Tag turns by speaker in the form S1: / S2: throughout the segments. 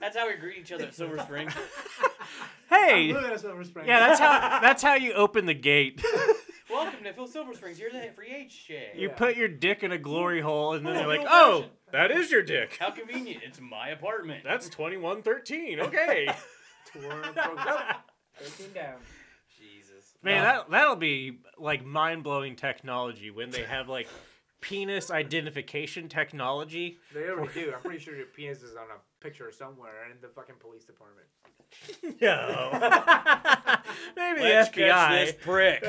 S1: That's how we greet each other at Silver Spring.
S2: Hey,
S3: Look at us over spring.
S2: yeah, that's how that's how you open the gate.
S1: Welcome to Phil Silver Springs. You're the free age shit.
S2: You
S3: Yeah.
S2: put your dick in a glory hole, and then they're like,
S1: no
S2: "Oh,
S1: version.
S2: that is your dick.
S1: How convenient. It's my apartment.
S2: That's twenty-one thirteen. Okay,
S3: Twerp, broke up.
S4: Thirteen down.
S1: Jesus.
S2: man, that that'll be like mind-blowing technology when they have like penis identification technology.
S3: They already do. I'm pretty sure your penis is on a picture somewhere in the fucking police department.
S2: No, maybe
S1: Let's
S2: the FBI.
S1: catch this prick.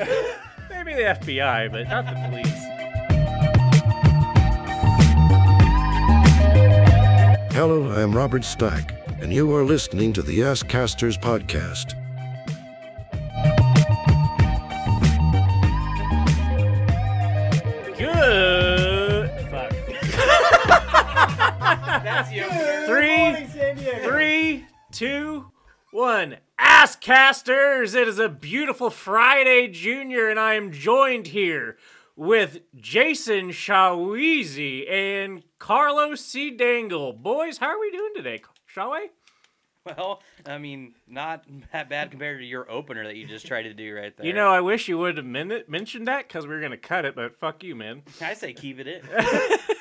S2: Maybe the FBI, but not the police.
S5: Hello, I'm Robert Stack, and you are listening to the Ask Casters podcast.
S2: Good. Fuck.
S1: That's the opener.
S2: Three,
S4: Morning, San Diego.
S2: Three, two, one. Ask casters! It is a beautiful Friday, Junior, and I am joined here with Jason Shawizi and Carlos C. Dangle. Boys, how are we doing today? Shall we?
S1: Well, I mean, not that bad compared to your opener that you just tried to do right there.
S2: You know, I wish you would have men- mentioned that because we were going to cut it, but fuck you, man.
S1: I say keep it in.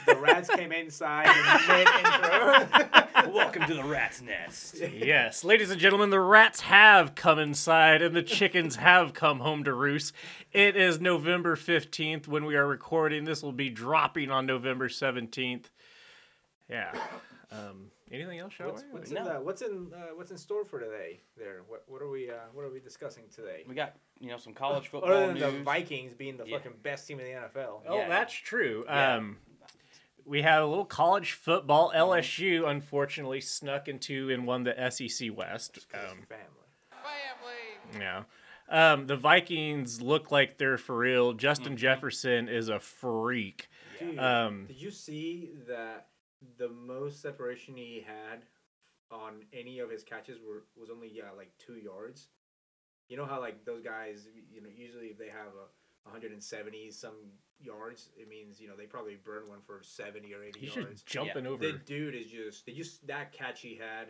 S3: The rats came inside and mid intro.
S1: Welcome to the rat's nest.
S2: yes, ladies and gentlemen, the rats have come inside and the chickens have come home to roost. It is November 15th when we are recording. This will be dropping on November 17th. Yeah. Um, anything else, shall
S3: What's,
S2: we?
S3: what's,
S1: No.
S3: in, the, what's in uh, what's in store for today? There, what, what are we uh, what are we discussing today?
S1: We got you know some college football
S3: Other than the
S1: news.
S3: Vikings being the
S1: Yeah.
S3: fucking best team in the NFL.
S2: Oh,
S1: Yeah.
S2: that's true.
S1: Yeah.
S2: Um, we have a little college football. LSU unfortunately snuck into and won the SEC West. Um,
S3: Family.
S2: Yeah. Um, the Vikings look like they're for real.
S1: Mm-hmm.
S2: Justin Jefferson is a freak.
S3: Dude,
S2: Um,
S3: did you see that the most separation he had on any of his catches were was only yeah like two yards? You know how like those guys, you know, usually if they have a 170 some yards, it means you know they probably burn one for 70 or 80
S2: He's
S3: yards.
S2: just jumping over.
S3: The dude is just they just that catch he had.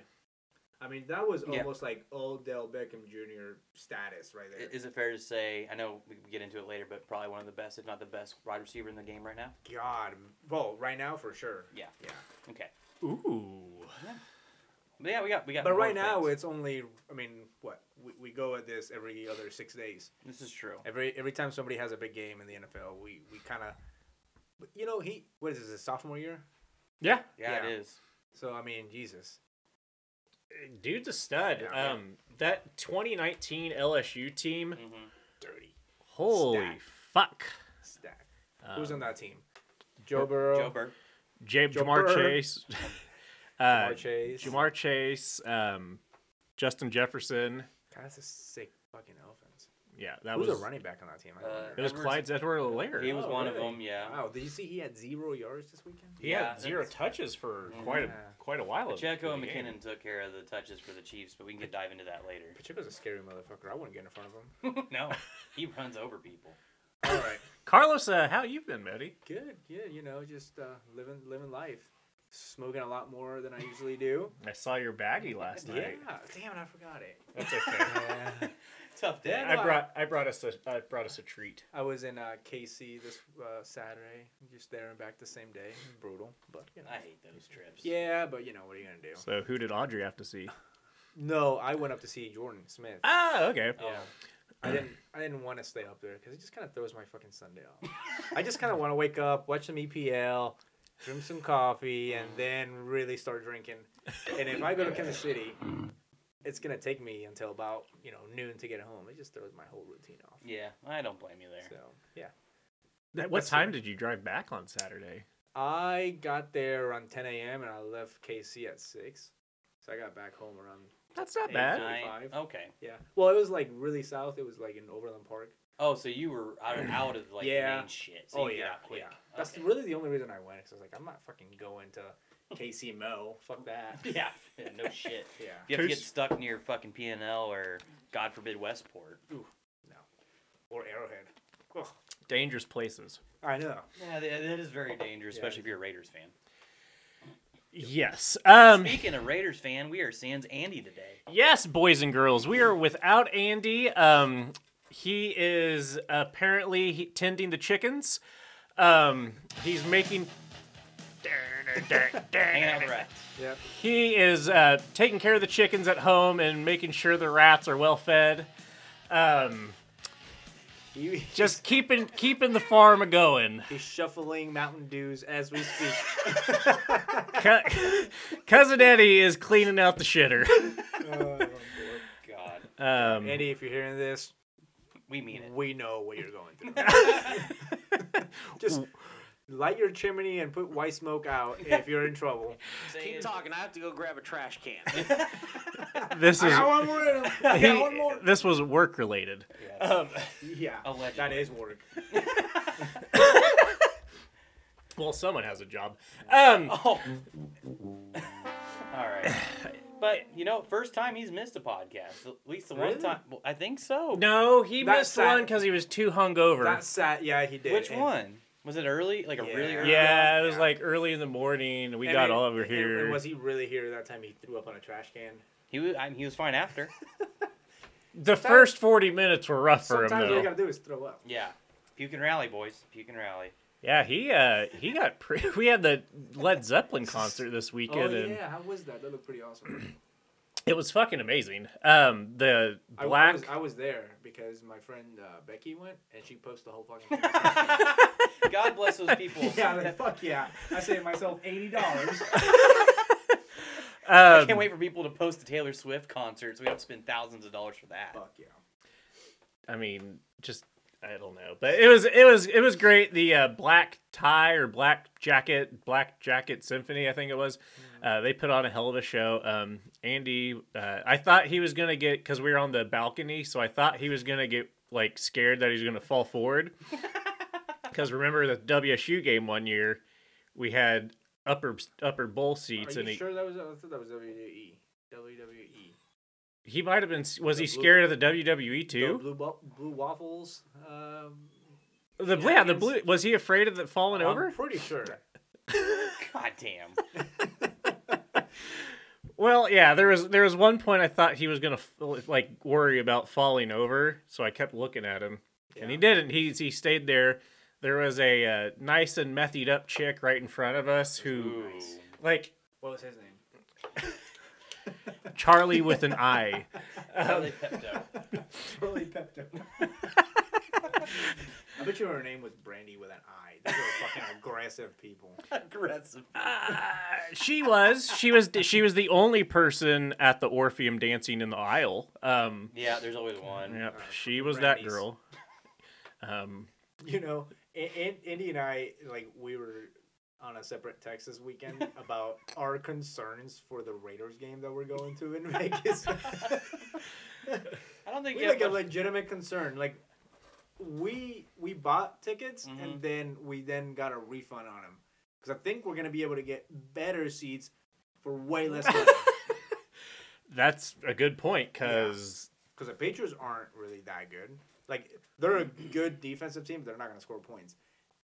S3: I mean, that was
S1: Yeah.
S3: almost like Odell Beckham Jr. status right there.
S1: I- Is it fair to say? I know we can get into it later, but probably one of the best, if not the best, wide receiver in the game right now.
S3: God, well, right now for sure.
S1: Yeah.
S3: Yeah.
S1: Okay.
S2: Ooh.
S1: But yeah, we got we got.
S3: But
S1: more
S3: right now
S1: things.
S3: it's only I mean, what? We, we go at this every other 6 days.
S1: this is true.
S3: Every every time somebody has a big game in the NFL, we we kind of you know, he what is this his sophomore year?
S2: Yeah.
S1: Yeah,
S3: yeah.
S1: it is.
S3: So I mean, Jesus.
S2: Dude's a stud.
S3: Yeah.
S2: Um, that 2019 LSU team.
S3: Dirty
S2: Holy
S3: Stacked.
S2: fuck.
S3: stack. Who's on that team? Joe Burrow,
S1: Joe Burr.
S2: J-
S3: Joe
S2: Jamar
S3: Burr.
S2: Chase. uh,
S3: Jamar Chase.
S2: Jamar Chase. Um, Justin Jefferson.
S3: God, that's a sick fucking offense.
S2: Yeah, that
S3: Who's
S2: was.
S3: a running back on that team?
S1: Uh,
S3: I don't remember.
S2: It was
S1: Edwards.
S2: Clyde Edward-Helaire.
S1: He was
S3: Oh,
S1: one of
S3: really?
S1: them. Yeah.
S3: Wow, did you see he had zero yards this weekend?
S2: He had
S1: Yeah,
S2: zero
S1: that's-
S2: touches for quite a
S3: Yeah.
S2: quite a while. of-
S1: Pacheco
S2: of
S1: and
S2: the game.
S1: McKinnon took care of the touches for the Chiefs, but we can get dive into that later.
S3: Pacheco's a scary motherfucker. I wouldn't get in front of him.
S1: no, he runs over people.
S3: All right,
S2: Carlos, uh, how you been, buddy?
S3: good. Yeah, you know, just uh, living living life, smoking a lot more than I usually do.
S2: I saw your baggie last
S3: Yeah.
S2: night.
S3: Damn it, I forgot it.
S2: That's okay.
S3: Yeah.
S1: Tough day.
S3: Yeah,
S2: I brought I brought us a I brought us a treat.
S3: I was in uh, KC this uh, Saturday, just there and back the same day. It was brutal, but you know.
S1: I hate those trips.
S3: yeah, but you know what are you gonna do?
S2: So who did Audrey have to see?
S3: No, I went up to see Jordan Smith.
S2: Oh, okay.
S1: Oh,
S3: I didn't. I didn't want to stay up there because it just kind of throws my fucking Sunday off. I just kind of want to wake up, watch some EPL, drink some coffee, and then really start drinking. And if I go to Kansas City, it's gonna take me until about you know noon to get home. It just throws my whole routine off.
S1: yeah. I don't blame you there.
S3: So yeah,
S2: That- what
S3: That's
S2: time did you drive back on Saturday?
S3: I got there around 10 a.m. and I left KC at six, so I got back home around
S2: That's not
S3: Eight
S2: bad.
S3: nine.
S1: I,
S3: 45.
S1: okay.
S3: yeah. Well, it was like really south. It was like in Overland Park.
S1: Oh, so you were out, out of like
S3: Yeah.
S1: main shit. So you got out quick.
S3: That's
S1: Oh, Okay.
S3: really the only reason I went. Cause I was like, I'm not fucking going to KCMO. Fuck that.
S1: yeah. yeah, No shit.
S3: Yeah.
S1: If You have to get
S2: Case-
S1: stuck near fucking PNL or God forbid Westport.
S3: Or Arrowhead. Ugh.
S2: Dangerous places.
S3: I know.
S1: Yeah, that, that is very dangerous,
S3: Yeah.
S1: especially if you're a Raiders fan.
S2: Yes. Um.
S1: Speaking of Raiders fan, we are sans Andy today.
S2: Yes, boys and girls, we are without Andy. Um, he is apparently he- tending the chickens. Um, he's making.
S1: Hanging out with the rats.
S3: Yeah.
S2: He is uh, taking care of the chickens at home and making sure the rats are well fed. Um,
S3: He,
S2: just keeping keeping the farm a going.
S3: he's shuffling Mountain Dews as we speak.
S2: Cou- Cousin Eddie is cleaning out the shitter.
S1: Oh. God,
S2: Um,
S3: Andy, if you're hearing this,
S1: we mean it.
S3: we know what you're going through. Just light your chimney and put white smoke out if you're in trouble.
S4: Keep talking. I have to go grab a trash can.
S2: this is
S3: one more.
S2: he- this was work related.
S3: Yeah,
S1: Allegedly.
S3: that is work.
S2: Well, someone has a job. Um,
S1: Oh. All right. But you know, first time he's missed a podcast. At least the one
S3: Really?
S1: time. Well, I think so.
S2: No, he
S3: That
S2: missed
S3: sat-
S2: one because he was too hungover.
S3: That's sad. Yeah, he did.
S1: Which
S3: And-
S1: one? Was it early? Like a really
S3: Yeah.
S1: early?
S2: yeah, it was
S3: Yeah.
S2: like early in the morning. We
S3: I
S2: got
S3: mean,
S2: all over
S3: and-
S2: here.
S3: and was he really here that time? He threw up on a trash can.
S1: He was. I mean, he was fine after.
S2: the first forty minutes were rough for him
S3: Sometimes all
S2: though.
S3: you gotta do is throw up.
S1: Yeah. Puke and rally, boys. Puke and rally.
S2: Yeah, he uh he got pretty. We had the Led Zeppelin concert this
S3: Oh
S2: weekend, and
S3: yeah, how was that? That looked pretty awesome.
S2: it was fucking amazing. Um, the
S3: I, I
S2: black.
S3: was, I was there because my friend uh, Becky went and she posted the whole fucking. thing.
S1: God bless those people.
S3: yeah, like, fuck yeah! I saved myself eighty dollars.
S1: I
S2: um,
S1: can't wait for people to post the Taylor Swift concert, so we don't spend thousands of dollars for that.
S3: fuck yeah!
S2: I mean, just I don't know, but it was it was it was great. The uh, black tie or black jacket, black jacket symphony, I think it was. Uh, they put on a hell of a show. Um, Andy, uh, I thought he was gonna get because we were on the balcony, so I thought he was gonna get like scared that he's gonna fall forward. Because remember the WSU game one year, we had upper upper bowl seats,
S3: Are
S2: and
S3: you
S2: he,
S3: sure that was? I thought that was E? WWE. WWE.
S2: he might have been. Was he
S3: The blue-
S2: scared of the WWE too?
S3: The blue bo- blue waffles. Um,
S2: The
S3: yeah,
S2: yeah, the
S3: yes.
S2: blue. Was he afraid of the falling over?
S3: I'm pretty sure.
S1: God damn.
S2: Well, yeah, there was there was one point I thought he was gonna f- like worry about falling over, so I kept looking at him, and he didn't. He he stayed there. There was a uh, nice and methied up chick right in front of us who,
S1: Ooh.
S2: like
S3: What was his name?
S2: Charlie with an eye.
S1: Charlie Pepto.
S3: Charlie Pepto. I bet you her name was Brandy with an I. Those are fucking aggressive people.
S1: Aggressive.
S2: She was she was she was the only person at the Orpheum dancing in the aisle. Um,
S1: Yeah, there's always one.
S2: yep, she was that
S3: Brandy's.
S2: girl. Um,
S3: You know, and, and Indy and I, like, we were on a separate text this weekend about our concerns for the Raiders game that we're going to in Vegas.
S1: I don't think
S3: we
S1: you
S3: like a
S1: have much-
S3: legitimate concern. Like, we we bought tickets and then we then got a refund on them because I think we're gonna be able to get better seats for way less money.
S2: that's a good point because
S3: because the Patriots aren't really that good. Like they're a good defensive team, but they're not going to score points.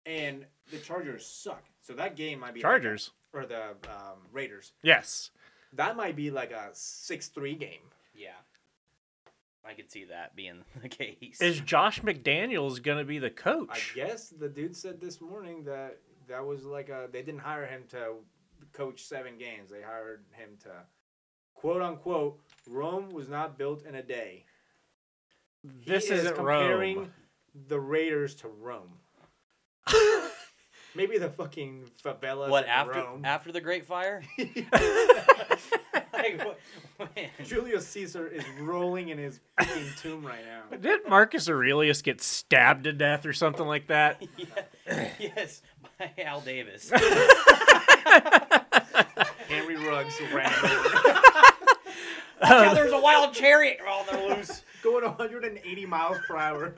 S3: And the Chargers suck, so that game might be like a-
S2: Chargers.
S3: or the um, Raiders.
S2: Yes.
S3: That might be like a six-three game.
S1: Yeah. I could see that being the case.
S2: Is Josh McDaniels gonna be the
S3: I
S2: coach?
S3: guess the dude said this morning that that was like a they didn't hire him to coach seven games. They hired him to quote unquote Rome was not built in a day. He
S2: This
S3: is
S2: isn't
S3: comparing
S2: Rome.
S3: the Raiders to Rome. Maybe the fucking favelas
S1: what
S3: in
S1: after
S3: Rome.
S1: after the Great Fire? like, what, man.
S3: Julius Caesar is rolling in his fucking tomb right now.
S2: Did Marcus Aurelius get stabbed to death or something like that?
S1: yes, by Al Davis.
S3: Henry Ruggs ran
S1: yeah, there's a wild chariot on the loose.
S3: going 180 miles per hour.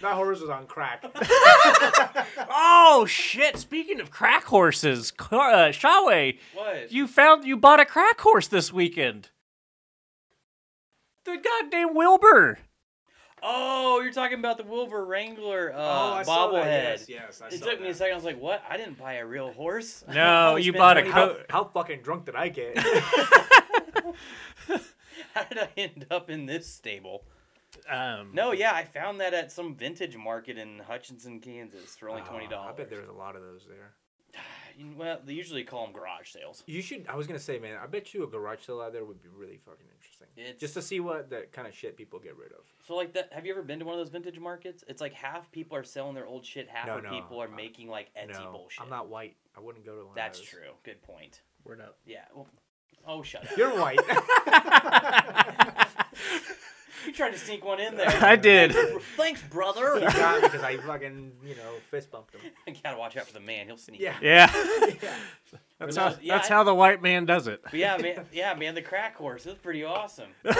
S3: That horse was on crack.
S2: Oh shit! Speaking of crack horses, Car- uh, Shaway,
S1: What?
S2: you found you bought a crack horse this weekend. The goddamn Wilbur.
S1: Oh, you're talking about the Wilbur Wrangler uh,
S3: oh, I
S1: bobblehead.
S3: saw that. Yes, yes, I
S1: It
S3: saw
S1: took me a
S3: that.
S1: second. I was like, "What? I didn't buy a real horse."
S2: No,
S1: I
S2: you
S1: spent
S2: bought a
S1: 20 bucks.
S3: How,
S2: coat.
S3: how fucking drunk did I get?
S1: How did I end up in this stable?
S2: Um,
S1: No, yeah, I found that at some vintage market in Hutchinson, Kansas, for only twenty
S3: Oh, I
S1: dollars.
S3: bet there was a lot of those there.
S1: Well, they usually call them garage sales.
S3: You should. I was gonna say, man, I bet you a garage sale out there would be really fucking interesting.
S1: It's-
S3: Just to see what that kind of shit people get rid of.
S1: So like that, have you ever been to one of those vintage markets? It's like half people are selling their old shit, half
S3: No,
S1: of
S3: no,
S1: people are
S3: I-
S1: making like Etsy
S3: no,
S1: bullshit.
S3: I'm not white. I wouldn't go to one.
S1: That's
S3: of those.
S1: true. Good point.
S2: Word up.
S1: Yeah. Well, oh, shut up.
S3: You're white.
S1: you tried to sneak one in there.
S2: I did.
S1: Thanks, brother.
S3: He got me because I fucking you know fist bumped him.
S1: I gotta watch out for the man. He'll sneak.
S3: Yeah.
S2: Yeah.
S1: But
S2: That's how,
S1: no, yeah,
S2: that's
S1: I-
S2: how the white man does it.
S1: But yeah, man. Yeah, man. The crack horse. It was pretty awesome.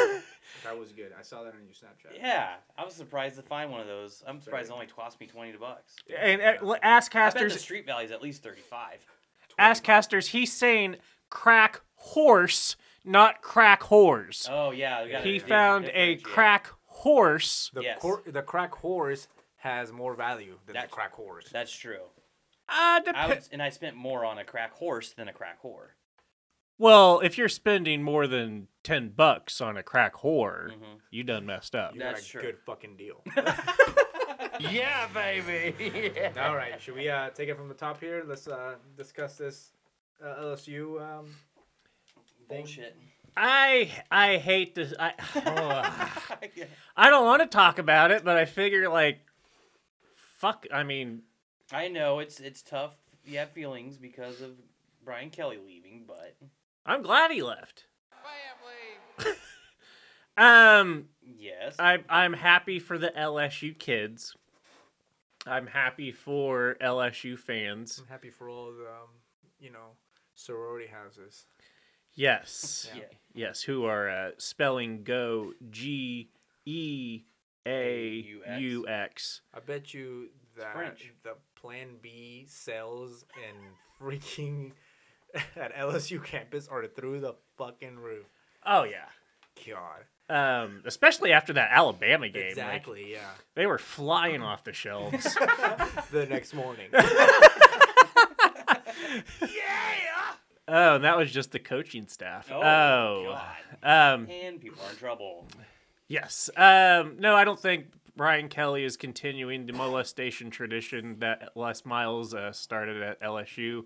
S3: That was good. I saw that on your Snapchat.
S1: Yeah, I was surprised to find one of those. I'm surprised it only cost me twenty bucks.
S2: And uh,
S1: I
S2: ass
S1: bet the
S2: casters,
S1: street value's at least thirty-five.
S2: ass casters. He's saying crack horse, not crack whores.
S1: Oh yeah, we gotta
S2: he
S1: differ-
S2: found a
S1: differentiate.
S2: crack horse.
S3: The
S1: Yes.
S3: cor- the crack horse has more value than
S1: That's-
S3: the crack horse.
S1: That's true.
S2: Uh,
S1: I
S2: dep-
S1: was, and I spent more on a crack horse than a crack whore.
S2: well, if you're spending more than ten bucks on a crack whore, you done messed up.
S3: you got
S1: That's
S3: a
S1: true.
S3: good fucking deal. All right, should we uh, take it from the top here? Let's uh, discuss this uh, LSU. Um,
S1: Bullshit.
S2: I I hate this. I
S1: Yeah.
S2: I don't want to talk about it, but I figure like, fuck. I mean,
S1: I know it's it's tough. You have feelings because of Brian Kelly leaving, but
S2: I'm glad he left. um,
S1: yes,
S2: I I'm happy for the LSU kids. I'm happy for LSU fans.
S3: I'm happy for all the um, you know sorority houses.
S2: Yes.
S1: yeah.
S2: Yes, who are uh, spelling go G E A U X.
S3: I bet you that
S1: French.
S3: the Plan B cells and freaking at LSU campus are through the fucking roof.
S2: Oh yeah.
S3: God.
S2: Um, especially after that Alabama game. like,
S3: Exactly. Yeah.
S2: they were flying off the shelves.
S3: The next morning.
S2: oh, and that was just the coaching staff.
S1: Oh,
S2: Oh. Um
S1: and people are in trouble.
S2: Yes. Um, no, I don't think Brian Kelly is continuing the molestation tradition that Les Miles uh, started at LSU.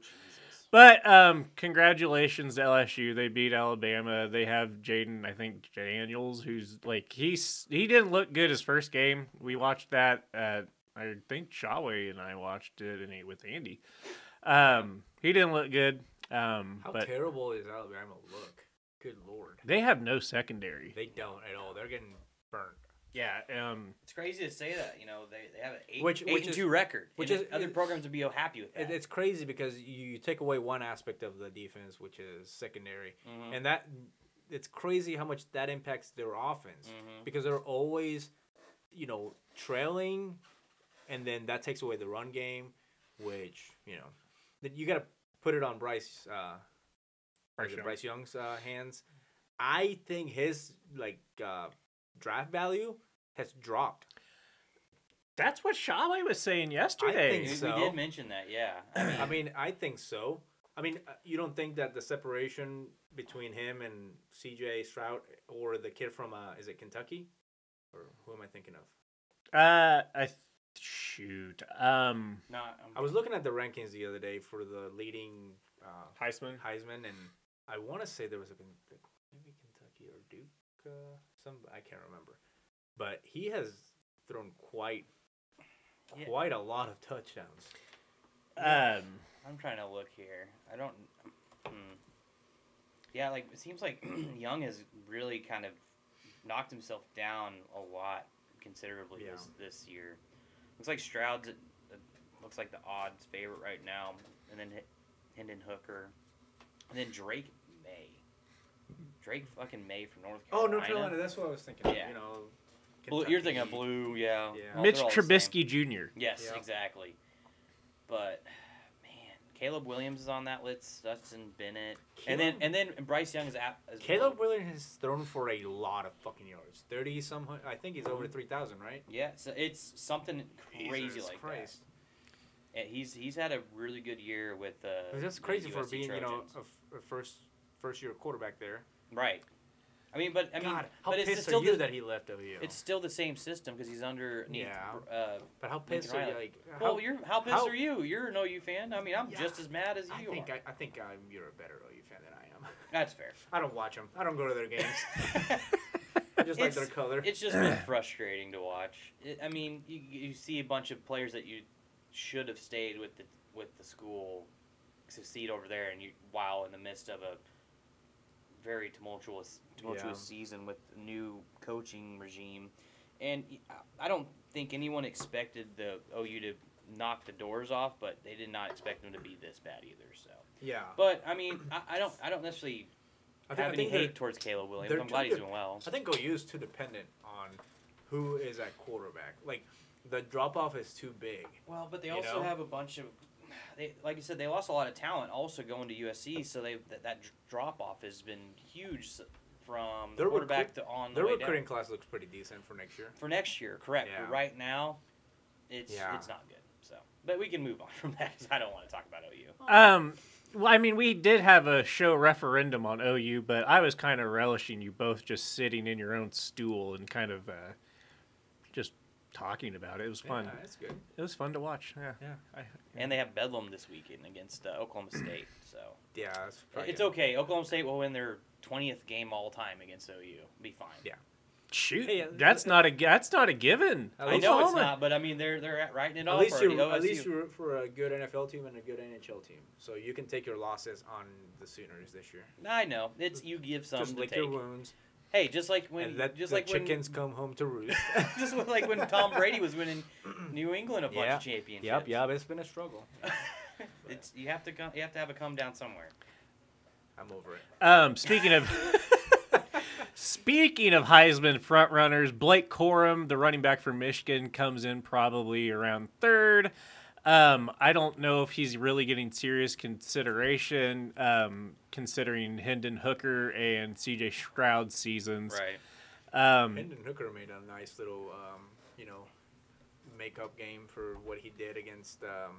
S2: But um, congratulations to LSU. They beat Alabama. They have Jaden, I think Daniels, who's like he's he didn't look good his first game. We watched that. Uh, I think Shaway and I watched it and ate with Andy. Um, he didn't look good. Um,
S3: How
S2: but
S3: terrible is Alabama look? Good lord.
S2: they have no secondary.
S3: They don't at all. They're getting burnt.
S2: Yeah. Um,
S1: It's crazy to say that. You know, they, they have an eight,
S3: Which-
S1: eight
S3: which
S1: and
S3: is-
S1: two record.
S3: which
S1: and
S3: is-
S1: other
S3: it-
S1: programs would be happy with
S3: It,
S1: that.
S3: it's crazy because you, you take away one aspect of the defense, which is secondary, and that it's crazy how much that impacts their offense because they're always, you know, trailing, and then that takes away the run game, which you know, that you got to put it on Bryce, uh, Bryce,
S2: Young.
S3: Bryce Young's uh, hands. I think his like uh, draft value has dropped.
S2: That's what Shaway was saying yesterday.
S1: we,
S3: think
S1: we
S3: so.
S1: did mention that. Yeah. I mean,
S3: I mean, I think so. I mean, uh, you don't think that the separation between him and CJ Stroud or the kid from uh, is it Kentucky or who am I thinking of?
S2: Uh, I th- shoot. Um,
S1: not. I'm-
S3: I was looking at the rankings the other day for the leading uh,
S2: Heisman.
S3: Heisman, and I want to say there was a Ken- maybe Kentucky or Duke, uh, some I can't remember, but he has thrown quite
S1: Yeah.
S3: quite a lot of touchdowns.
S2: Um,
S1: I'm trying to look here. I don't. Hmm. Yeah, like it seems like Young has really kind of knocked himself down a lot considerably
S3: Yeah.
S1: this this year. Looks like Stroud's at, at- looks like the odds favorite right now, and then H- Hendon Hooker, and then Drake May. Drake fucking May from North Carolina.
S3: Oh, That's what I was thinking.
S1: of, Yeah. you
S3: know,
S1: Blue, you're thinking of Blue, yeah.
S3: Yeah.
S1: Well,
S2: Mitch
S1: they're all the same.
S2: Trubisky Jr.
S1: Yes,
S3: Yeah.
S1: exactly. But man, Caleb Williams is on that list. Stetson Bennett, and then and then Bryce Young is at as
S3: Caleb
S1: well.
S3: Williams has thrown for a lot of fucking yards. Thirty some. hun- I think he's over three thousand, right?
S1: Yeah, so it's something crazy
S3: Jesus
S1: like
S3: Christ.
S1: that. And he's he's had a really good year with uh,
S3: That's
S1: the
S3: crazy for
S1: USC
S3: being, you know,
S1: Trojans.
S3: a, f- a first first year quarterback there.
S1: right. I mean, but I mean,
S3: God, how
S1: but it's
S3: pissed
S1: still
S3: are you
S1: the,
S3: that he left OU?
S1: it's still the same system because he's under
S3: Yeah.
S1: Uh,
S3: but how pissed are you?
S1: Riley.
S3: Like, how,
S1: well, you're how pissed
S3: how-
S1: are you? You're an OU fan. I mean, I'm
S3: Yeah.
S1: just as mad as
S3: I
S1: you
S3: think
S1: are.
S3: I, I think I'm, you're a better OU fan than I am.
S1: That's fair.
S3: I don't watch them. I don't go to their games. I just like
S1: It's-
S3: their color.
S1: It's just been frustrating to watch. It, I mean, you, you see a bunch of players that you should have stayed with the with the school succeed over there, and you wow in the midst of a very tumultuous tumultuous season with the new coaching regime, and y- I- I don't think anyone expected the OU to knock the doors off, but they did not expect them to be this bad either. So,
S3: yeah.
S1: but I mean, I, I don't I don't necessarily
S3: I think,
S1: have
S3: I
S1: any
S3: think
S1: hate
S3: they're-
S1: towards Caleb Williams.
S3: they're
S1: I'm glad
S3: too
S1: he's
S3: good-
S1: doing well.
S3: I think OU is too dependent on who is at quarterback. Like the drop off is too big.
S1: Well, but they
S3: You
S1: also
S3: know?
S1: have a bunch of, they like you said, they lost a lot of talent. Also going to
S3: Uh.
S1: USC, so they that, that drop off has been huge s- from the
S3: Their recruit-
S1: quarterback to on the
S3: Their
S1: way
S3: recruiting
S1: down.
S3: class looks pretty decent for next year.
S1: for next year. Correct. But
S3: Yeah.
S1: Right now, it's
S3: Yeah.
S1: it's not good. So, but we can move on from that 'cause I don't want to talk about OU.
S2: Um, well, I mean, we did have a show referendum on OU, but I was kind of relishing you both just sitting in your own stool and kind of uh, just talking about it. It was fun.
S3: Yeah, that's good.
S2: It was fun to watch. Yeah.
S3: Yeah.
S2: I,
S1: And they have Bedlam this weekend against uh, Oklahoma State. So
S3: Yeah, that's probably
S1: it's
S3: good.
S1: okay. Oklahoma State will win their twentieth game all time against OU. Be fine.
S3: Yeah.
S2: shoot,
S3: Hey, uh,
S2: that's not a that's not a given.
S3: At
S1: I know it's
S2: Oklahoma.
S1: not, but I mean they're they're at- writing it
S3: At
S1: off
S3: least
S1: already.
S3: you at least
S1: OSU.
S3: you root for a good NFL team and a good NHL team, so you can take your losses on the Sooners this year.
S1: I know it's you give some
S3: Just
S1: to
S3: lick
S1: take.
S3: your wounds
S1: Hey, just like when,
S3: and let
S1: just
S3: the
S1: like when,
S3: chickens come home to roost.
S1: just like when Tom Brady was winning New England a bunch
S3: Yeah.
S1: of championships.
S3: yep, yep. It's been a struggle.
S1: It's you have to come, you have to have a come down somewhere.
S3: I'm over it.
S2: Um, speaking of speaking of Heisman frontrunners, Blake Corum, the running back for Michigan, comes in probably around third. Um, I don't know if he's really getting serious consideration, um, considering Hendon Hooker and CJ Stroud seasons.
S1: Right.
S2: Um,
S3: Hendon Hooker made a nice little, um, you know, make-up game for what he did against um,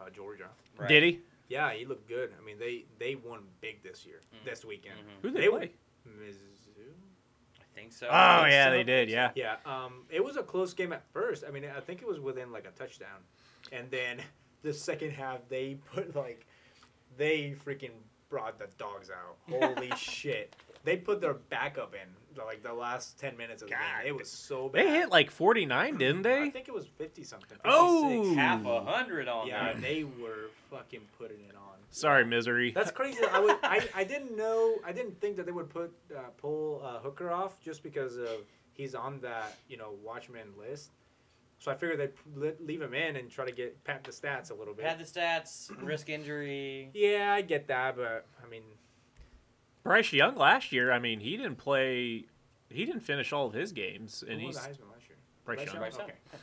S3: uh, Georgia.
S1: right.
S2: Did he?
S3: Yeah, he looked good. I mean, they they won big this year,
S1: Hmm.
S3: this weekend.
S1: Mm-hmm.
S2: Who
S3: They won. Mizzou.
S1: I think so.
S2: Oh
S1: I think
S2: yeah,
S1: so.
S2: they did. Yeah.
S3: Yeah, um, it was a close game at first. I mean, I think it was within like a touchdown, and then the second half they put like they freaking brought the dogs out. Holy shit! They put their backup in like the last ten minutes of the
S1: God.
S3: game. It was so bad.
S2: They hit like 49, didn't
S3: I
S2: they?
S3: think it was fifty something.
S2: Oh!
S1: half a hundred on
S3: yeah,
S1: that.
S3: they were fucking putting it on.
S2: Sorry, misery.
S3: That's crazy. I, would, I I didn't know. I didn't think that they would put uh, pull uh, Hooker off just because of he's on that you know Watchman list. So I figured they'd li- leave him in and try to get pat the stats a little bit.
S1: Had the stats, risk injury.
S3: yeah, I get that, but I mean,
S2: Bryce Young last year. I mean, he didn't play. He didn't finish all of his games, and
S3: who won
S2: he's
S3: the Heisman last year?
S2: Bryce
S3: Bryce
S2: Young.
S1: Right, so-
S3: Okay.
S1: so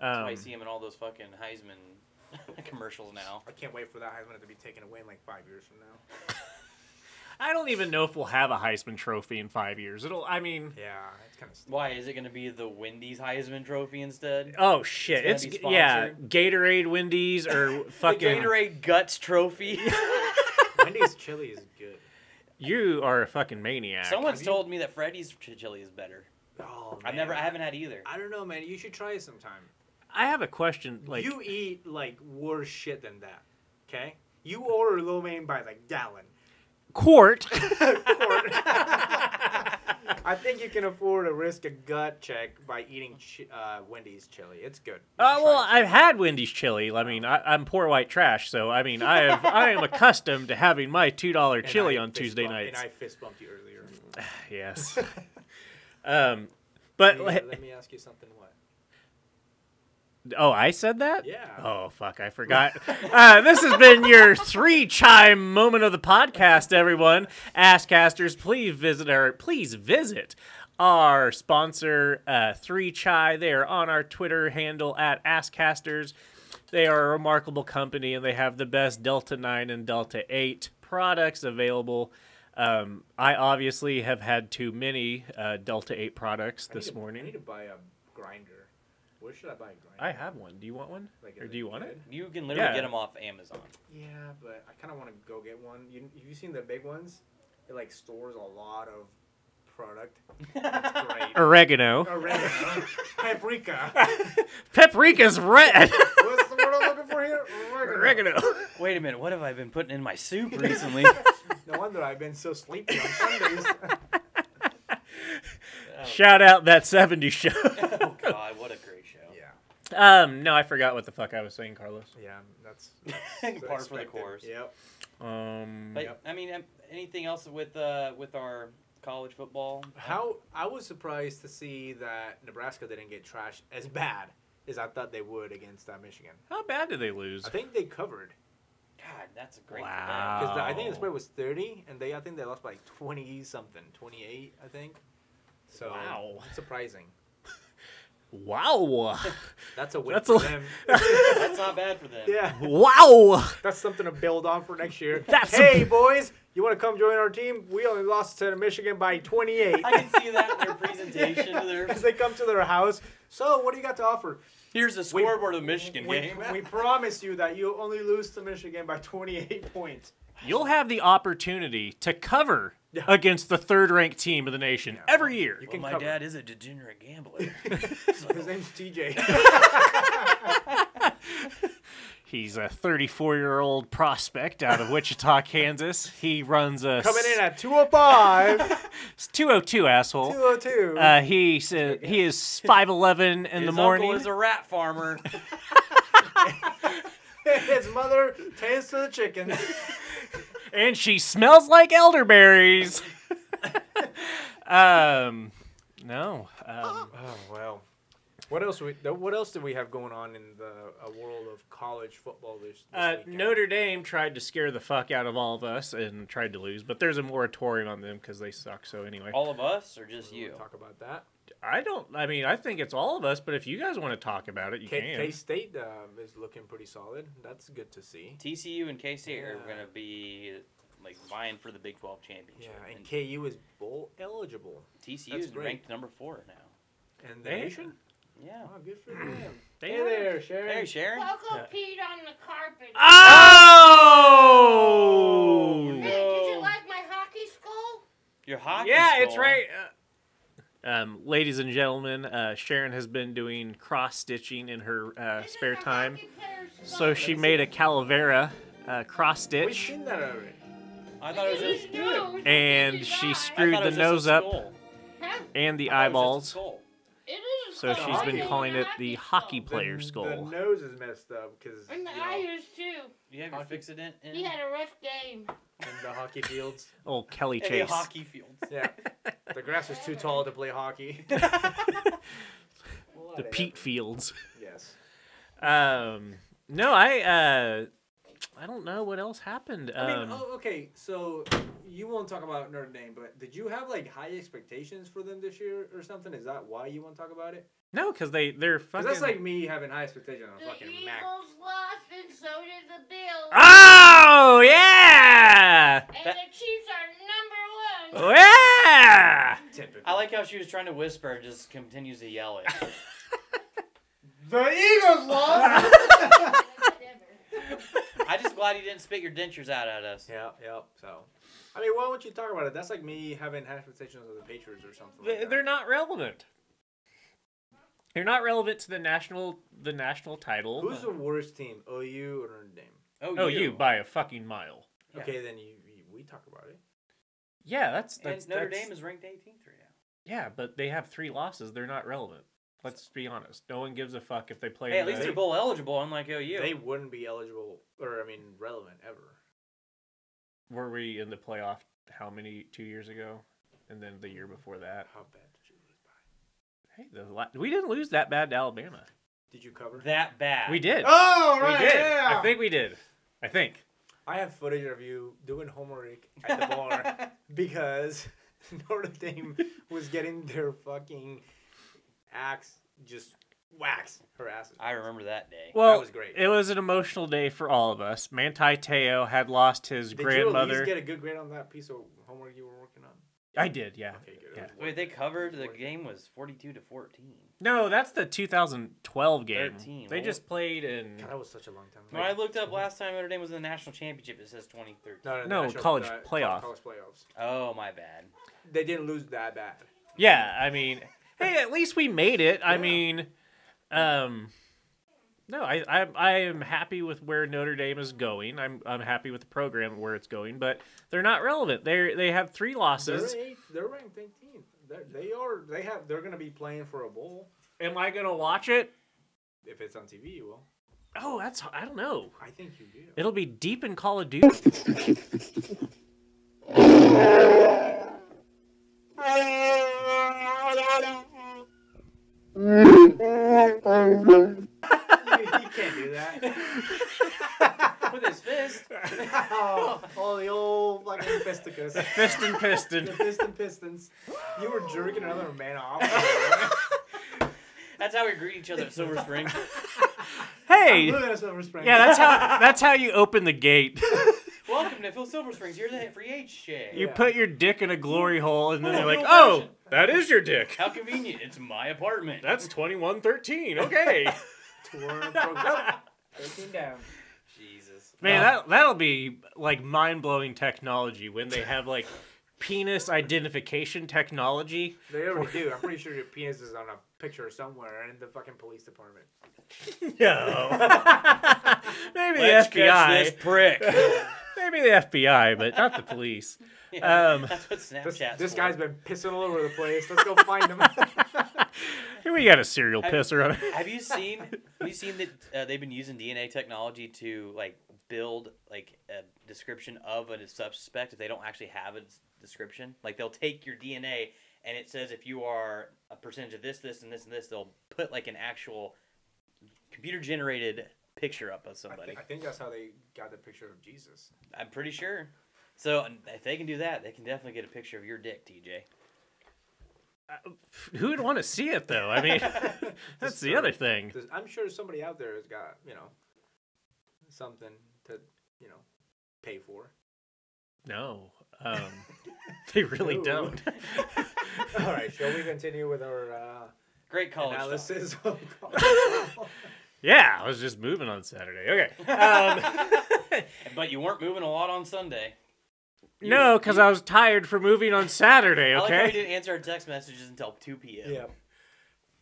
S1: I
S2: Um,
S1: see him in all those fucking Heisman commercials now.
S3: I can't wait for that Heisman to be taken away in like five years from now.
S2: I don't even know if we'll have a Heisman Trophy in five years. It'll. I mean,
S3: Yeah, it's kind of.
S1: Why is it going to be the Wendy's Heisman Trophy instead?
S2: oh shit,
S1: It's
S2: it's,
S1: gonna be
S2: yeah,
S1: sponsored.
S2: Gatorade, Wendy's, or
S1: The
S2: fucking.
S1: Gatorade Guts Trophy.
S3: Wendy's chili is good.
S2: You are a fucking maniac.
S1: Someone's
S3: you-
S1: told me that Freddy's chili is better.
S3: Oh,
S1: I've never, I
S3: man.
S1: haven't had either.
S3: I don't know, man. You should try it sometime.
S2: I have a question. Like,
S3: you eat like worse shit than that. Okay, you order lo mein by the gallon.
S2: Court.
S3: I think you can afford to risk a gut check by eating chi- uh, Wendy's chili. It's good.
S2: Uh, well,
S3: Try it.
S2: I've had Wendy's chili. I mean, I, I'm poor white trash, so I mean, I have, I am accustomed to having my two dollar
S3: And
S2: chili
S3: I
S2: on
S3: fist
S2: Tuesday
S3: bump-
S2: nights.
S3: And I fist bumped you earlier.
S2: Yes. um, but
S3: Hey, let me ask you something. What?
S2: Oh, I said that?
S3: Yeah.
S2: Oh, fuck, I forgot. uh, this has been your three chime moment of the podcast, everyone. Askcasters, please visit our please visit our sponsor, uh, Three Chai. They are on our Twitter handle at Askcasters. They are a remarkable company, and they have the best Delta 9 and Delta 8 products available. Um, I obviously have had too many uh, Delta 8 products
S3: I
S2: this
S3: need to- I
S2: morning.
S3: need to buy a grinder. Where should I buy a grinder?
S2: I have one. Do you want one?
S3: Like, is
S2: Or do you want it?
S3: good?
S1: You can literally
S2: Yeah.
S1: get 'em get them off Amazon.
S3: Yeah, but I kind of want to go get one. You have you seen the big ones? It like stores a lot of product. It's great.
S2: Oregano.
S3: Oregano, paprika.
S2: Paprika's red.
S3: What's the word I'm looking for here? Oregano.
S2: Oregano.
S1: Wait a minute, what have I been putting in my soup recently?
S3: No wonder I've been so sleepy on Sundays.
S2: Shout out that 70 show.
S1: oh God, what a great show!
S3: yeah,
S2: um, no, I forgot what the fuck I was saying, Carlos.
S3: yeah, that's,
S1: Par
S3: that's
S1: for the
S3: expected.
S1: course.
S3: Yep.
S2: Um,
S1: But
S3: Yep.
S1: I mean, um, anything else with uh with our college football?
S3: How I was surprised to see that Nebraska didn't get trashed as bad as I thought they would against uh, Michigan.
S2: how bad did they lose?
S3: I think they covered
S1: God, that's a great.
S2: Wow.
S3: because I think
S2: Wow.
S3: the spread was thirty, and they I think they lost by like twenty something, twenty eight, I think. So
S2: Wow.
S3: surprising.
S2: Wow.
S3: That's a win
S2: That's
S3: for
S2: a-
S3: them.
S1: comeback. That's not bad for them.
S3: yeah,
S2: wow.
S3: that's something to build on for next year.
S2: That's a-
S3: hey boys, you want to come join our team? We only lost to Michigan by twenty eight.
S1: I can see that in their presentation. Their,
S3: As they come to their house, so what do you got to offer?
S1: here's the scoreboard of the Michigan
S3: We,
S1: game.
S3: we promise you that you only lose to Michigan by 28 points.
S2: You'll have the opportunity to cover
S3: Yeah.
S2: against the third ranked team of the nation every year.
S3: You
S1: well,
S3: can
S1: my
S3: cover.
S1: dad is a degenerate gambler.
S3: His name's TJ.
S2: He's a 34 year old prospect out of Wichita, Kansas. He runs a
S3: Coming in at 205,
S2: s- 202 asshole.
S3: 202.
S2: Uh, he said he is 5'11 in
S1: His
S2: the
S1: uncle
S2: morning.
S1: is a rat farmer.
S3: His mother tends to the chickens.
S2: and she smells like elderberries. um, no, um,
S3: Oh well. What else? We, th- what else did we have going on in the uh, world of college football this, this
S2: uh,
S3: weekend?
S2: Notre Dame tried to scare the fuck out of all of us and tried to lose, but there's a moratorium on them because they suck. So anyway,
S1: All of us or just
S3: We wanna
S1: you?
S3: Talk about that.
S2: I don't. I mean, I think it's all of us, but if you guys want to talk about it, you can.
S3: K State uh, is looking pretty solid. That's good to see.
S1: TCU and KC are
S3: Yeah.
S1: gonna be like vying for the Big 12 championship.
S3: Yeah, and KU is bowl eligible
S1: TCU
S3: that's
S1: is
S3: great.
S1: ranked number four now.
S3: and the
S2: Hey.
S3: nation.
S1: Yeah.
S3: Oh, good for them.
S2: They
S3: hey
S2: are.
S3: there, Sharon.
S1: Hey, Sharon.
S6: Coco peed on the carpet.
S2: Ah! Oh!
S6: Hey, did
S1: no.
S6: you like my hockey skull?
S1: Your hockey.
S2: Yeah, it's
S1: skull.
S2: right. uh, um, ladies and gentlemen, uh, Sharon has been doing cross stitching in her uh,
S6: This is
S2: spare
S6: a
S2: time.
S6: hockey player's
S2: So
S6: skull.
S2: she made a calavera uh, cross
S3: We've
S2: stitch,
S3: seen that already.
S1: I thought it was just.
S6: No, it was a
S2: and
S6: baby's
S2: she
S6: eye.
S1: I
S2: screwed
S1: thought it was just
S2: the
S1: a
S2: nose up
S1: skull.
S6: Huh?
S2: and the
S1: I thought it was just
S2: eyeballs.
S1: a skull.
S6: It is a
S2: So
S6: skull.
S2: she's
S6: I
S2: been
S6: made a
S2: calling it the hockey
S6: skull.
S2: player
S3: The-
S2: skull.
S3: The nose is messed up because you
S6: And
S3: know,
S6: the eye is too.
S1: You have your
S3: Hockey.
S1: fix it in.
S6: He had a rough game.
S3: in the hockey fields.
S2: Old Kelly
S1: Hey,
S2: Chase.
S1: hockey fields.
S3: Yeah, the grass was too tall to play hockey.
S2: The peat fields.
S3: Yes.
S2: Um, no, I uh, I don't know what else happened. Um,
S3: I mean, oh, okay. So you won't talk about Notre Dame, but did you have like high expectations for them this year or something? Is that why you won't talk about it?
S2: no, because they they're
S3: Because
S2: fucking.
S3: that's like me having high expectations on
S6: The
S3: fucking
S6: Eagles
S3: Mac.
S6: lost, and so did the Bills.
S2: Ah! Oh yeah, Oh,
S6: and the Chiefs are number one.
S2: yeah.
S3: Typical.
S1: I like how she was trying to whisper and just continues to yell it.
S3: the Eagles lost.
S1: I'm just glad you didn't spit your dentures out at us.
S3: yeah, yeah. So, I mean, why won't you talk about it? That's like me having high expectations of the Patriots or something. like
S2: They-
S3: that.
S2: They're not relevant. They're not relevant to the national the national title.
S3: Who's the worst team, OU or Notre Dame?
S2: oh, you. by a fucking mile.
S1: Yeah.
S3: Okay, then you, you we talk about it.
S2: Yeah, that's
S1: And
S2: that's
S1: Notre
S2: that's-
S1: Dame is ranked 18th right now.
S2: Yeah, but they have three losses. They're not relevant. Let's be honest. No one gives a fuck if they play.
S1: Hey,
S2: in
S1: at least
S2: the-
S1: they're bowl eligible, unlike OU.
S3: They wouldn't be eligible, or I mean, relevant ever.
S2: were we in the playoff how many two years ago, and then the year before that.
S3: How bad did you lose by?
S2: Hey, the la- we didn't lose that bad to Alabama.
S3: Did you cover?
S1: that bad.
S2: We did.
S3: Oh,
S2: we
S3: right,
S2: did.
S3: yeah.
S2: I think we did. I think.
S3: I have footage of you doing homework at the bar because Notre Dame was getting their fucking axe just whacks her ass.
S1: I remember that day.
S2: Well,
S3: was great.
S2: it was an emotional day for all of us. Manti Teo had lost his
S3: Did you
S2: grandmother.
S3: at least get a good grade on that piece of homework you were working on?
S2: I did, yeah.
S3: Okay, good.
S2: yeah.
S1: Wait, they covered the game was forty-two to fourteen.
S2: No, that's the 2012 game.
S1: 13,
S2: They
S1: well-
S2: just played in
S3: God, that was such a long time. ago.
S1: When I looked up last time Notre Dame was in the national championship, it says twenty thirteen.
S3: no,
S2: No,
S3: national-
S2: college
S3: uh,
S2: playoff.
S3: College playoffs.
S1: Oh my bad.
S3: They didn't lose that bad.
S2: Yeah, I mean, hey, at least we made it. I
S3: Yeah.
S2: mean, um, no, I, I I am happy with where Notre Dame is going. I'm I'm happy with the program where it's going, but they're not relevant. They they have three
S3: They're,
S2: losses.
S3: eight, they're ranked 18th. They're, they are. They have. They're gonna be playing for a bowl.
S2: Am I gonna watch it?
S3: If it's on TV, you will.
S2: Oh, that's I don't know.
S3: I think you do.
S2: It'll be deep in Call of Duty.
S3: you can't do that.
S1: With his fist.
S3: oh, oh, the old fucking fisticus.
S2: Fist and piston.
S3: The piston pistons. You were jerking another man off.
S1: That's how we greet each other at Silver Spring.
S2: Hey,
S3: Look at us over spring.
S2: yeah, that's how that's how you open the gate.
S1: Welcome to Phil Silver Springs. Here's the free age shit.
S2: You
S3: Yeah.
S2: put your dick in a glory hole, and then they're like,
S1: no
S2: "Oh, that is your dick."
S1: How convenient. It's my apartment.
S2: That's twenty one thirteen. Okay.
S3: Twerp, twerp.
S1: Jesus.
S2: Man, that that'll be like mind blowing technology when they have like penis identification technology.
S3: They already do. I'm pretty sure your penis is on a picture somewhere in the fucking police department.
S2: No. Maybe
S1: Let's catch
S2: the FBI.
S1: this prick.
S2: Maybe the FBI, but not the police. Um,
S1: That's what
S3: This,
S1: Snapchat's
S3: this
S1: for.
S3: guy's been pissing all over the place. Let's go find him.
S2: here we got a serial pisser on it.
S1: Have you seen? Have you seen that uh, they've been using DNA technology to like build like a description of a suspect if they don't actually have a s- description? Like they'll take your DNA and it says if you are a percentage of this, this, and this, and this. They'll put like an actual computer generated picture up of
S3: I,
S1: somebody.
S3: thi- I think that's how they got the picture of Jesus.
S1: I'm pretty sure. So and if they can do that, they can definitely get a picture of your dick, TJ.
S2: Who would want to see it though? I mean, that's the other thing.
S3: There's- I'm sure somebody out there has got, you know, something to, you know, pay for.
S2: No, um, they really
S3: No.
S2: don't.
S3: All right, shall we continue with our uh,
S1: Great college. talk.
S3: analysis?
S2: Yeah, I was just moving on Saturday. Okay. Um,
S1: But you weren't moving a lot on Sunday.
S2: no, because I was tired for moving on Saturday.
S1: I like how we
S2: Okay.
S1: didn't answer our text messages until 2 p.m.
S3: yeah.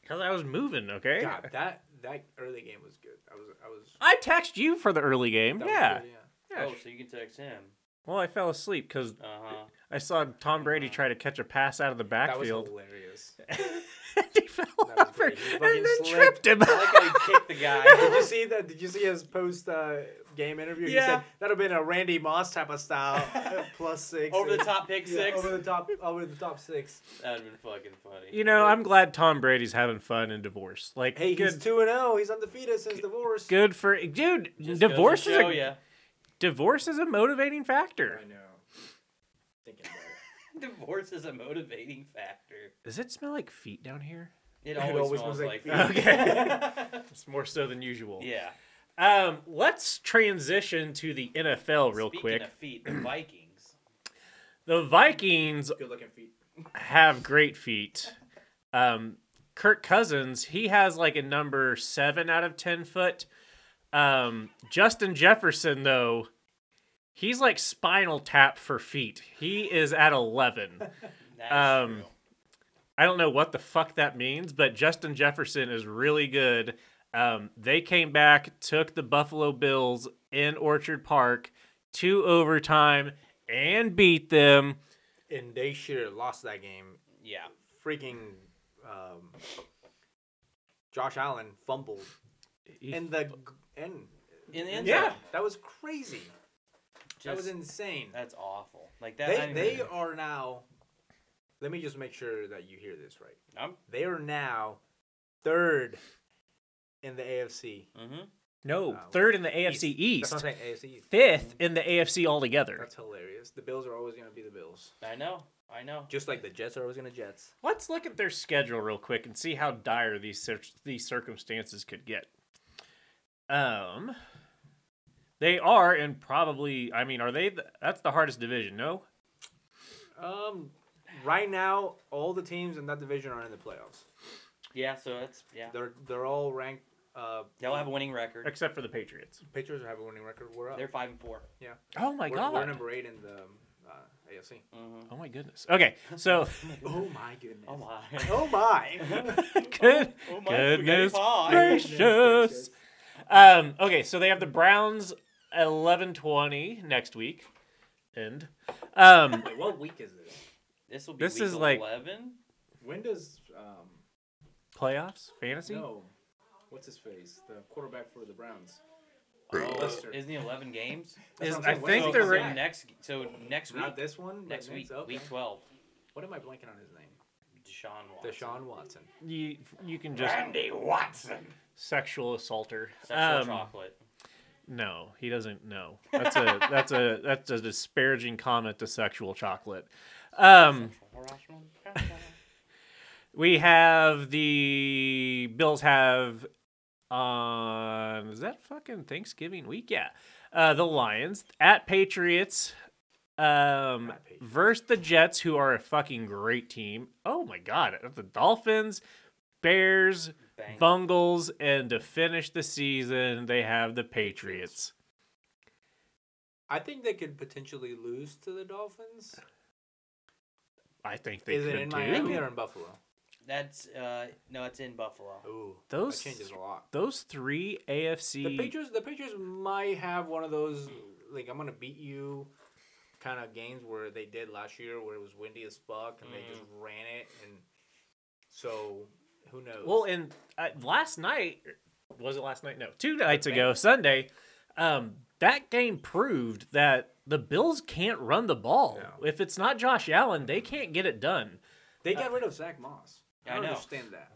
S2: Because I was moving. Okay.
S3: God, that that early game was good. I was I was.
S2: I text you for the early game.
S3: that was
S2: Yeah.
S3: good, yeah.
S2: Yeah.
S1: Oh, so you can text him.
S2: Well, I fell asleep because
S1: Uh huh.
S2: I saw Tom Brady try to catch a pass out of the
S3: That was
S2: backfield.
S3: hilarious.
S2: and he fell
S3: was
S2: over
S3: great. He
S2: and
S3: fucking
S2: then
S3: slipped.
S2: tripped him.
S1: I like how you kicked the
S3: Did
S1: guy.
S3: you see that? Did you see his post uh, game interview? He
S2: Yeah.
S3: said that'd have been a Randy Moss type of style, uh, plus six,
S1: Over the
S3: and-
S1: top pick
S3: yeah,
S1: six.
S3: over the top, over the top six.
S1: That would have been fucking funny.
S2: you know, I'm glad Tom Brady's having fun in divorce. Like,
S3: Hey, he's
S2: good,
S3: two and zero. He's undefeated since divorce.
S2: good for dude.
S1: Just goes to
S2: divorce is
S1: show
S2: a
S1: ya.
S2: divorce is a motivating factor.
S3: I know. Thinking about it.
S1: Divorce is a motivating factor.
S2: Does it smell like feet down here?
S1: It
S3: always
S1: always,
S3: smells
S1: smells
S3: like
S1: like.
S3: feet.
S2: Okay. it's more so than usual.
S1: yeah.
S2: Um, let's transition to the NFL real
S1: Speaking
S2: quick.
S1: Of feet, the Vikings.
S2: the Vikings
S3: Good looking feet.
S2: have great feet. Um, Kirk Cousins, he has like a number seven out of ten foot. Um, Justin Jefferson, though, he's like spinal tap for feet. He is at eleven.
S1: That's
S2: Um,
S1: true.
S2: I don't know what the fuck that means, but Justin Jefferson is really good. Um, they came back, took the Buffalo Bills in Orchard Park to overtime and beat them.
S3: And they should have lost that game.
S1: Yeah.
S3: Freaking um, Josh Allen fumbled
S2: He-
S3: and the and
S1: In the end
S2: Yeah.
S1: zone.
S3: that was crazy. that was
S1: Just-
S3: insane.
S1: That's awful. Like that.
S3: They
S1: I'm-
S3: they are now. Let me just make sure that you hear this right.
S1: I'm-
S3: They are now third in the AFC.
S1: mhm.
S2: no,
S3: Wow.
S2: third in the AFC
S3: That's
S2: East,
S3: what I'm saying. AFC.
S2: fifth in the AFC altogether.
S3: That's hilarious. The Bills are always going to be the Bills.
S1: I know. I know.
S3: Just like the Jets are always gonna Jets.
S2: Let's look at their schedule real quick and see how dire these cir- these circumstances could get. Um, they are and probably. I mean, are they? The, that's the hardest division. No,
S3: Um, right now, all the teams in that division are in the playoffs.
S1: Yeah, so that's yeah.
S3: They're they're all ranked. Uh,
S1: They'll have a winning record.
S2: except for the Patriots.
S3: Patriots have a winning record. We're up.
S1: They're five and four.
S2: Oh my
S3: we're,
S2: god.
S3: we're number eight in the uh, AFC.
S2: oh my goodness. Okay, so
S3: Oh my goodness.
S1: Mm-hmm. Oh my.
S3: Oh my.
S2: good,
S1: Oh my spaghetti
S2: goodness
S1: pie.
S2: gracious. Um, okay, so they have the Browns eleven twenty next week, and um,
S3: Wait, what week is this?
S1: This will be
S2: This
S1: week
S2: is like-
S1: eleven.
S3: When does um
S2: playoffs fantasy.
S3: no, what's his face? The quarterback for the Browns.
S1: Oh,
S3: Lester.
S1: isn't he eleven games?
S2: Is,
S3: That's what
S2: I
S3: I'm saying.
S2: think
S1: so,
S3: Wait,
S2: they're
S1: so
S3: wait,
S2: ra-
S1: next. So next week.
S3: Not this one. but
S1: next week.
S3: Okay.
S1: Week twelve.
S3: What am I blanking on his name?
S1: Deshaun Watson.
S3: Deshaun Watson.
S2: you you can just
S1: Randy Watson.
S2: sexual assaulter.
S1: Sexual
S2: Um,
S1: chocolate.
S2: No, he doesn't. No, that's a that's a that's a disparaging comment to sexual chocolate. Um, we have the Bills have on is that fucking Thanksgiving week? Yeah, uh, the Lions at Patriots. Um,
S3: At Patriots.
S2: versus the Jets, who are a fucking great team. Oh my god, the Dolphins, Bears,
S1: Bang.
S2: Bungles, and to finish the season, they have the Patriots.
S3: I think they could potentially lose to the Dolphins.
S2: I think they
S3: is
S2: could
S3: it in
S2: too.
S3: Miami or in Buffalo?
S1: That's uh no, it's in Buffalo.
S3: Ooh,
S2: Those-
S3: that changes a lot.
S2: Those three AFC.
S3: The Patriots, the Patriots might have one of those like I'm gonna beat you kind of games where they did last year, where it was windy as fuck and they just ran it, and so who knows?
S2: Well, and uh, last night was it last night? No, two nights ago, Sunday. Um, that game proved that the Bills can't run the ball.
S3: No.
S2: If it's not Josh Allen, they can't get it done.
S3: they got rid of Zach Moss. I
S1: I
S3: don't
S1: know.
S3: understand that.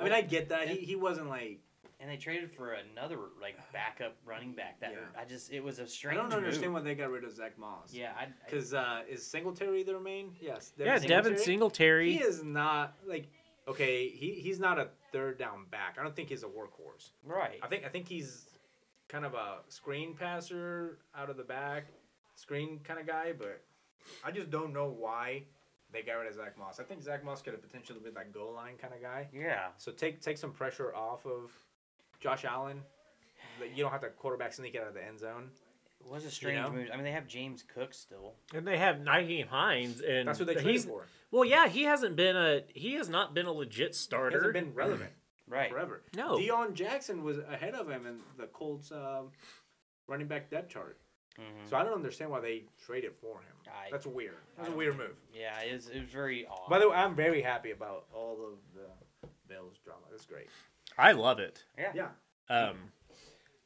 S3: I mean, I get that he, he wasn't like
S1: And they traded for another like backup running back. That
S3: Yeah.
S1: I just it was a
S3: I
S1: strange.
S3: don't understand
S1: move.
S3: why they got rid of Zach Moss.
S1: Yeah, I, I,
S3: because uh, is Singletary their main? Yes. Devin
S2: yeah, Devin Singletary.
S3: He is not like okay. He he's not a third down back. I don't think he's a workhorse.
S1: right.
S3: I think I think he's kind of a screen passer out of the back, screen kind of guy. But I just don't know why they got rid of Zach Moss. I think Zach Moss could have potentially been that goal line kind of guy.
S1: Yeah,
S3: So take take some pressure off of Josh Allen. Like, You don't have to quarterback sneak out of the end zone.
S1: it was a strange
S3: know?
S1: move. I mean, they have James Cook still.
S2: and they have Naheem Hines, and
S3: That's what they traded
S2: he's,
S3: for.
S2: Well, yeah, he hasn't been a he has not been a legit
S3: He hasn't
S2: starter.
S3: been relevant
S1: Right.
S3: forever.
S2: No.
S3: Deion Jackson was ahead of him in the Colts um, running back depth chart. So I don't understand why they traded for him.
S1: Mm-hmm. I-
S3: That's weird. That's a
S1: don't-
S3: weird move.
S1: Yeah, it was, it was very odd.
S3: By the way, I'm very happy about all of the Bills drama. That's great.
S2: I love it.
S1: yeah.
S3: Yeah.
S2: Um,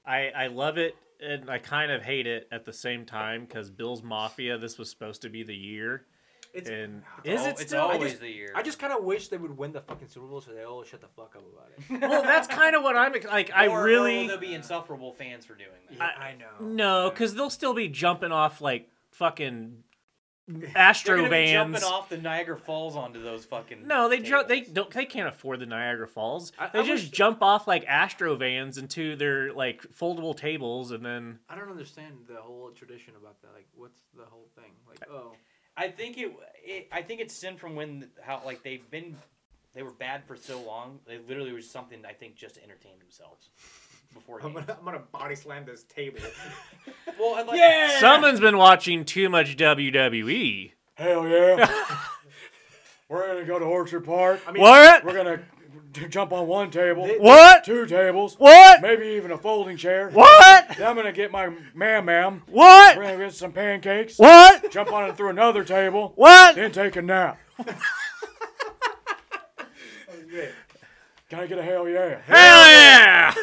S2: I I love it and I kind of hate it at the same time because Bills Mafia. This was supposed to be the year,
S3: It's,
S2: and
S1: It's
S2: is
S1: al-
S2: it
S1: it's
S2: still?
S1: always
S3: just-
S1: the year?
S3: I just kind of wish they would win the fucking Super Bowl so they all shut the fuck up about it.
S2: well, that's kind of what I'm ex- like. I
S1: Or- or
S2: really
S1: they'll be insufferable fans for doing that.
S3: Yeah, I know.
S2: no, because they'll still be jumping off like fucking
S1: They're
S2: Astro
S1: gonna be
S2: vans.
S1: jumping off the Niagara Falls onto those fucking.
S2: No, they jump. They
S1: tables.
S2: don't. They can't afford the Niagara Falls.
S3: I-
S2: they
S3: I
S2: just
S3: wish-
S2: jump off like Astro vans into their like foldable tables, and then
S3: I don't understand the whole tradition about that. Like, what's the whole thing? Like, oh,
S1: I think it, it. I think it's sin from when how like they've been, they were bad for so long. They literally was something I think just to entertain themselves before.
S3: I'm
S1: games.
S3: gonna, I'm gonna body slam this table.
S1: Well, and like,
S2: someone's been watching too much E. WWE.
S7: Hell yeah. We're gonna go to Orchard Park. I mean,
S2: What?
S7: we're gonna t- jump on one table,
S2: What?
S7: two tables,
S2: What?
S7: maybe even a folding chair.
S2: What?
S7: Then I'm gonna get my ma'am, ma'am. We're
S2: What?
S7: gonna get some pancakes.
S2: What?
S7: Jump on it through another table.
S2: What?
S7: Then take a nap.
S3: Oh,
S7: Can I get a hell yeah?
S2: Hell yeah!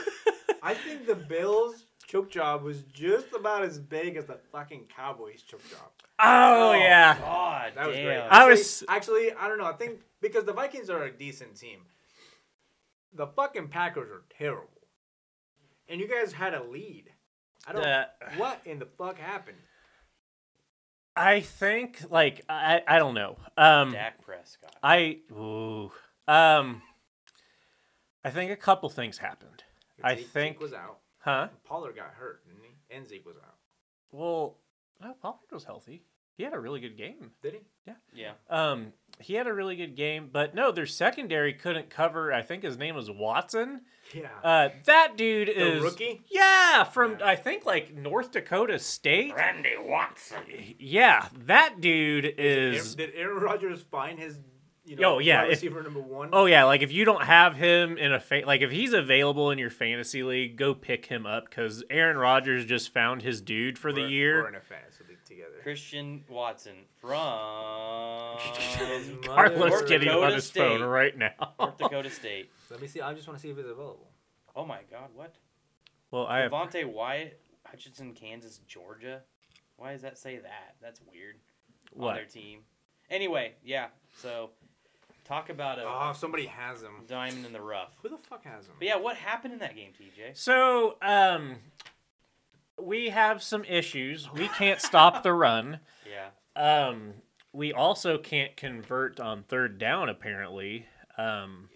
S3: I think the Bills choke job was just about as big as the fucking Cowboys choke job.
S2: Oh, yeah.
S1: God
S3: That was
S1: damn.
S3: great.
S2: I
S3: Actually-
S2: was-
S3: actually I don't know. I think because the Vikings are a decent team. The fucking Packers are terrible. And you guys had a lead. I don't
S2: Uh,
S3: what in the fuck happened?
S2: I think like I I don't know. Um
S1: Dak Prescott.
S2: I ooh. Um I think a couple things happened. I
S3: Zeke- Zeke
S2: think
S3: was out.
S2: huh?
S3: Pollard got hurt, didn't he? And Zeke was out.
S2: Well, no, Pollard was healthy. He had a really good game.
S3: Did he?
S1: Yeah.
S2: Um, he had a really good game, but no, their secondary couldn't cover. I think his name was Watson.
S3: Yeah.
S2: Uh, that dude
S3: The
S2: is
S3: rookie?
S2: Yeah, from I think like North Dakota State.
S1: Randy Watson.
S2: Yeah, that dude is.
S3: Aaron- did Aaron Rodgers find his you
S2: Oh,
S3: know
S2: yeah,
S3: wide
S2: if-
S3: receiver number one?
S2: Oh yeah, like if you don't have him in a fa- like if he's available in your fantasy league, go pick him up because Aaron Rodgers just found his dude for the
S3: We're-
S2: year.
S3: We're in a fantasy league together.
S1: Christian Watson from
S3: His mother-
S2: Carlos
S1: North
S2: getting on
S1: Dakota
S2: his phone
S1: State.
S2: right now.
S1: North Dakota State.
S3: Let me see. I just want to see if it's available.
S1: Oh my God, what?
S2: well, I have
S1: Devontae Wyatt, Hutchinson, Kansas, Georgia. Why does that say that? That's weird. On
S2: what?
S1: their team. Anyway, yeah. So talk about a
S3: Oh, somebody has him.
S1: diamond in the rough.
S3: Who the fuck has him?
S1: But yeah, what happened in that game, TJ?
S2: So, um, we have some issues. We can't stop the run.
S1: Yeah.
S2: Um, we also can't convert on third down, apparently. Um,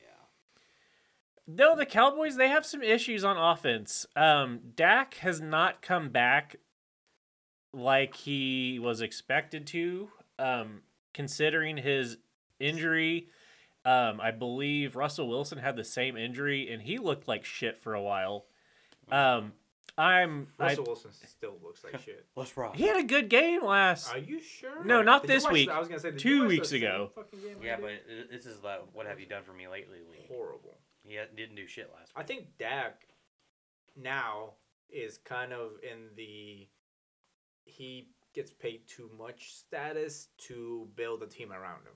S2: though the Cowboys, they have some issues on offense. Um, Dak has not come back like he was expected to, um, considering his injury. Um, I believe Russell Wilson had the same injury, and he looked like shit for a while. Um, I'm. I,
S3: Russell Wilson still looks like shit.
S1: Let's rock.
S2: he had a good game last.
S3: Are you sure?
S2: No, not
S3: Did you
S2: this
S3: watch
S2: week.
S3: I was gonna say, did
S2: Two
S3: you watch
S2: weeks
S3: that same
S2: ago.
S3: fucking game I
S1: Yeah,
S3: did?
S1: but i- this is the what have you done for me lately league.
S3: horrible.
S1: He ha- didn't do shit last week.
S3: I think Dak now is kind of in the he gets paid too much status to build a team around him.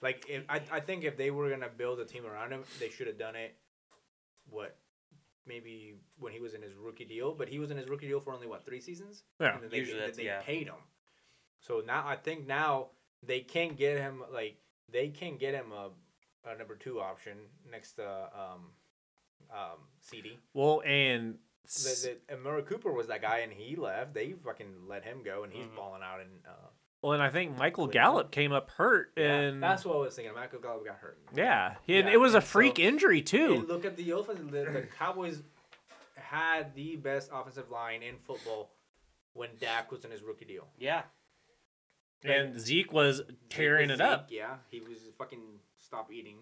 S3: Like if, I, I think if they were gonna build a team around him, they should have done it. What? Maybe when he was in his rookie deal, but he was in his rookie deal for only what three seasons.
S2: Yeah.
S3: And then they,
S1: Usually
S3: then
S1: that's-
S3: they
S1: yeah.
S3: paid him. So now I think now they can get him like they can get him a, a number two option next to um um CD.
S2: Well, and s-
S3: The, the, and Murray Cooper was that guy, and he left. They fucking let him go, and he's
S1: Mhm.
S3: balling out. And uh,
S2: well, and I think Michael
S3: Wait,
S2: Gallup came up hurt, and yeah,
S3: that's what I was thinking. Michael Gallup got hurt.
S2: he- and
S3: Yeah,
S2: it was a
S3: and so-
S2: freak injury
S3: And
S2: too.
S3: look at the offense. The, the Cowboys had the best offensive line in football when Dak was in his rookie deal.
S1: Yeah.
S2: and Zeke was tearing it
S3: Zeke,
S2: up.
S3: Yeah, he was fucking stop eating.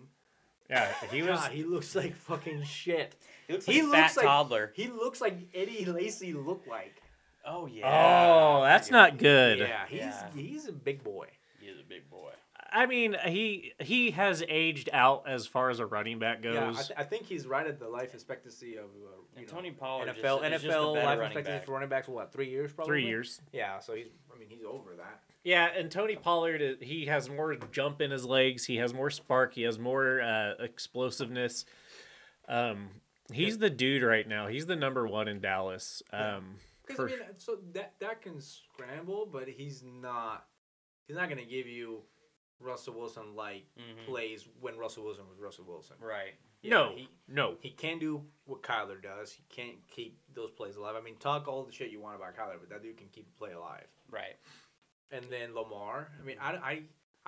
S2: Yeah, he was.
S3: God, he looks like fucking shit.
S1: He looks like
S3: He
S1: a
S3: looks
S1: fat
S3: like-
S1: toddler.
S3: He looks like Eddie Lacy looked like.
S1: Oh yeah.
S2: Oh, that's not good.
S3: Yeah, he's
S1: Yeah.
S3: he's a big boy.
S1: He's a big boy.
S2: I mean, he he has aged out as far as a running back goes.
S3: Yeah, I, th- I think he's right at the life expectancy of uh, you
S1: And
S3: know,
S1: Tony Pollard just-
S3: NFL
S1: is just the
S3: NFL
S1: better
S3: life
S1: running
S3: expectancy
S1: back.
S3: for running backs what three years probably
S2: Three years.
S3: Yeah, so he's I mean he's over that.
S2: Yeah, and Tony Pollard, uh, he has more jump in his legs. He has more spark. He has more uh, explosiveness. Um, he's the dude right now. He's the number one in Dallas. Um,
S3: Because
S2: for-
S3: I mean, so that that can scramble, but he's not he's not gonna give you Russell Wilson like
S1: Mhm.
S3: plays when Russell Wilson was Russell Wilson.
S1: Right.
S3: Yeah,
S2: Mm-hmm. no,
S3: he-
S2: no.
S3: He can do what Kyler does. He can't keep those plays alive. I mean, talk all the shit you want about Kyler, but that dude can keep the play alive.
S1: Right.
S3: and then Lamar. I mean, I, I,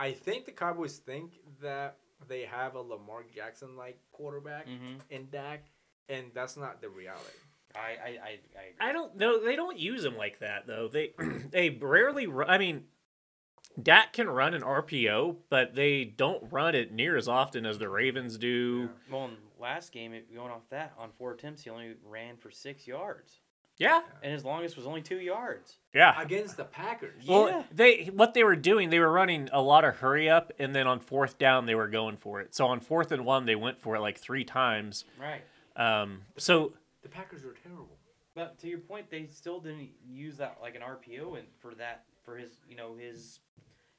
S3: I think the Cowboys think that they have a Lamar Jackson like quarterback
S2: Mm.
S1: Mhm.
S3: in Dak, and that's not the reality.
S1: I I I, I agree.
S2: I don't know. They don't use him like that though. They they rarely. Run, I mean, Dak can run an RPO, but they don't run it near as often as the Ravens do.
S1: Well, in last game, it- going off that, on four attempts, he only ran for six yards,
S2: Yeah,
S1: and his longest was only two yards.
S2: yeah.
S3: Against the Packers,
S2: Well,
S1: Yeah.
S2: they what they were doing, they were running a lot of hurry up, and then on fourth down, they were going for it. So on fourth and one, they went for it like three times.
S1: Right.
S2: Um, so
S3: the Packers are terrible.
S1: But to your point, they still didn't use that like an RPO and for that for his you know his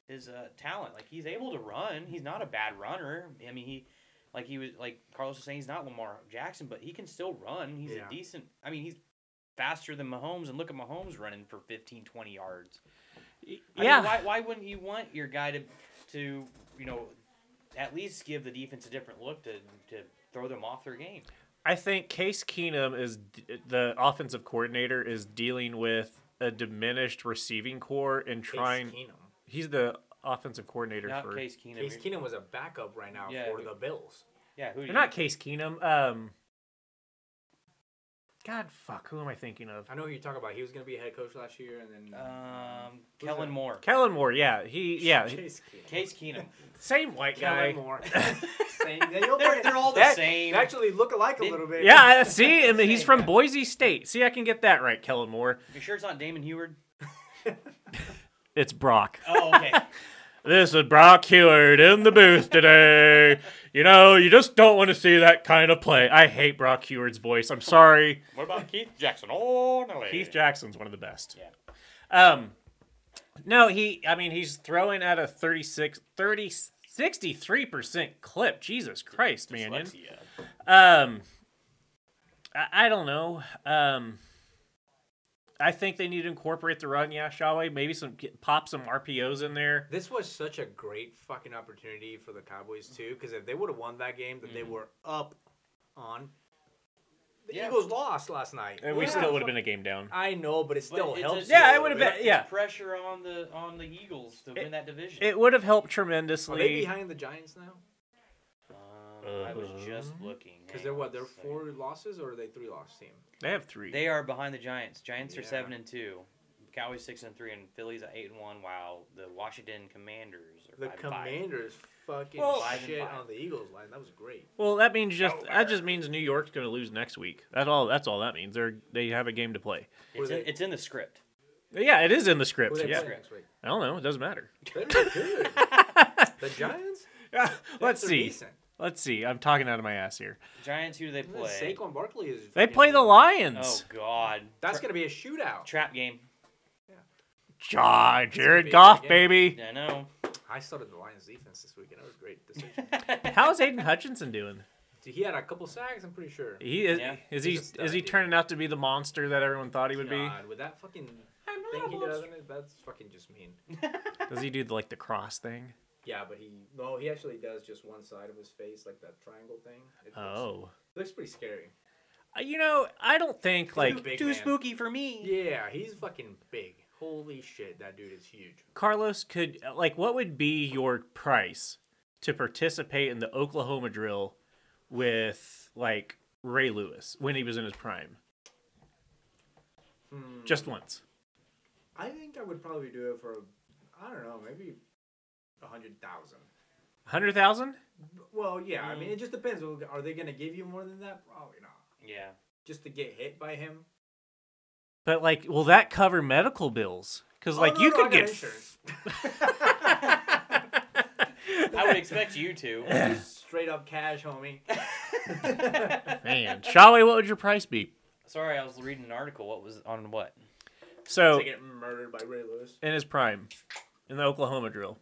S1: his uh, talent. Like he's able to run. He's not a bad runner. I mean he like he was like Carlos was saying he's not Lamar Jackson, but he can still run. He's
S3: Yeah.
S1: a decent. I mean he's faster than Mahomes and look at Mahomes running for 15 20 yards.
S2: y-
S1: I mean,
S2: yeah,
S1: why, why wouldn't you want your guy to to you know at least give the defense a different look to to throw them off their game?
S2: I think Case Keenum is d- the offensive coordinator is dealing with a diminished receiving core and trying.
S3: Case Keenum.
S2: He's the offensive coordinator
S1: Not
S2: for.
S1: Case Keenum.
S3: Case
S1: You're-
S3: Keenum was a backup right now
S1: Yeah,
S3: for
S1: who-
S3: the Bills.
S1: Yeah, who? do
S2: They're
S1: you-
S2: not Case Keenum. Um. God fuck, who am I thinking of?
S3: I know who you're talking about. He was going to be a head coach last year, and then
S1: Um, Kellen Moore.
S2: Kellen Moore, yeah, he, yeah, he-
S3: Case Keenum.
S1: Case Keenum.
S2: same white guy.
S3: Kellen Moore. same. They're,
S1: They're- they're all the same.
S3: They actually look alike a
S1: They-
S3: little bit.
S2: Yeah, I- see, and
S1: Same
S2: he's from
S1: guy.
S2: Boise State. See, I can get that right, Kellen Moore.
S1: You sure it's not Damon Heward?
S2: It's Brock.
S1: Oh, okay.
S2: This is Brock Heward in the booth today. You know, you just don't want to see that kind of play. I hate Brock Heward's voice. I'm sorry.
S1: what about Keith Jackson? Oh, no.
S2: Keith Jackson's one of the best.
S1: Yeah.
S2: Um no, he I mean he's throwing at a 36 30 63% clip. Jesus Christ, man.
S1: Dyslexia.
S2: Um I, I don't know. Um I think they need to incorporate the run, yeah, shall we? Maybe some get, pop some RPOs in there.
S3: This was such a great fucking opportunity for the Cowboys too, because if they would have won that game that
S2: Mm-hmm.
S3: they were up on, the
S1: Yeah.
S3: Eagles lost last night.
S2: And we
S1: Yeah.
S2: still would have been a game down.
S3: I know, but it
S1: But
S3: still
S1: it's
S3: helps.
S1: a-
S2: Yeah,
S3: you a
S2: it would've
S3: little
S2: been-
S3: bit.
S1: it's
S2: yeah.
S1: Pressure on the on the Eagles to win that division.
S2: It would have helped
S3: Are they
S2: tremendously.
S3: behind the Giants now?
S1: um, I was just looking.
S3: Because
S1: Hang
S3: Uh-huh. they're
S1: on
S3: what?
S1: a
S3: They're
S1: second.
S3: four losses or are they three loss team?
S2: They have 3.
S1: They are behind the Giants. Giants are
S3: Yeah.
S1: seven and two. Cowboys six and three, and Phillies at eight and one. While the Washington Commanders are
S3: The
S1: five and five.
S3: Commanders fucking
S2: Well-
S1: Five and
S3: shit
S1: five.
S3: on the Eagles line. That was great.
S2: Well, that means just that just means New York's going to lose next week. That's all. That's all that means. They're they have a game to play.
S1: It's,
S3: Were
S1: in,
S3: they-
S1: it's in the script.
S2: Yeah, it is in the script.
S3: Who they
S2: Yeah,
S3: play next week?
S2: I don't know. It doesn't matter.
S3: They're good. the Giants?
S2: Let's
S3: They're
S2: see.
S3: Decent.
S2: Let's see. I'm talking out of my ass here.
S1: Giants. Who do they play?
S3: Saquon Barkley is.
S2: They
S3: fucking-
S2: play the
S1: Oh
S2: Lions.
S1: God.
S3: That's
S1: Tra-
S3: gonna be a shootout.
S1: trap game.
S2: Ja,
S3: be
S2: Jared
S3: a
S2: Goff,
S3: good
S2: baby.
S1: I know.
S3: I started the Lions defense this weekend. That was a great decision.
S2: How's Aiden Hutchinson doing?
S3: Dude, he had a couple sacks. I'm pretty sure.
S2: He is.
S1: Yeah.
S2: Is he
S3: He's a stud,
S2: is he
S3: dude.
S2: turning out to be the monster that everyone thought he would be?
S3: God, with that fucking thing he does, on it, that's fucking just mean.
S2: Does he do like the cross thing?
S3: Yeah, but he no, he actually does just one side of his face, like that triangle thing. It looks-
S2: Oh,
S3: looks pretty scary.
S2: Uh, you know, I don't think like
S3: big
S1: Too
S3: man.
S1: spooky for me.
S3: Yeah, he's fucking big. Holy shit, that dude is huge.
S2: Carlos could like what would be your price to participate in the Oklahoma drill with like Ray Lewis when he was in his prime?
S3: Hmm.
S2: Just once.
S3: I think I would probably do it for, I don't know, maybe a hundred thousand.
S2: 100,000?
S3: Well, yeah, I mean, it just depends. Are they gonna give you more than that? Probably not.
S1: Yeah.
S3: Just to get hit by him.
S2: But like will that cover medical bills? Cuz like
S3: Oh, no,
S2: you
S3: no, I
S2: could
S3: got
S2: get
S3: insurance.
S1: I would expect you to.
S3: straight up cash, homie.
S2: man. Shawe, what would your price be?
S1: Sorry, I was reading an article. What was on what?
S2: So
S3: To get murdered by Ray Lewis.
S2: in his prime in the Oklahoma drill.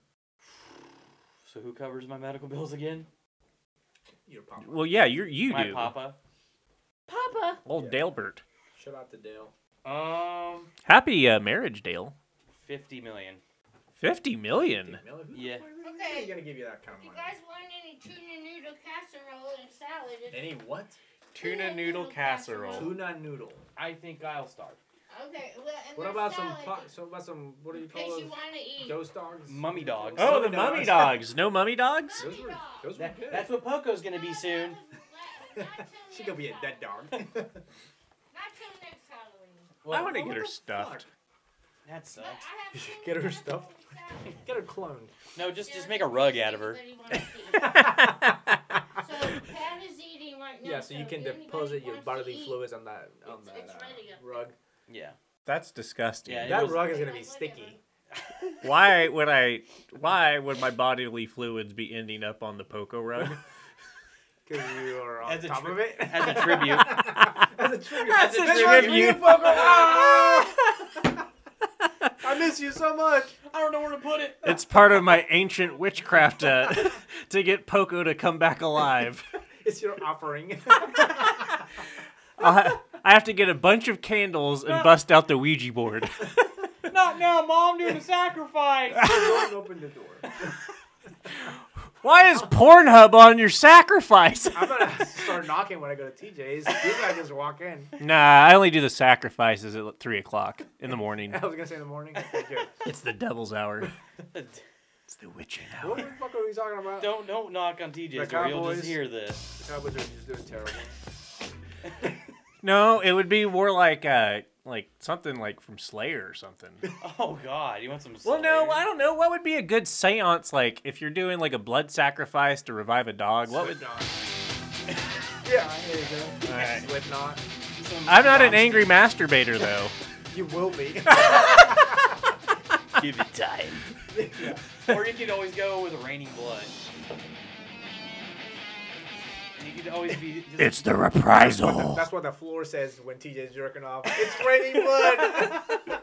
S1: So who covers my medical bills again?
S3: Your pop.
S2: Well, yeah, you you
S1: my
S2: do.
S1: papa.
S6: Papa.
S2: Old Dalebert.
S3: Shout out to Dale.
S1: Um,
S2: Happy uh, marriage, Dale.
S1: fifty million.
S2: 50 million.
S3: Miller, who
S1: Yeah.
S3: the fuck is
S6: Okay.
S3: really gonna give you that kind of
S6: If you
S3: money?
S6: guys want any tuna noodle casserole and salad, it's
S3: Any what?
S2: Tuna noodle casserole.
S3: Tuna noodle.
S1: I think I'll start.
S6: Okay. Well, and
S3: What
S6: there's
S3: about some?
S6: salad
S3: Po- so about some? What do you
S6: In case
S3: call
S6: you
S3: those?
S6: want to eat.
S3: Those dogs.
S1: Mummy dogs.
S2: Oh, the mummy dogs. No mummy dogs?
S3: Those were those were
S1: That-
S3: good.
S1: that's what Poco's gonna be
S6: No,
S1: soon.
S6: that was la- not till
S3: she gonna
S6: next
S3: be a dead
S6: Halloween.
S3: dog.
S6: Not till next Halloween.
S2: I want to
S3: What
S2: get her
S3: the
S2: stuffed.
S3: fuck?
S1: That
S6: But
S1: sucks.
S6: I have tuna
S3: Get her
S6: casserole
S3: stuffed.
S6: and salad.
S3: Get her cloned.
S1: No, just just make a rug out of her.
S6: Anybody wants to eat. So Pat is eating right now.
S3: yeah, so you
S6: if
S3: can
S6: anybody
S3: deposit your
S6: wants to
S3: bodily
S6: eat,
S3: fluids on that on
S6: It's-
S3: that
S6: it's
S3: uh,
S6: ready up there.
S3: rug.
S1: Yeah.
S2: That's disgusting.
S1: Yeah, it
S3: That
S1: was-
S3: rug is gonna
S6: Like,
S3: be sticky.
S2: Why would I? Why would my bodily fluids be ending up on the poco rug?
S3: Cause you are on
S1: As a
S3: top
S1: tri-
S3: of it.
S1: As a tribute.
S3: As a tribute.
S2: That's a
S3: That's right,
S2: tribute.
S3: you, Pogo. Ah! I miss you so much.
S1: I don't know where to put it.
S2: it's part of my ancient witchcraft uh, to get poco to come back alive.
S3: It's your offering.
S2: I'll ha- I have to get a bunch of candles and bust out the Ouija board.
S1: Not now, Mom. Doing a sacrifice.
S3: Don't open the door.
S2: Why is Pornhub on your sacrifice?
S3: I'm gonna start knocking when I go to TJ's. Usually I just walk in.
S2: Nah, I only do the sacrifices at three o'clock in the morning.
S3: I was gonna say in the morning. Okay, good.
S2: It's the devil's hour. It's the witching
S3: What the
S2: hour.
S3: fuck are we talking about?
S1: Don't don't knock on TJ's
S3: The
S1: door. You'll
S3: Cowboys.
S1: just hear this.
S3: The Cowboys are just doing terrible.
S2: No, it would be more like uh, like something like from Slayer or something.
S1: Oh God, you want some?
S2: Well, no,
S1: Slayer?
S2: I don't know. What would be a good séance like if you're doing like a blood sacrifice to revive a dog? What would?
S3: Slipknot. yeah, here you go.
S2: Alright.
S3: Slipknot.
S1: Some
S2: I'm not an
S1: monster-
S2: angry masturbator though.
S3: You will be.
S1: Give it time. Or you could always go with raining blood. And you could always be. Just,
S2: the
S3: But
S2: reprisal.
S3: That's what the floor says when TJ's jerking off. It's raining blood.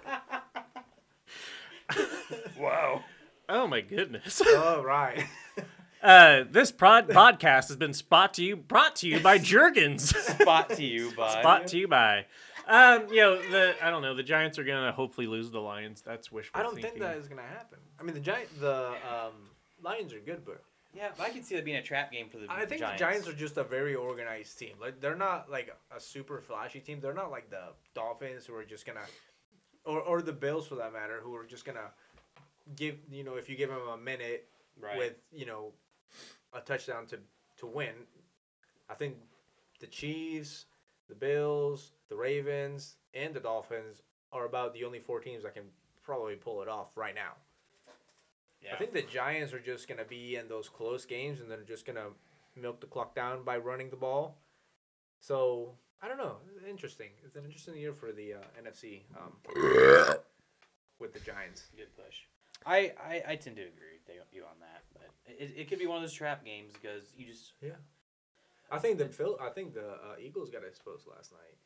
S1: wow.
S2: Oh my goodness.
S3: oh right.
S2: Uh, this prod- podcast has been spot to you, brought to you by Jergens.
S1: Spot to you by.
S2: spot to you by. Um, you know the I don't know the Giants are gonna hopefully lose the Lions. That's wishful
S3: I don't think
S2: thinking.
S3: that is gonna happen. I mean, the giant, the um, Lions are good, but
S1: Yeah, but I could see that being a trap game for the
S3: I think
S1: Giants.
S3: the Giants are just a very organized team. Like they're not like a super flashy team. They're not like the Dolphins who are just gonna, or or the Bills for that matter, who are just gonna give you know if you give them a minute
S1: Right.
S3: with you know a touchdown to to win. I think the Chiefs, the Bills, the Ravens, and the Dolphins are about the only four teams that can probably pull it off right now.
S1: Yeah.
S3: I think the Giants are just going to be in those close games and they're just going to milk the clock down by running the ball. So, I don't know. Interesting. It's an interesting year for the uh, NFC um, with the Giants.
S1: Good push. I, I, I tend to agree with you on that, but it, it could be one of those trap games because you just
S3: Yeah. I think the Phil, I think the uh, Eagles got exposed last night.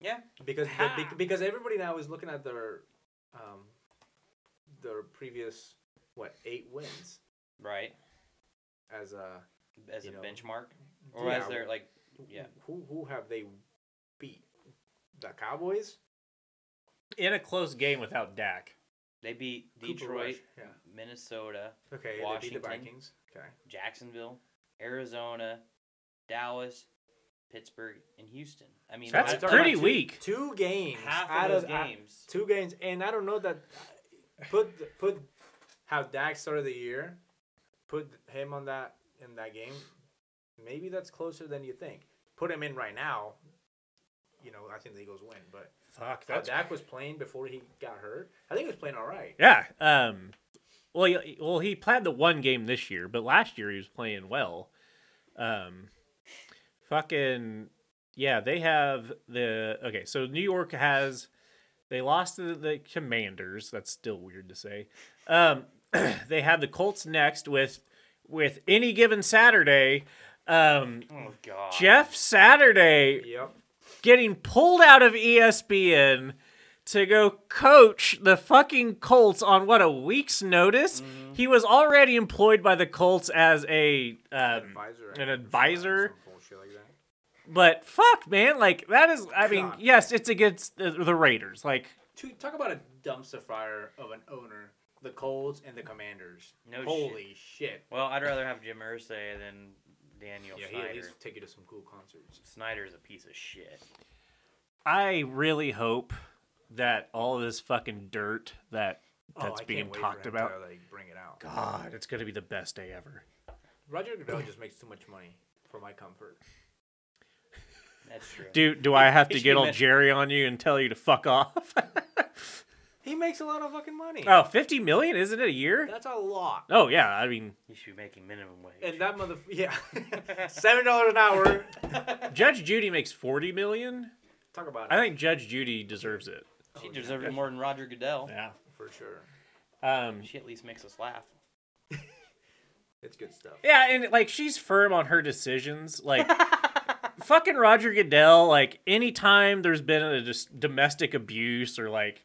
S1: yeah
S3: because the, bec- because everybody now is looking at their um their previous what eight wins
S1: right
S3: as a
S1: as
S3: You
S1: a
S3: know.
S1: benchmark or
S3: Yeah,
S1: as they're like yeah
S3: who who have they beat the Cowboys
S2: in a close game without Dak.
S1: they beat
S3: Cooper
S1: Detroit,
S3: Rush, yeah
S1: Minnesota,
S3: okay they
S1: Washington.
S3: beat the Vikings okay
S1: Jacksonville, Arizona, Dallas, Pittsburgh, and Houston. I mean
S2: That's
S1: I-
S3: Talking
S2: pretty
S3: about two-
S2: weak.
S3: two games
S1: Half of
S3: out
S1: those
S3: uh,
S1: games.
S3: two games and I don't know that put the- put how Dak started the year put him on that in that game maybe that's closer than you think put him in right now you know I think the Eagles win but
S2: Fuck,
S3: How Dak was playing before he got hurt. I think he was playing all right.
S2: yeah. Um, well, he, well, he played the one game this year, but last year he was playing well. Um, fucking yeah, they have the okay. So New York has they lost to the Commanders. That's still weird to say. Um, they have the Colts next with with any given Saturday. Um,
S1: oh god.
S2: Jeff Saturday
S3: Yep.
S2: getting pulled out of E ESPN to go coach the fucking Colts on what a week's notice.
S3: Mm-hmm.
S2: He was already employed by the Colts as a um,
S3: Advisor.
S2: an advisor,
S3: Some bullshit like that.
S2: but fuck, man, like that is. I mean,
S3: God.
S2: yes, it's against the, the Raiders. Like,
S3: To talk about a dumpster fire of an owner, the Colts and the Commanders.
S1: No
S3: Holy shit.
S1: Well, I'd rather have Jim Irsay than Daniel
S3: Yeah, he
S1: Snyder.
S3: at least take you to some cool concerts.
S1: Snyder's a piece of shit.
S2: I really hope that all this fucking dirt that
S3: Oh,
S2: that's
S3: I
S2: being
S3: can't wait for
S2: talked
S3: him
S2: about.
S3: To, like, bring it out.
S2: God, it's gonna be the best day ever.
S3: Roger Goodell just makes too much money for my comfort.
S1: That's true.
S2: Do do I
S1: It
S2: have to
S1: should
S2: get
S1: be
S2: old
S1: met-
S2: Jerry on you and tell you to fuck off?
S3: He makes a lot of fucking money.
S2: Oh, 50 million, isn't it a year?
S3: That's a lot.
S2: Oh yeah, I mean
S1: He should be making minimum wage.
S3: And that mother, yeah, seven dollars an hour.
S2: Judge Judy makes 40 million.
S3: Talk about it
S2: I think Judge Judy deserves it.
S1: she deserved it more than Roger Goodell.
S2: Yeah.
S3: for sure.
S2: Um
S1: She at least makes us laugh.
S3: It's good stuff.
S2: yeah, and like she's firm on her decisions. Like fucking Roger Goodell, like anytime there's been a dis- domestic abuse or like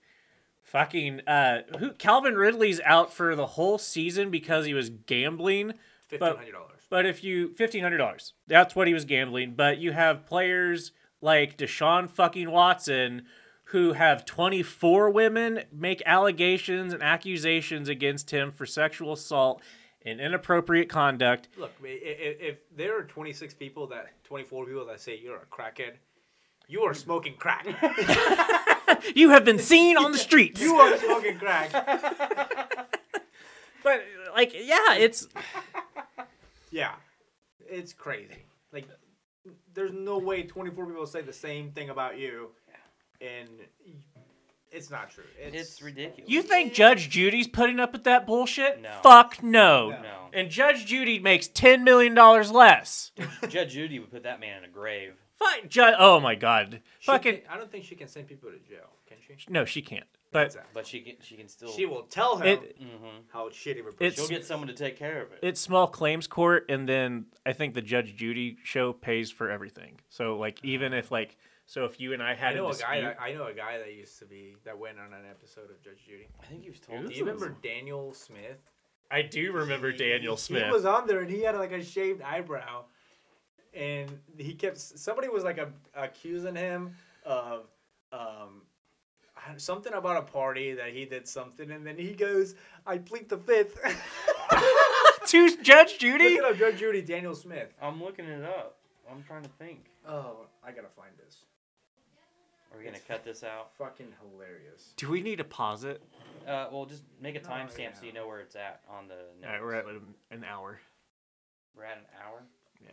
S2: fucking uh who Calvin Ridley's out for the whole season because he was gambling.
S3: Fifteen hundred dollars.
S2: But if you fifteen hundred dollars, that's what he was gambling. But you have players like Deshaun fucking Watson who have twenty four women make allegations and accusations against him for sexual assault, and inappropriate conduct.
S3: Look, if, if there are 26 people that 24 people that say you're a crackhead, you are smoking crack.
S2: You have been seen on the streets.
S3: you are smoking crack.
S2: but like, yeah, it's
S3: Yeah, it's crazy. Like, there's no way 24 people say the same thing about you, and it's not true. It's,
S1: It's ridiculous.
S2: you think Judge Judy's putting up with that bullshit?
S1: No.
S2: Fuck no.
S1: No.
S2: And Judge Judy makes ten million dollars less.
S1: Judge Judy would put that man in a grave.
S2: Fuck Judge. Oh my god.
S3: She
S2: Fucking
S3: can- I don't think she can send people to jail, can she?
S2: no, she can't. But
S1: But she can, she can still. mm-hmm.
S3: She will tell him
S2: It-
S3: how shitty of a
S2: it's-
S3: person.
S1: she'll get someone to take care of it.
S2: it's small claims court, and then I think the Judge Judy show pays for everything. So like, even if like, so if you and I
S3: I
S2: had
S3: know
S2: a
S3: a guy.
S2: dispute,
S3: That, I know a guy that used to be that went on an episode of Judge Judy.
S1: I think he was told.
S3: Do you remember Daniel Smith?
S2: I do remember Daniel
S3: He
S2: Smith.
S3: was on there and he had like a shaved eyebrow, and he kept. Somebody was like a, accusing him of um, something about a party that he did something, and then he goes, "I plead the fifth.
S2: to Judge Judy.
S3: Look at Judge Judy, Daniel Smith.
S1: I'm looking it up. I'm trying to think.
S3: Oh, I gotta find this.
S1: Are we gonna cut this out?
S3: Fucking hilarious.
S2: Do we need to pause it?
S1: Uh, well, just make a
S3: No,
S1: timestamp
S3: yeah.
S1: so you know where it's at on the.
S2: All right,
S1: notes.
S2: we're at um, an hour.
S1: We're at an hour.
S2: Yeah.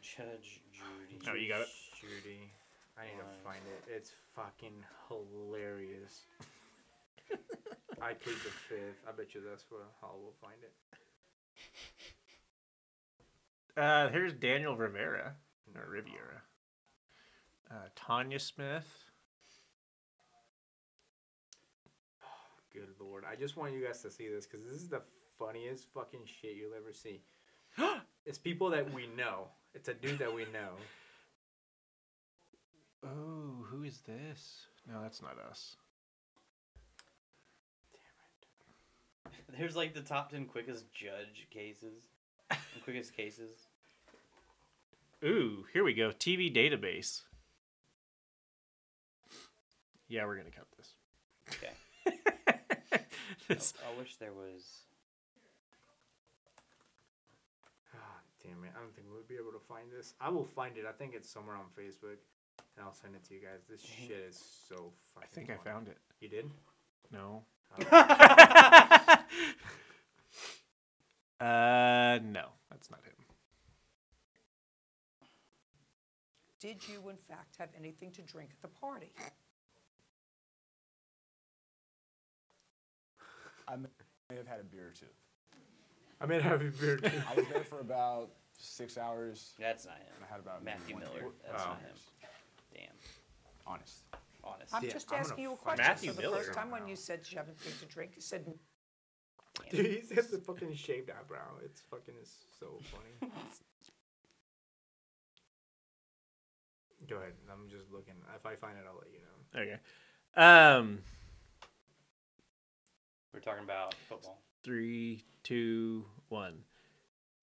S1: Judge Judy.
S2: Oh, you got it.
S3: Judy. I need
S1: Right.
S3: to find it. It's fucking hilarious. I plead the fifth. I bet you that's where Hall will find it.
S2: Uh, here's Daniel Rivera or Riviera. Uh, Tanya Smith.
S3: Good lord. I just want you guys to see this because this is the funniest fucking shit you'll ever see. it's people that we know. It's a dude that we know.
S2: Oh, who is this? No, that's not us.
S1: There's like the top ten quickest judge cases, and quickest cases.
S2: Ooh, here we go. TV database. Yeah, we're gonna cut this.
S1: Okay.
S2: This-
S1: I, I wish there was.
S3: Ah, damn it. I don't think we'll be able to find this. I will find it. I think it's somewhere on Facebook and I'll send it to you guys. This shit is so fucking
S2: Mm-hmm. I think I
S3: funny.
S2: found it.
S3: You did?
S2: No.
S3: Oh,
S2: Uh, no, that's not him.
S8: Did you, in fact, have anything to drink at the party?
S9: I may may have had a beer or two.
S3: I made have a beer too.
S9: I was there for about six hours,
S1: That's not him.
S9: and I had about maybe
S1: Matthew
S9: one
S1: Miller.
S9: beer.
S1: That's
S3: Oh.
S1: not him. Damn.
S9: Honest.
S1: Honest.
S8: I'm
S3: Yeah,
S8: just
S3: I'm gonna
S8: asking you a
S3: find
S8: question.
S2: Matthew
S8: so the
S2: Miller.
S8: first time when you said you have anything to drink, you said
S3: Dude, he has the fucking shaved eyebrow. It's fucking is so funny. Go ahead. I'm just looking. If I find it, I'll let you know.
S2: Okay. Um,
S1: We're talking about football.
S2: three, two, one.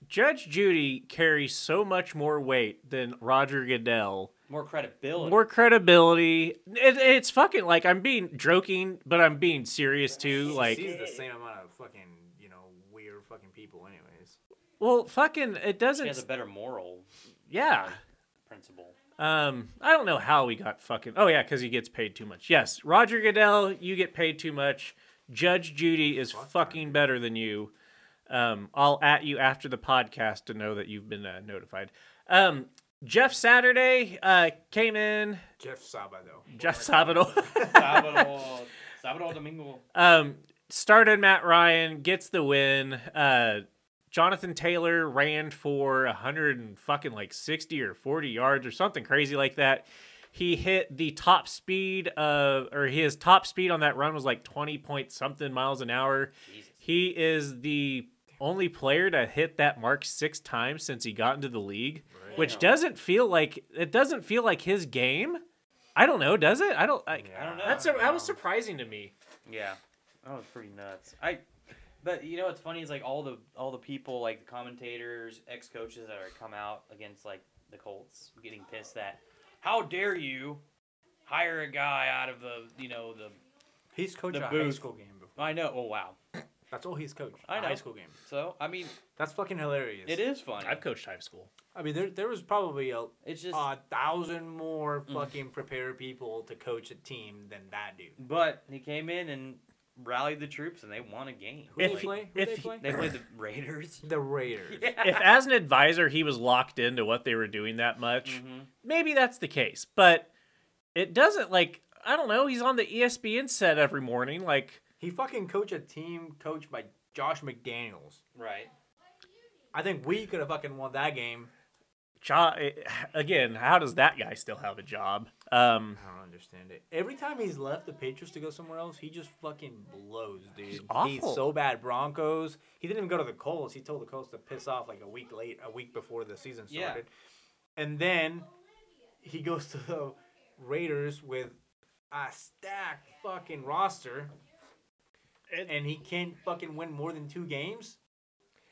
S2: Judge Judy carries so much more weight than Roger Goodell.
S1: More credibility.
S2: More credibility. It, it's fucking like I'm being joking, but I'm being serious too. Like,
S3: He sees the same amount of fucking, you know, weird fucking people, anyways.
S2: well, fucking, it
S1: He has a
S2: doesn't.
S1: better moral
S2: Yeah.
S1: principle.
S2: Um, I don't know how we got fucking. Oh yeah, because he gets paid too much. Yes, Roger Goodell, you get paid too much. Judge Judy is fucking better than you. Um, I'll at you after the podcast to know that you've been uh, notified. Um, Jeff Saturday uh, came in.
S1: Oh
S3: Jeff Saba, though.
S2: Jeff Sabadell.
S1: Salvador, Salvador Domingo.
S2: Um, started Matt Ryan, gets the win. Uh, Jonathan Taylor ran for a hundred and fucking like sixty or forty yards or something crazy like that. He hit the top speed of, or his top speed on that run was like twenty point something miles an hour. He is the only player to hit that mark six times since he got into the league, which doesn't feel like it doesn't feel like his game. I don't know, does it? I don't. I,
S1: I don't know.
S2: That's a, that was surprising to me.
S1: Yeah, that was pretty nuts. I, but you know what's funny is like all the all the people like the commentators, ex coaches that are come out against like the Colts getting pissed that how dare you hire a guy out of the you know the
S3: He's coached
S1: The
S3: a high
S1: booth.
S3: school game before.
S1: I know oh wow
S3: That's all he's coached.
S1: I
S3: A
S1: know.
S3: High school game.
S1: So I mean,
S3: That's fucking hilarious.
S1: it is funny.
S2: I've coached high school.
S3: I mean, there there was probably a,
S1: It's just,
S3: a thousand more fucking prepared people to coach a team than that dude.
S1: but he came in and rallied the troops, and they won a game.
S3: Who they
S1: Like,
S3: play? Who they
S2: if he-
S3: play?
S1: They played the Raiders.
S3: The Raiders.
S2: if as an advisor he was locked into what they were doing that much,
S3: Mm-hmm.
S2: maybe that's the case. But it doesn't like I don't know. He's on the E ESPN set every morning. Like
S3: He fucking coached a team coached by Josh McDaniels.
S1: Right.
S3: I think we could have fucking won that game.
S2: jo- eh, again, how does that guy still have a job? Um,
S3: I don't understand it. Every time he's left the Patriots to go somewhere else, he just fucking blows, dude. He's,
S2: awful.
S3: so bad. Broncos. He didn't even go to the Colts. He told the Colts to piss off like a week late, a week before the season
S1: Yeah.
S3: started. And then he goes to the Raiders with a stacked fucking roster, and he can't fucking win more than two games.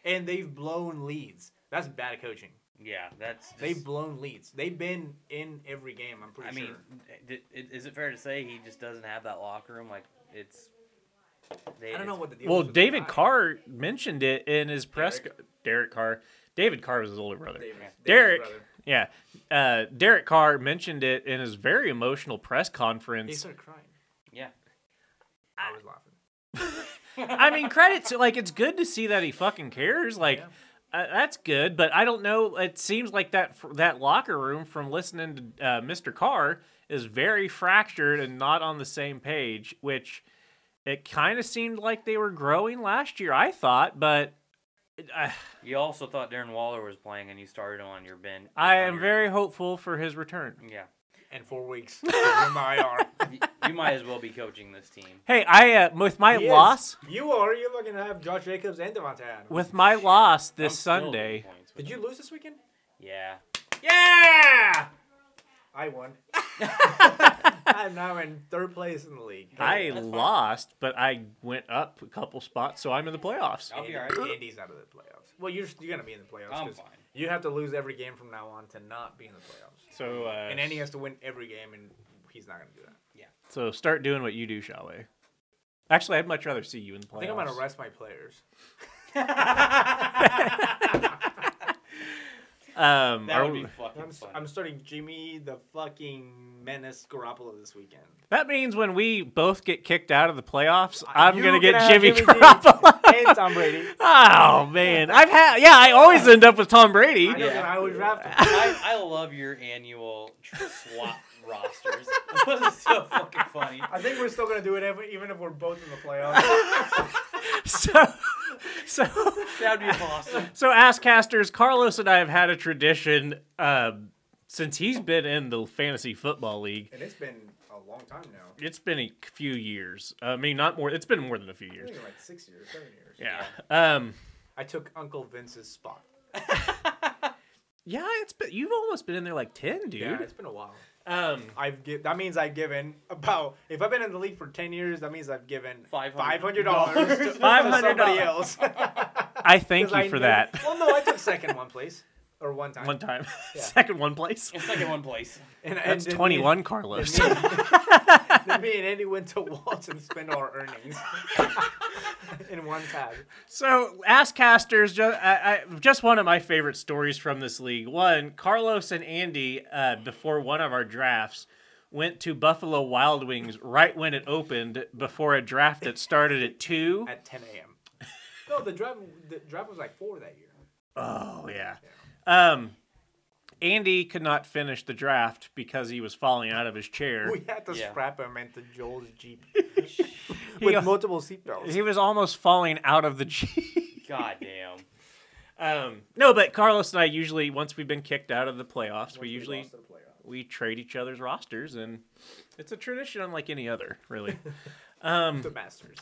S3: And they've blown leads. That's bad coaching.
S1: Yeah, that's. Just,
S3: They've blown leads. They've been in every game. I'm pretty
S1: I
S3: sure.
S1: mean, d- i- is it fair to say he just doesn't have that locker room? Like it's. They,
S3: I don't know
S1: it's-
S3: what the deal
S2: well,
S3: is with
S2: David
S3: that.
S2: Carr mentioned it in his press. Derek Carr. David Carr was his older brother.
S3: David- David's
S2: Derek.
S3: brother.
S2: Yeah. Uh, Derek Carr mentioned it in his very emotional press conference.
S3: He started crying.
S1: Yeah.
S3: I was laughing.
S2: I mean, credit to like it's good to see that he fucking cares. Like uh, that's good, but I don't know. It seems like that that locker room from listening to uh, Mr. Carr is very fractured and not on the same page. Which it kind of seemed like they were growing last year. I thought, but
S1: You also thought Darren Waller was playing, and you started on your bench.
S2: I am very hopeful for his return.
S1: Yeah.
S3: And four weeks. He's in my arm.
S1: Y- you might as well be coaching this team.
S2: Hey, I uh, with my
S3: He is.
S2: loss
S3: You are. You're looking to have Josh Jacobs and Devontae Adams.
S2: with my loss
S1: I'm
S2: this
S1: still at
S2: Sunday.
S1: points with
S3: Did you lose this weekend?
S1: them. Yeah.
S2: Yeah,
S3: I won. I'm now in third place in the league.
S2: I lost, but I went up a couple spots, so I'm in the playoffs.
S1: I'll be all right.
S3: Andy- Andy's out of the playoffs. Well, you're, you're gonna be in the playoffs.
S1: I'm
S3: 'cause
S1: fine.
S3: You have to lose every game from now on to not be in the playoffs.
S2: So uh,
S3: And Andy has to win every game, and he's not gonna do that.
S2: So start doing what you do, shall we? Actually, I'd much rather see you in the playoffs.
S3: I think I'm gonna rest my players.
S2: Um,
S1: That
S2: are
S1: would
S2: we-
S1: be fucking
S3: I'm, s-
S1: funny.
S3: I'm starting Jimmy the fucking menace Garoppolo this weekend.
S2: that means when we both get kicked out of the playoffs, I'm
S3: Uh, You
S2: gonna
S3: gonna
S2: get
S3: have
S2: Jimmy
S3: Jimmy G
S2: Garoppolo.
S3: And Tom Brady.
S2: oh man, I've had yeah, I always end up with Tom Brady.
S3: I know that I would draft him.
S1: I, I love your annual tr- swap rosters. Those are so fucking funny.
S3: I think we're still gonna do it ev- even if we're both in the playoffs.
S2: So, so,
S1: That would be awesome.
S2: so, Askcasters, Carlos and I have had a tradition um, since he's been in the fantasy football league.
S3: and it's been a long time now.
S2: It's been a few years. I mean, not more. It's been more than a few
S3: I
S2: years.
S3: think it's like six years, seven years.
S2: Yeah. Um.
S3: I took Uncle Vince's spot.
S2: Yeah, it's been you've almost been in there like ten, dude.
S3: Yeah, it's been a while.
S2: Um,
S3: I've gi- that means I've given about if I've been in the league for ten years, that means I've given
S1: $500.
S3: five hundred dollars to
S2: $500.
S3: somebody else.
S2: I thank
S3: 'Cause
S2: you
S3: I
S2: for
S3: knew-
S2: that.
S3: Well, no, I took second one place or one time.
S2: One time, second one place.
S1: It's like in one place.
S3: And,
S2: That's
S3: and then
S2: twenty one,
S3: Me,
S2: Carlos.
S3: then me and Andy went to Waltz and spent our earnings in one tab.
S2: so, Askcasters, just, I, I, just one of my favorite stories from this league. One, Carlos and Andy, uh, before one of our drafts, went to Buffalo Wild Wings right when it opened, before a draft that started at two.
S3: at 10 a.m. No, the drive the drive was like four that year.
S2: Oh yeah. Um, Andy could not finish the draft because he was falling out of his chair.
S3: We had to
S1: Yeah.
S3: scrap him into Joel's Jeep
S2: He
S3: with
S2: al-
S3: multiple seatbelts.
S2: He was almost falling out of the Jeep.
S1: God damn.
S2: Um, no, but Carlos and I usually, once we've been kicked out of the playoffs, we usually
S3: lost the playoffs.
S2: we trade each other's rosters, and it's a tradition unlike any other, really.
S3: The Masters.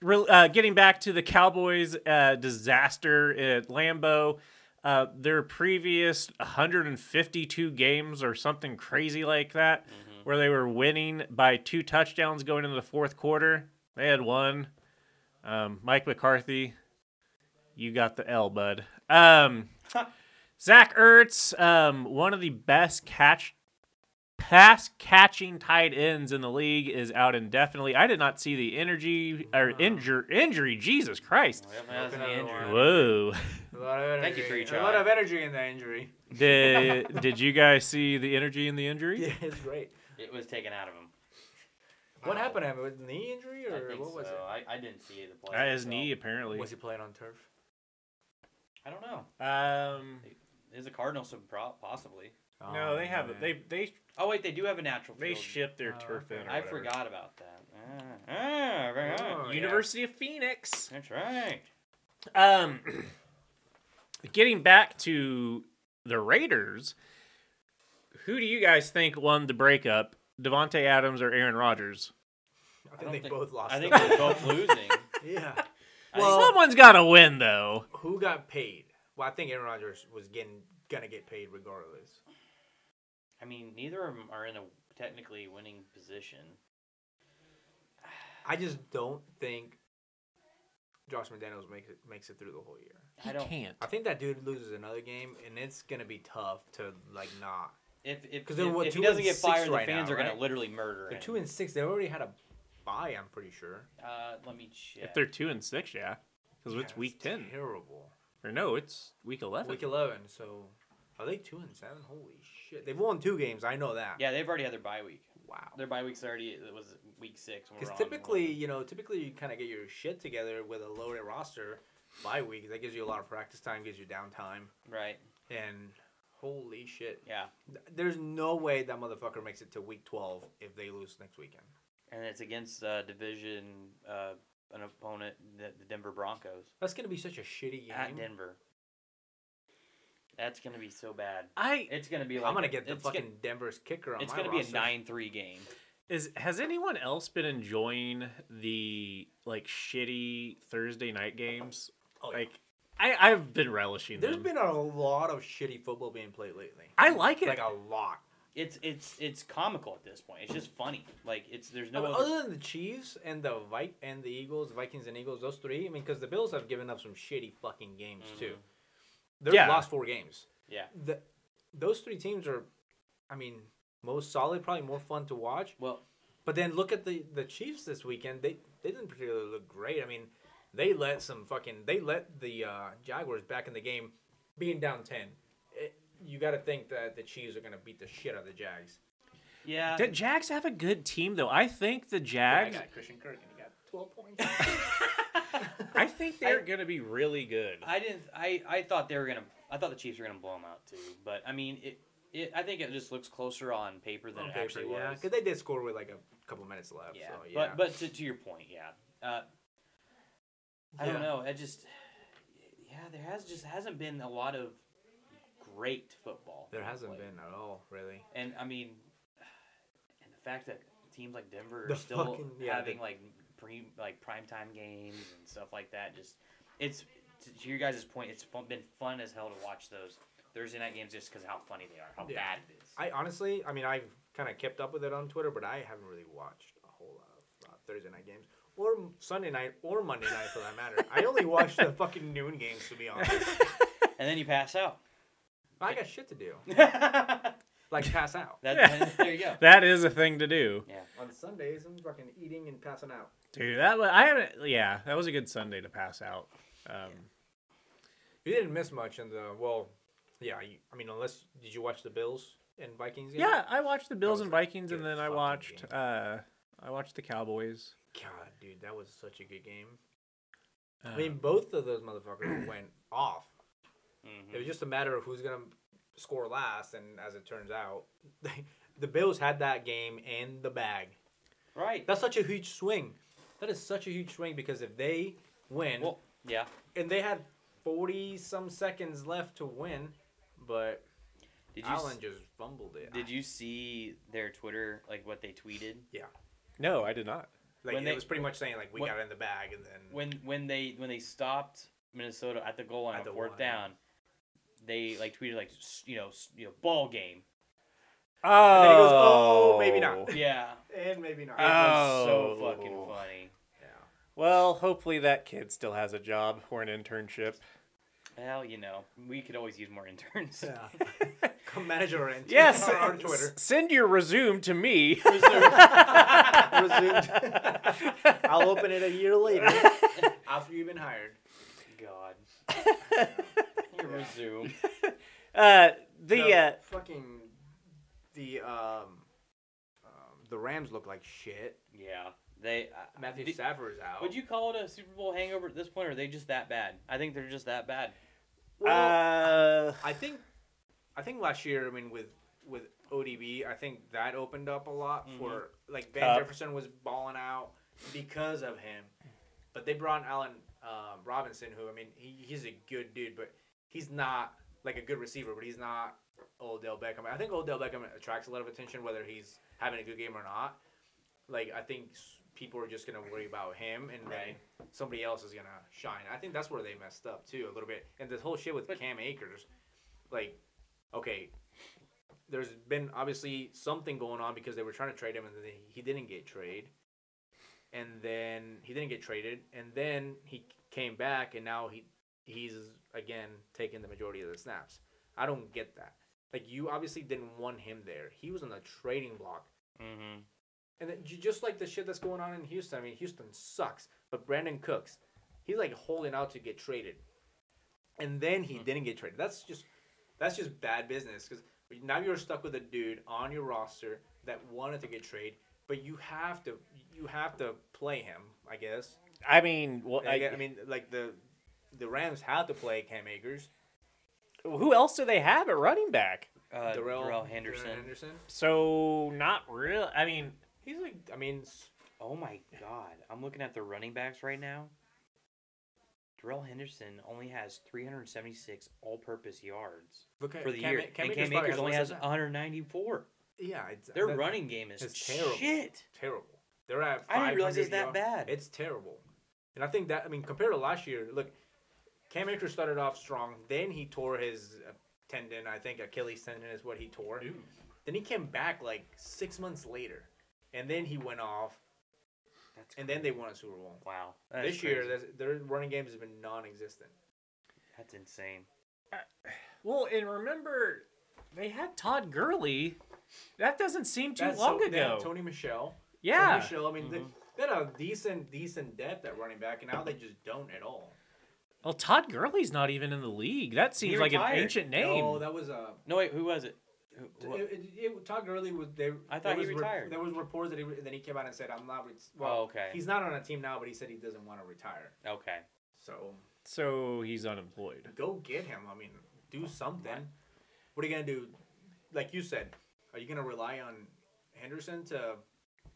S2: Real uh, getting back to the Cowboys' uh, disaster at Lambeau, uh, their previous 152 games or something crazy like that, where they were winning by two touchdowns going into the fourth quarter, they had one. Um, Mike McCarthy, you got the L, bud. Um, Zach Ertz, um, one of the best catch pass catching tight ends in the league is out indefinitely. I did not see the energy or injur- injury. Jesus Christ.
S1: That was an
S3: another
S1: injury.
S2: Whoa.
S3: A lot of energy.
S1: Thank you for your
S3: A lot
S1: job.
S3: of energy in that injury.
S2: Did, did you guys see the energy in the injury?
S3: Yeah, it's great.
S1: It was taken out of him.
S3: What happened to him? Was it knee injury or
S1: I think
S3: what was
S1: so. I, I didn't see the play.
S2: At his
S1: so-
S2: knee,
S3: it?
S2: apparently.
S3: Was he playing on turf?
S1: I don't know.
S2: Um,
S1: Is the Cardinals some pro- possibly?
S2: no, they have
S3: it.
S2: they they
S1: Oh wait, they do have a natural
S2: they
S1: field.
S2: ship their
S3: Oh,
S2: turf in.
S3: okay.
S2: or
S1: I
S2: whatever.
S1: forgot about that. Ah, ah, right, right.
S3: Oh, yeah.
S2: University of Phoenix.
S1: That's right.
S2: Um, getting back to the Raiders, who do you guys think won the breakup? Devonte Adams or Aaron Rodgers?
S3: I
S1: I
S3: think
S1: don't
S3: they
S1: think-
S3: both lost.
S1: I think
S3: them.
S1: they're both losing.
S3: yeah.
S1: Well-
S2: Someone's got to win, though.
S3: Who got paid? Well, I think Aaron Rodgers was getting gonna get paid regardless.
S1: I mean, neither of them are in a technically winning position.
S3: I just don't think Josh McDaniels makes it makes it through the whole year.
S2: He
S1: I don't.
S2: can't.
S3: I think that dude loses another game, and it's gonna be tough to like not.
S1: If if,
S3: 'Cause they're,
S1: if-
S3: what,
S1: if he
S3: two and
S1: doesn't get
S3: six
S1: fired,
S3: right
S1: the fans
S3: now,
S1: are
S3: right?
S1: gonna literally murder
S3: They're
S1: him.
S3: two and six. They already had a bye. I'm pretty sure.
S1: uh, let me check.
S2: If they're two and six, yeah, because
S3: Yeah,
S2: it's week
S3: it's
S2: ten
S3: Terrible.
S2: or no, it's week eleven.
S3: Week eleven. So are they two and seven? Holy shit! They've won two games. I know that.
S1: yeah, they've already had their bye week.
S3: Wow.
S1: Their bye week's already it was week six. when we're
S3: Because
S1: on-
S3: typically, you know, typically you kind of get your shit together with a loaded roster by week. That gives you a lot of practice time, gives you downtime,
S1: right?
S3: and holy shit,
S1: Yeah,
S3: Th- there's no way that motherfucker makes it to week 12 if they lose next weekend.
S1: and it's against uh, division uh, an opponent, the, the Denver Broncos
S3: That's gonna be such a shitty
S1: at
S3: game.
S1: Denver. That's gonna be so bad.
S2: I
S1: It's gonna be like
S3: I'm gonna get the
S1: it's
S3: fucking
S1: Gonna,
S3: Denver's kicker on
S1: it's
S3: my
S1: gonna be a
S3: roster.
S1: nine-three game.
S2: Is has anyone else been enjoying the like shitty Thursday night games?
S3: Oh, yeah.
S2: like I I've been relishing
S3: There's
S2: them.
S3: been a lot of shitty football being played lately.
S2: I like it.
S3: Like a lot.
S1: It's it's it's comical at this point. It's just funny. Like it's there's
S3: I
S1: no
S3: mean,
S1: other.
S3: other than the Chiefs and the Vi- and the Eagles, Vikings and Eagles, those three. I mean, because the Bills have given up some shitty fucking games too. They've
S2: Yeah.
S3: lost four games.
S1: Yeah.
S3: The, those three teams are, I mean, most solid, probably more fun to watch.
S1: Well,
S3: But then look at the the Chiefs this weekend. They they didn't particularly look great. I mean, they let some fucking they let the uh, Jaguars back in the game, being down ten. It, you got to think that the Chiefs are gonna beat the shit out of the Jags.
S1: yeah.
S2: The Jags have a good team though. I think the Jags.
S3: I got Christian Kirk and he got twelve points.
S2: I think they're gonna be really good.
S1: I didn't. I, I thought they were gonna. I thought the Chiefs were gonna blow them out too. But I mean, it. it I think it just looks closer on paper than
S3: on
S1: it
S3: paper,
S1: actually
S3: yeah,
S1: was.
S3: because they did score with like a couple minutes left.
S1: yeah.
S3: so, yeah.
S1: But but to, to your point, yeah. Uh, I
S3: Yeah.
S1: don't know. I just. Yeah, there has just hasn't been a lot of great football.
S3: there hasn't
S1: played.
S3: been at all really.
S1: And I mean, and the fact that teams like Denver are
S3: The
S1: still
S3: fucking- yeah,
S1: having
S3: the-
S1: like pre like primetime games and stuff like that, just it's to- to your guys' point, it's fun, been fun as hell to watch those Thursday night games just because how funny they are, how
S3: Yeah.
S1: bad it is.
S3: I honestly, I mean, I've kind of kept up with it on Twitter, but I haven't really watched a whole lot of uh, Thursday night games or m- Sunday night or Monday night for that matter. I only watched the fucking noon games to be honest.
S1: and then you pass out.
S3: I got shit to do,
S1: that,
S3: like pass out.
S1: and there you go.
S2: That is a thing to do,
S1: Yeah,
S3: On Sundays, I'm fucking eating and passing out.
S2: dude. That was, I haven't. Yeah, that was a good Sunday to pass out. Um,
S3: You didn't miss much in the well, yeah. You, I mean, unless did you watch the Bills and Vikings? game?
S2: yeah, I watched the Bills
S3: was
S2: and
S3: a
S2: Vikings, and
S3: good
S2: then I
S3: fucking
S2: watched.
S3: game.
S2: Uh, I watched the Cowboys.
S3: God, dude, that was such a good game. I
S2: Um,
S3: mean, both of those motherfuckers went off.
S1: Mhm.
S3: It was just a matter of who's gonna score last, and as it turns out, they, the Bills had that game in the bag.
S1: right.
S3: That's such a huge swing. That is such a huge swing because if they win,
S1: Well, yeah.
S3: and they had forty some seconds left to win, but
S1: Did you
S3: Allen
S1: s-
S3: just fumbled it.
S1: did you see their Twitter like what they tweeted?
S2: no, I did not.
S3: Like
S1: when
S3: it
S1: they-
S3: was pretty much saying like we
S1: when-
S3: got it in the bag, and then
S1: when when they when they stopped Minnesota at the goal line
S3: At
S1: on
S3: the
S1: fourth
S3: one.
S1: down, they like tweeted like s- you know s- you know ball game.
S2: Oh,
S3: then he goes, "Oh, maybe not."
S1: Yeah,
S3: and maybe not.
S1: it was so
S2: Oh.
S1: fucking funny.
S3: yeah.
S2: Well, hopefully that kid still has a job or an internship.
S1: Well, you know, we could always use more interns.
S3: Yeah. Come manage our end.
S2: Yes.
S3: Or on
S2: s-
S3: Twitter.
S2: Send your resume to me.
S3: Resumed. I'll open it a year later after you've been hired.
S1: God. Here, resume.
S2: Uh, the uh,
S3: fucking the um, um the Rams look like shit.
S1: Yeah, they. Uh,
S3: Matthew
S1: did-
S3: Stafford's out.
S1: Would you call it a Super Bowl hangover at this point, or are they just that bad? I think they're just that bad.
S2: uh,
S3: I think I think last year, I mean, with with ODB, I think that opened up a lot for like Van
S2: Cup.
S3: Jefferson was balling out because of him, but they brought in Allen um, Robinson, who I mean, he, he's a good dude, but he's not like a good receiver, but he's not Odell Beckham. I think Odell Beckham attracts a lot of attention, whether he's having a good game or not. Like I think s- people are just gonna worry about him, and
S1: Right.
S3: then somebody else is gonna shine. I think that's where they messed up too a little bit, and this whole shit with Cam Akers, like, okay, there's been obviously something going on because they were trying to trade him, and then he didn't get traded, and then he didn't get traded, and then he came back, and now he he's again taking the majority of the snaps. I don't get that. Like you obviously didn't want him there. He was on the trading block.
S1: Mm-hmm.
S3: And then, ju- just like the shit that's going on in Houston, I mean, Houston sucks, but Brandon Cooks, he's like holding out to get traded, and then
S1: Hmm.
S3: he didn't get traded. That's just that's just bad business because now you're stuck with a dude on your roster that wanted to get traded, but you have to you have to play him, I guess.
S2: I mean, well,
S3: And
S2: I,
S3: again, I, mean, like the the Rams had to play Cam Akers,
S2: who else do they have at running back?
S1: Uh, Darrell,
S3: Darrell
S1: Henderson.
S3: Darrell Henderson.
S2: So not real. I mean,
S3: He's like, I mean, s-
S1: Oh my God! I'm looking at the running backs right now. Darrell Henderson only has 376 all-purpose yards
S3: look at
S1: for the
S3: Cam-
S1: year,
S3: Cam
S1: and
S3: Akers
S1: Cam
S3: probably
S1: Akers only
S3: less
S1: has
S3: than that.
S1: 194.
S3: Yeah, it's,
S1: Their
S3: that-
S1: running game is
S3: it's terrible.
S1: shit.
S3: terrible. They're at.
S1: I didn't realize it was
S3: 500
S1: that
S3: yard-
S1: bad.
S3: It's terrible, and I think that I mean compared to last year, look, Cam Akers started off strong. Then he tore his uh, tendon. I think Achilles tendon is what he tore. Then he came back like six months later, and then he went off,
S1: That's
S3: and then they won a Super Bowl.
S1: wow. That's
S3: this year,
S1: crazy.
S3: that's, their running games have been non-existent.
S1: that's insane.
S2: well, and remember they had Todd Gurley. That doesn't seem too
S3: That's
S2: long
S3: so- they had
S2: ago.
S3: Tony Michelle.
S2: yeah. Mm-hmm.
S3: Tony Michelle. I mean, they, they had a decent, decent depth at running back, and now they just don't at all.
S2: Well, Todd Gurley's not even in the league. That seems like
S1: retired.
S2: an ancient name.
S3: Oh, that was a
S1: No wait, who was it? Who,
S3: It,
S1: who-
S3: it, it, Todd Gurley was. They,
S1: I thought
S3: there
S1: he
S3: was re-
S1: retired.
S3: there was reports that he re- that he came out and said, "I'm not." Re-
S1: Oh, okay.
S3: He's not on a team now, but he said he doesn't want to retire.
S1: okay.
S3: So
S2: so he's unemployed.
S3: go get him. I mean, do something. What are you gonna do? Like you said, are you gonna rely on Henderson to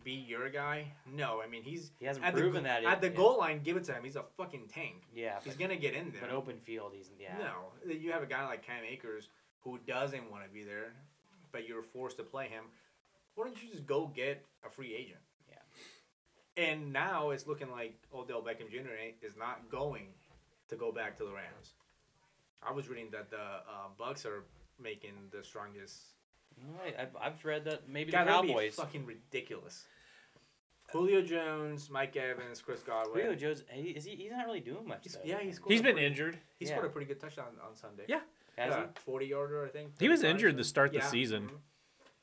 S3: be your guy? No, I mean he's
S1: He hasn't
S3: at the
S1: proven
S3: go-
S1: that
S3: at the
S1: yet.
S3: goal line. Give it to him. He's a fucking tank.
S1: Yeah,
S3: he's
S1: but-
S3: gonna get in there.
S1: But open field, he's yeah.
S3: No, you have a guy like Cam Akers who doesn't want to be there, but you're forced to play him. Why don't you just go get a free agent?
S1: Yeah.
S3: And now it's looking like Odell Beckham Jr. ain't- is not going to go back to the Rams. I was reading that the uh, Bucks are making the strongest.
S1: Right, I've, I've read that maybe
S3: God,
S1: the
S3: that'd be
S1: Cowboys.
S3: fucking ridiculous. Julio Jones, Mike Evans, Chris Godwin.
S1: Julio Jones, he, is he, he's not really doing much.
S3: He's-
S1: though.
S3: yeah, he scored.
S2: He's
S3: a
S2: been
S3: pretty-
S2: injured.
S3: He
S1: Yeah.
S3: scored a pretty good touchdown on Sunday.
S2: Yeah.
S1: Has he?
S3: Yeah, 40 yarder, I think.
S2: He was
S3: 35 or
S2: injured to
S3: something.
S2: start the
S3: Yeah.
S2: season.
S3: Mhm.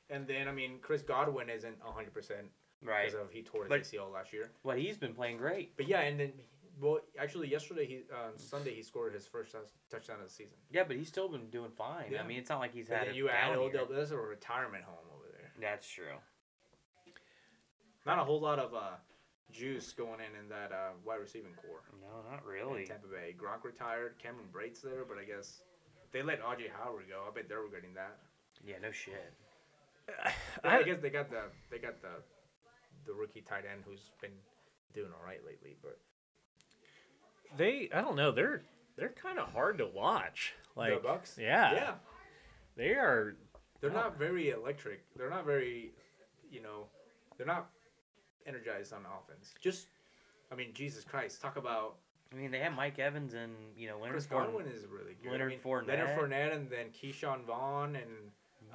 S3: And then, I mean, Chris Godwin isn't 100%
S1: Right.
S3: because of he tore his
S1: But-
S3: ACL last year.
S1: Well, he's been playing great.
S3: But yeah, and then, well, actually, yesterday, he um, Sunday, he scored his first touch- touchdown of the season.
S1: Yeah, but he's still been doing fine.
S3: Yeah.
S1: I mean, it's not like he's
S3: And
S1: had.
S3: then
S1: a
S3: you add
S1: down
S3: Odell.
S1: year.
S3: That's a retirement home over there.
S1: That's true.
S3: Not a whole lot of uh, juice going in in that uh, wide receiving core.
S1: No, not
S3: in
S1: really.
S3: Tampa Bay. Gronk retired. Cameron Brate's there, but I guess they let Audrey Howard go. I bet they're regretting that.
S1: Yeah, no shit.
S3: I,
S2: I-
S3: guess they got the they got the the rookie tight end who's been doing all right lately, but
S2: They, I don't know. They're they're kind of hard to watch. Like
S3: the Bucks,
S2: Yeah.
S3: yeah,
S2: They are.
S3: they're not very electric. They're not very, you know, they're not energized on offense. Just, I mean, Jesus Christ, talk about
S1: I mean, they have Mike Evans and you know Leonard
S3: Chris
S1: Fournette.
S3: Godwin is really good.
S1: Leonard
S3: I mean, Leonard
S1: Fournette.
S3: Fournette, and then Keyshawn Vaughn and.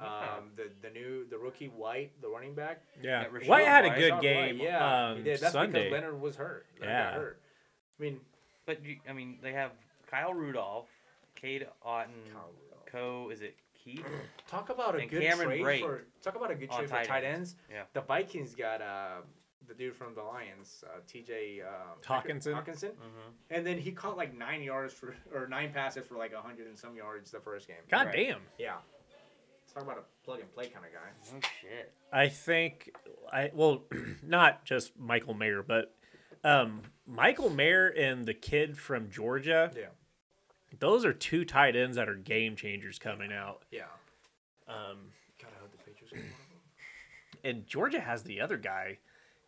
S1: Yeah.
S3: Um, the the new the rookie White the running back
S2: Yeah.
S1: Yeah, Rashad
S2: White had a
S1: White.
S2: good
S3: Rashad
S2: game.
S3: White, yeah
S2: Um,
S3: he did. that's
S2: Sunday.
S3: because Leonard was hurt Leonard
S2: Yeah.
S3: got hurt I mean
S1: But you- I mean, they have Kyle Rudolph, Cade Otten, Co. Is it Keith?
S3: Talk about a
S1: And
S3: good
S1: Cameron
S3: trade
S1: Brake
S3: for talk about a good
S1: on
S3: trade
S1: tight
S3: for tight
S1: ends.
S3: ends.
S1: Yeah.
S3: The Vikings got uh the dude from the Lions, uh, T.J. Um,
S2: Hockenson?
S3: Hawkinson,
S1: Mm-hmm.
S3: and then he caught like nine yards for or nine passes for like a hundred and some yards the first game.
S2: God
S1: Right.
S2: damn.
S3: Yeah. Let's talk about a plug and play kind of guy.
S1: Oh shit.
S2: I think I well, not just Michael Mayer, but um, Michael Mayer and the kid from Georgia.
S3: Yeah.
S2: Those are two tight ends that are game changers coming out.
S3: Yeah.
S2: Um,
S3: God, I hope the Patriots. get one of them.
S2: and Georgia has the other guy.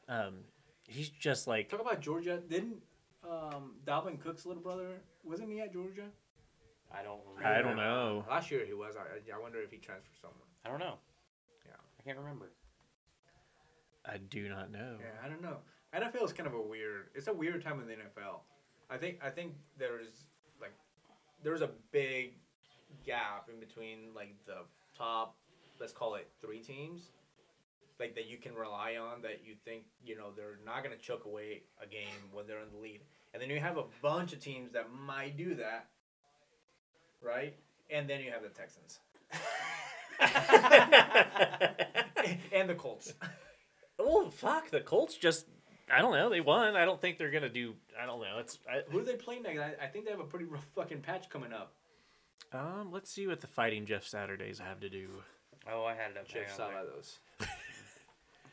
S2: Um, he's just like
S3: Talk about Georgia. Didn't um, Dalvin Cook's little brother wasn't he at Georgia?
S1: I don't.
S2: I
S1: Remember.
S2: don't know.
S3: Last year he was. I, I wonder if he transferred somewhere.
S1: I don't know.
S3: Yeah.
S1: I can't remember.
S2: I do not know.
S3: Yeah, I don't know. NFL is kind of a weird. It's a weird time in the NFL. I think I think there's like there's a big gap in between like the top, let's call it three teams, like that you can rely on that you think you know they're not gonna choke away a game when they're in the lead, and then you have a bunch of teams that might do that, right? And then you have the Texans and the Colts.
S2: Well, fuck the Colts. Just I don't know. They won. I don't think they're gonna do. I don't know. It's I,
S3: Who are they playing next? I, I think they have a pretty rough fucking patch coming up.
S2: um. Let's see what the Fighting Jeff Saturdays have to do.
S1: Oh, I had it up. Hang on a sec.
S3: those.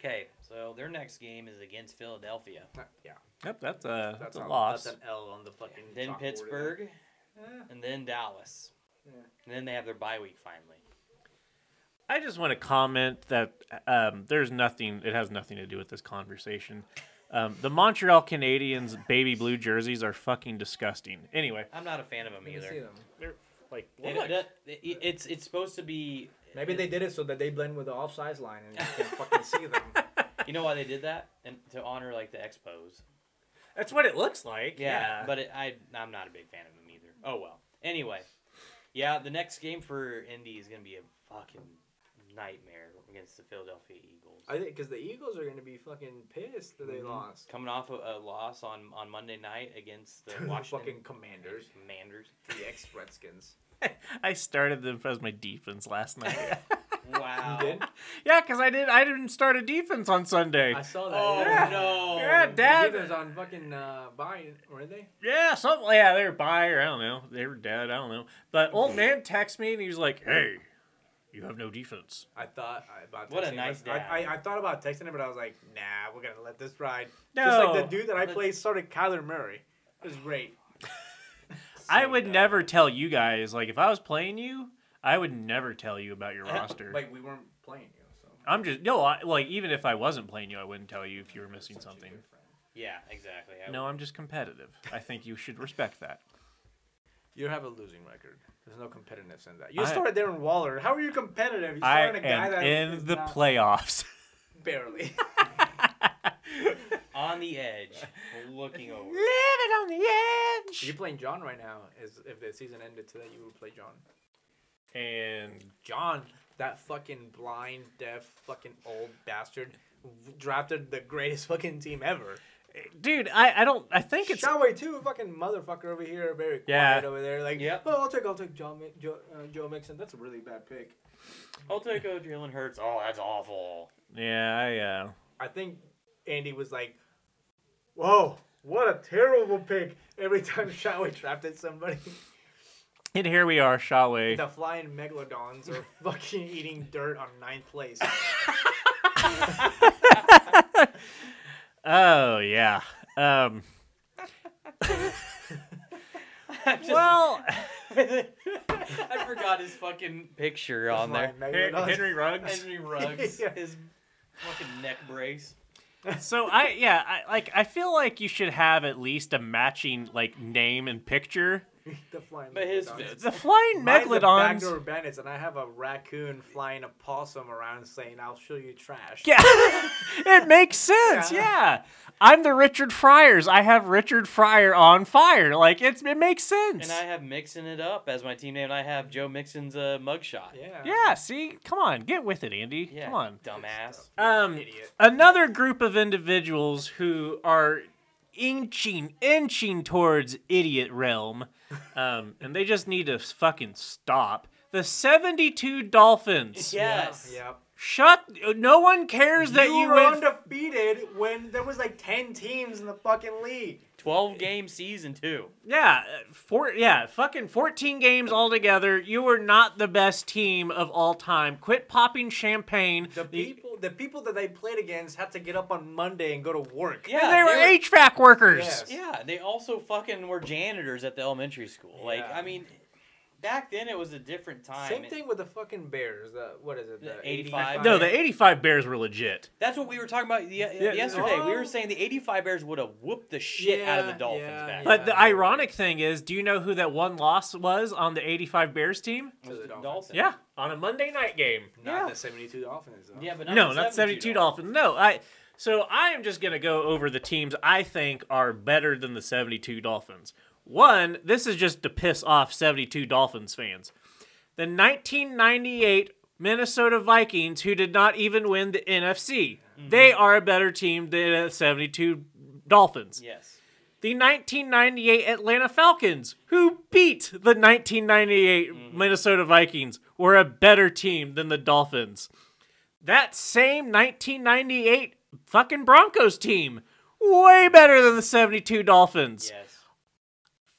S1: Okay, so their next game is against Philadelphia,
S3: Yeah,
S2: Yep, that's a that's, a
S3: not-
S2: loss.
S3: That's an L on the fucking.
S1: then
S3: chalkboard
S1: Pittsburgh,
S3: there.
S1: and then Dallas,
S3: Yeah.
S1: and then they have their bye week finally.
S2: I just want to comment that um, there's nothing. It has nothing to do with this conversation. Um, the Montreal Canadiens baby blue jerseys are fucking disgusting. Anyway,
S1: I'm not a fan of them either.
S2: they're like
S1: They don't- that- it- it's it's supposed to be.
S3: Maybe they did it so that they blend with the offsides line and you can fucking see them.
S1: You know why they did that? And to honor like the expos.
S2: that's what it looks like.
S1: Yeah, but it, I I'm not a big fan of them either. Oh well. Anyway, yeah, the next game for Indy is gonna be a fucking nightmare against the Philadelphia Eagles.
S3: I think because the Eagles are going to be fucking pissed that they lost.
S1: Coming off a, a loss on on Monday night against the
S3: The
S1: Washington
S3: fucking Commanders,
S1: Commanders.
S3: the ex Redskins.
S2: I started them as my defense last night.
S1: Wow.
S3: You did?
S2: yeah, because I did. I didn't start a defense on Sunday.
S3: I saw that.
S1: Oh
S3: yeah.
S1: no.
S2: yeah,
S3: The
S2: Dad.
S3: Eagles on fucking uh, buying, weren't they?
S2: Yeah, something. Yeah, they were bi or I don't know. They were dead. I don't know. But old man texted me and he was like, "Hey, you have no defense."
S3: I thought I- about
S1: What a
S3: texting him.
S1: nice
S3: I-
S1: dad.
S3: I, I, thought about texting him, but I was like, nah, we're gonna let this ride.
S2: No.
S3: Just like the dude that I
S1: Let's-
S3: played started Kyler Murray. It was great.
S2: I would never tell you guys. Like, if I was playing you, I would never tell you about your roster.
S3: Like we weren't playing you, so
S2: I'm just no. I, like, even if I wasn't playing you, I wouldn't tell you if you were missing something.
S1: Yeah, exactly. I-
S2: No, I'm just competitive. I think you should respect that.
S3: you have a losing record. There's no competitiveness in that. You
S2: I-
S3: started Darren Waller. How are you competitive? You
S2: I
S3: started a guy
S2: am
S3: that
S2: in
S3: is
S2: the
S3: not-
S2: playoffs.
S3: barely.
S1: on the edge, looking over.
S2: Living on the
S3: You're
S2: edge.
S3: playing John right now. Is if the season ended today, you would play John.
S2: And
S3: John, that fucking blind, deaf, fucking old bastard, drafted the greatest fucking team ever.
S2: dude, I, I don't. I think it's
S3: John Way too, fucking motherfucker over here, very quiet
S2: Yeah.
S3: over there. Like,
S1: Yep.
S3: oh, I'll take, I'll take John, Mi- Joe, uh, Joe Mixon. That's a really bad pick.
S1: I'll take a Jalen Hurts. Oh, that's awful.
S2: yeah. I uh,
S3: I think Andy was like, whoa, what a terrible pick. Every time Shaway drafted somebody,
S2: and here we are, Shaway.
S3: the flying megalodons are fucking eating dirt on ninth place.
S2: Oh yeah. Um. well,
S1: I forgot his fucking picture on there.
S3: Flying megalodons.
S2: Ruggs.
S1: Henry Ruggs,
S3: Yeah.
S1: his fucking neck brace.
S2: So I yeah, I like I feel like you should have at least a matching like name and picture.
S3: The flying
S1: But his
S3: megalodons.
S1: fits.
S2: The flying
S3: Mine's a
S2: megalodons.
S3: Backdoor bandits, and I have a raccoon flying a possum around saying, I'll show you trash.
S2: Yeah. it makes sense. Yeah.
S3: Yeah.
S2: I'm the Richard Fryers. I have Richard Fryer on fire. Like it's it makes sense.
S1: And I have Mixon it up as my team name, and I have Joe Mixon's uh, mugshot.
S3: Yeah.
S2: yeah, see? Come on, get with it, Andy.
S1: Yeah,
S2: Come on.
S1: Dumbass.
S2: Um,
S3: Idiot.
S2: another group of individuals who are inching, inching towards idiot realm Um, and they just need to fucking stop. The 72 Dolphins.
S1: Yes.
S3: Yep.
S2: Shut. No one cares that you,
S3: you were
S2: went.
S3: undefeated when there was like ten teams in the fucking league.
S1: Twelve game season too.
S2: yeah. uh, Four. Yeah. Fucking 14 games altogether. You were not the best team of all time. Quit popping champagne.
S3: The people, the people that they played against, had to get up on Monday and go to work.
S1: Yeah,
S2: they were HVAC workers.
S3: Yes.
S1: Yeah, they also fucking were janitors at the elementary school. Like,
S3: Yeah.
S1: I mean, back then it was a different time.
S3: Same
S1: It-
S3: thing with the fucking Bears. The, what is it? The,
S1: The 85?
S2: No, the 85 Bears were legit.
S1: That's what we were talking about ye- yesterday. We were saying the 85 Bears would have whooped the shit out of the
S3: Oh. Yeah,
S1: Dolphins
S3: yeah,
S1: back
S3: yeah.
S1: then.
S2: But the ironic thing is, do you know who that one loss was on the 85 Bears team?
S1: It was
S3: To the
S1: the
S3: Dolphins.
S1: Dolphins.
S2: Yeah, on a Monday night game.
S3: Not
S1: Yeah.
S3: the seventy-two Dolphins. Though.
S1: Yeah, but not
S2: No,
S1: the
S2: not 72
S1: Dolphins.
S2: Dolphins. No, I. So I am just gonna go over the teams I think are better than the 72 Dolphins. One, this is just to piss off 72 Dolphins fans. The 1998 Minnesota Vikings, who did not even win the NFC,
S3: Mm-hmm.
S2: they are a better team than the 72 Dolphins.
S1: Yes.
S2: the 1998 Atlanta Falcons, who beat the 1998 Minnesota Vikings, were a better team than the Dolphins. That same 1998 fucking Broncos team, way better than the 72 Dolphins.
S1: Yes.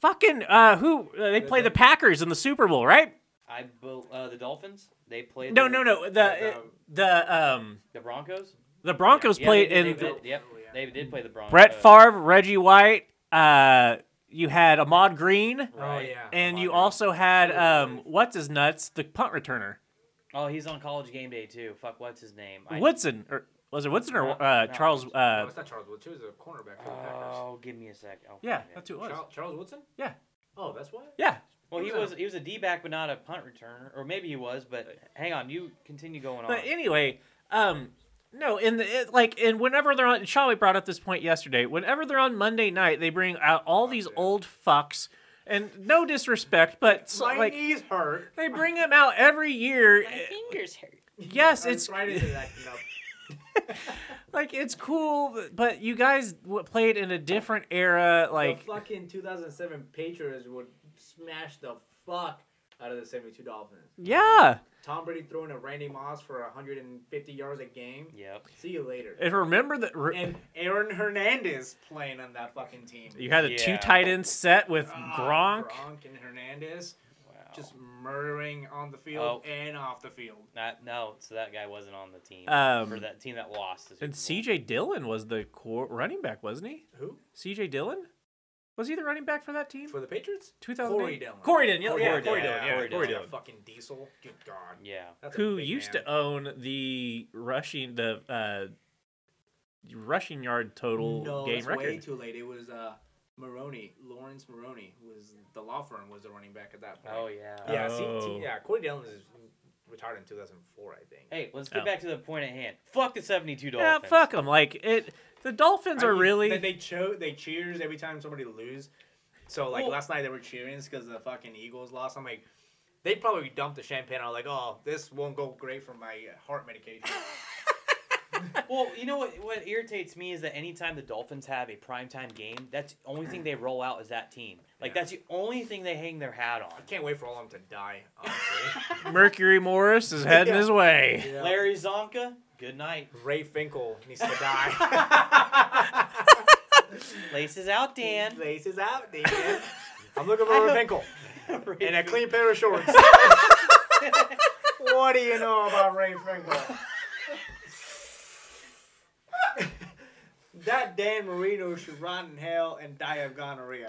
S2: Fucking uh, who uh, they play the Packers in the Super Bowl, right?
S1: I bel- uh, the Dolphins. They played.
S2: No,
S1: the,
S2: no, no. The the um
S1: The Broncos.
S2: the Broncos
S1: Yeah,
S2: played
S1: they did-
S2: in
S1: They, did-
S3: Oh,
S1: yep. They did play the Broncos.
S2: Brett Favre, Reggie White. Uh, you had Ahmad Green.
S3: Oh
S1: Right.
S3: yeah.
S2: And you also had um, what's his nuts, the punt returner,
S1: Oh, he's on College Game Day too. Fuck, what's his name? I-
S2: Woodson or was it Woodson or
S1: No,
S2: uh,
S1: no,
S2: Charles?
S3: No,
S2: Uh,
S3: Oh, it's not Charles Woodson. It was a cornerback for the Packers.
S1: Oh, give me a sec. I'll
S2: yeah,
S1: find it.
S2: that's who it was.
S3: Charles, Charles Woodson?
S2: Yeah,
S3: Oh, that's why.
S2: yeah.
S1: Well, he was he was a D back, but not a punt returner, or maybe he was. But hang on, you continue going on.
S2: But anyway, um, no, in the it, like, and whenever they're on, Charlie brought up this point yesterday. Whenever they're on Monday night, they bring out all these old fucks, and no disrespect, but so,
S3: My
S2: like
S3: knees hurt.
S2: they bring them out every year. Eh,
S1: fingers hurt.
S2: Yes,
S3: I'm
S2: it's
S3: Friday that acting up.
S2: like it's cool, but you guys w- played in a different era. Like
S3: the fucking 2007 Patriots would smash the fuck out of the 72 Dolphins.
S2: Yeah.
S3: Tom Brady throwing a Randy Moss for 150 yards a game.
S1: Yep.
S3: See you later.
S2: And remember that re-
S3: And Aaron Hernandez playing on that fucking team.
S2: you had a two
S1: Yeah.
S2: tight end set with
S3: Ah,
S2: Gronk.
S3: Gronk and Hernandez
S1: Wow.
S3: just murdering on the field
S1: Oh.
S3: and off the field.
S1: Not, no, so that guy wasn't on the team
S2: Um,
S1: for that team that lost. the Super
S2: And
S1: Bowl.
S2: CJ Dillon was the core running back, wasn't he?
S3: Who?
S2: CJ Dillon? Was he the running back for that team?
S3: For the Patriots?
S2: 2008?
S3: Corey Dillon.
S2: Corey Dillon, yeah,
S3: Corey
S2: yeah,
S3: Dillon,
S2: Corey
S3: yeah,
S2: Dillon, yeah,
S1: Corey
S2: Corey
S1: Dillon.
S2: Dillon.
S3: Fucking diesel. Good God.
S1: Yeah.
S3: That's a
S2: Who
S3: big
S2: used
S3: man.
S2: to own the rushing the uh, rushing yard total
S3: no,
S2: game
S3: that's way
S2: record?
S3: too late. It was uh, Maroney, Lawrence Maroney was the law firm was the running back at that point.
S1: Oh yeah.
S3: yeah,
S2: Oh.
S3: see, yeah. Corey Dillon is retired in 2004, I think.
S1: Hey, let's get
S2: Oh.
S1: back to the point at hand. Fuck the seventy-two
S2: Yeah,
S1: Dolphins.
S2: fuck them. Like it. The Dolphins
S3: I
S2: are
S3: mean,
S2: really.
S3: They, they cho- They cheers every time somebody lose. So like
S1: Well-
S3: last night they were cheering because the fucking Eagles lost. I'm like, they probably dumped the champagne. I'm like, oh, this won't go great for my uh, heart medication.
S1: Well, you know what? What irritates me is that anytime the Dolphins have a primetime game, that's the only thing they roll out is that team. Like
S3: Yeah.
S1: that's the only thing they hang their hat on.
S3: I can't wait for all of them to die. Honestly.
S2: Mercury Morris is heading
S3: Yeah.
S2: his way.
S1: Larry Zonka, good night.
S3: Ray Finkel needs to die.
S1: Laces out, Dan.
S3: Lace is out, Nathan. I'm looking for Ray Finkel and a clean pair of shorts. what do you know about Ray Finkel? that Dan Marino should rot in hell and die of gonorrhea.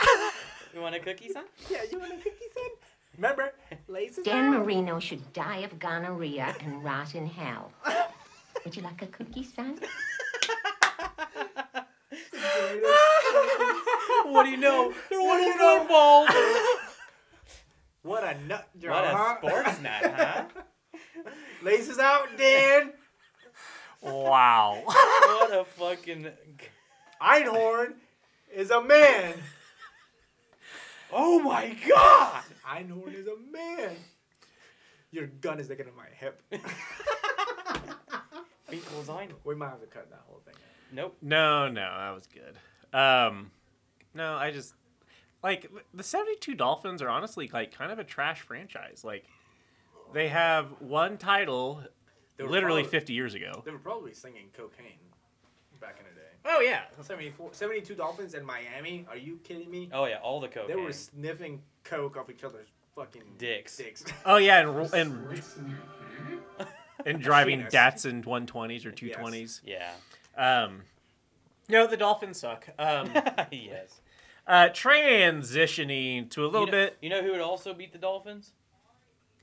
S1: You want a cookie, son?
S3: yeah, you want a cookie, son? Remember, lace is
S10: Dan
S3: out.
S10: Marino should die of gonorrhea and rot in hell. Would you like a cookie, son?
S1: What do you know? They're winning
S3: you know?
S1: football.
S3: What a nut job,
S1: What a
S3: huh?
S1: sports night, huh?
S3: Lace is out, Dan.
S2: Wow.
S1: What a fucking.
S3: Einhorn is a man.
S1: Oh my god!
S3: Einhorn is a man. Your gun is sticking in my hip.
S1: Equals I.
S3: we might have to cut that whole thing out.
S1: Nope.
S2: No, no, that was good. Um, no, I just like the 72 Dolphins are honestly like kind of a trash franchise. Like they have one title
S3: were
S2: literally
S3: probably-
S2: 50 years ago.
S3: They were probably singing cocaine back in the day.
S2: Oh yeah.
S3: 74, 72 Dolphins in Miami? Are you kidding me?
S1: Oh yeah, all the cocaine.
S3: They were sniffing coke off each other's fucking
S1: Dicks.
S3: Dicks.
S2: Oh yeah, and and, and driving
S3: Yes.
S2: Datsun 120s or 220s.
S1: Yeah.
S2: Um no, the Dolphins suck. Um,
S1: yes.
S2: uh, transitioning to a little
S1: you know,
S2: bit.
S1: You know who would also beat the Dolphins?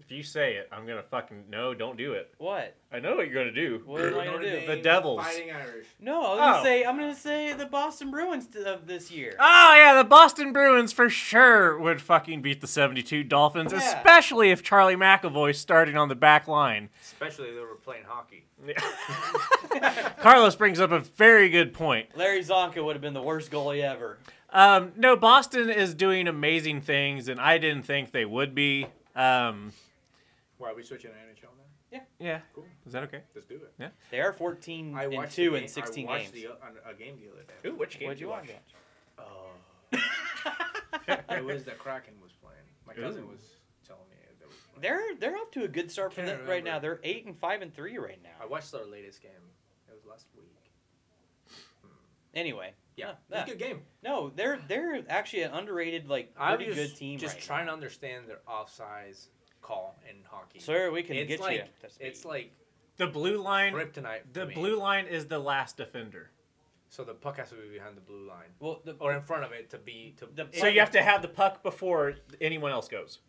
S2: If you say it, I'm gonna fucking no. Don't do it.
S1: What?
S2: I know what you're gonna do.
S1: What am I gonna do?
S2: The Devils.
S3: Fighting Irish.
S1: No, I was gonna
S2: Oh.
S1: say I'm gonna say the Boston Bruins t- of this year.
S2: Oh yeah, the Boston Bruins for sure would fucking beat the 72 Dolphins,
S1: Yeah.
S2: especially if Charlie McAvoy starting on the back line.
S3: Especially they were playing hockey.
S2: Carlos brings up a very good point.
S1: Larry Zonka would have been the worst goalie ever.
S2: Um, no, Boston is doing amazing things, and I didn't think they would be. Um,
S3: Why are we switching to NHL now?
S2: yeah,
S3: Cool.
S2: is that okay?
S3: Let's do it.
S1: They are 14
S3: I
S1: and
S3: watched
S1: two
S3: the
S1: in
S3: game-
S1: 16
S3: I
S1: games.
S3: watched The, uh, a game the other day.
S2: Ooh, which
S1: What'd you watch?
S3: it was the Kraken was playing. My cousin Oh. was telling me that was playing.
S1: They're they're up to a good start for
S3: Can't
S1: them right
S3: remember.
S1: now. They're eight and five and three right
S3: I
S1: now.
S3: watched their latest game. It was last week.
S1: Anyway,
S3: Yeah,
S1: Huh,
S3: it was a
S1: yeah.
S3: good game.
S1: no, they're they're actually an underrated like
S3: I'm
S1: pretty
S3: just-
S1: good team
S3: Just
S1: right
S3: trying
S1: now.
S3: to understand their offsides call in hockey.
S1: Sir, we can
S3: it's
S1: get
S3: like
S1: you. up to speed.
S3: it's like
S2: The blue line.
S3: kryptonite. for
S2: The
S3: me.
S2: blue line is the last defender.
S3: So the puck has to be behind the blue line
S1: well, the,
S3: or in front of it to be to.
S1: The-
S2: So you have to have the puck before anyone else goes.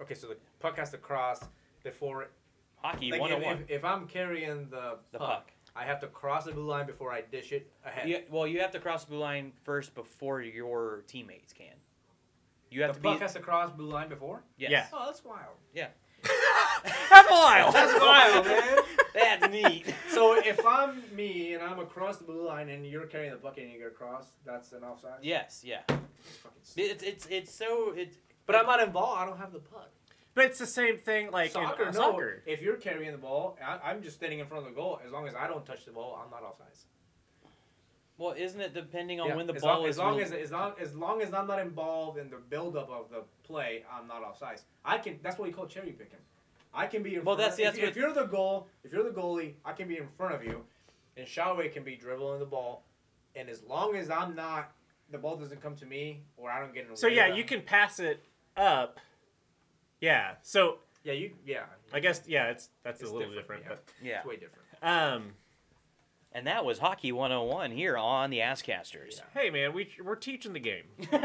S3: okay, so the puck has to cross before.
S1: hockey
S3: Like
S1: one
S3: if,
S1: on one.
S3: if, if I'm carrying the
S1: The
S3: puck,
S1: puck.
S3: I have to cross the blue line before I dish it ahead.
S1: You- well, you have to cross the blue line first before your teammates can. You have
S3: the
S1: to
S3: puck
S1: be
S3: has to cross blue line before.
S1: yes.
S2: Yeah.
S3: Oh, that's wild.
S2: That's wild.
S3: That's wild, man.
S1: That's neat.
S3: So if I'm me and I'm across the blue line and you're carrying the puck and you get across, that's an offside.
S1: yes, yeah.
S3: It's fucking stupid.
S1: It's it's it's so it's
S3: But I'm not involved. I don't have the puck.
S2: But it's the same thing like
S3: soccer,
S2: in
S3: no.
S2: soccer.
S3: If you're carrying the ball, I, I'm just standing in front of the goal. As long as I don't touch the ball, I'm not offsides.
S1: well, isn't it depending on
S3: Yeah,
S1: when the
S3: as
S1: ball
S3: long,
S1: is
S3: as long
S1: rel-
S3: as as long, as long as I'm not involved in the buildup of the play, I'm not offsides. I can. That's what we call cherry picking. I can be in
S1: Well,
S3: front.
S1: that's-
S3: if,
S1: that's
S3: you-
S1: what-
S3: if you're the goal, if you're the goalie, I can be in front of you, and Shawway can be dribbling the ball, and as long as I'm not, the ball doesn't come to me or I don't get in. the
S2: So
S3: way of
S2: yeah,
S3: them-
S2: you can pass it up. Yeah. So
S3: Yeah, you. Yeah,
S2: I guess yeah, it's that's
S3: It's
S2: a little different,
S3: different,
S1: yeah.
S3: it's way different.
S2: but um,
S1: And that was hockey 101 here on the Asscasters.
S2: hey man, we we're teaching the game.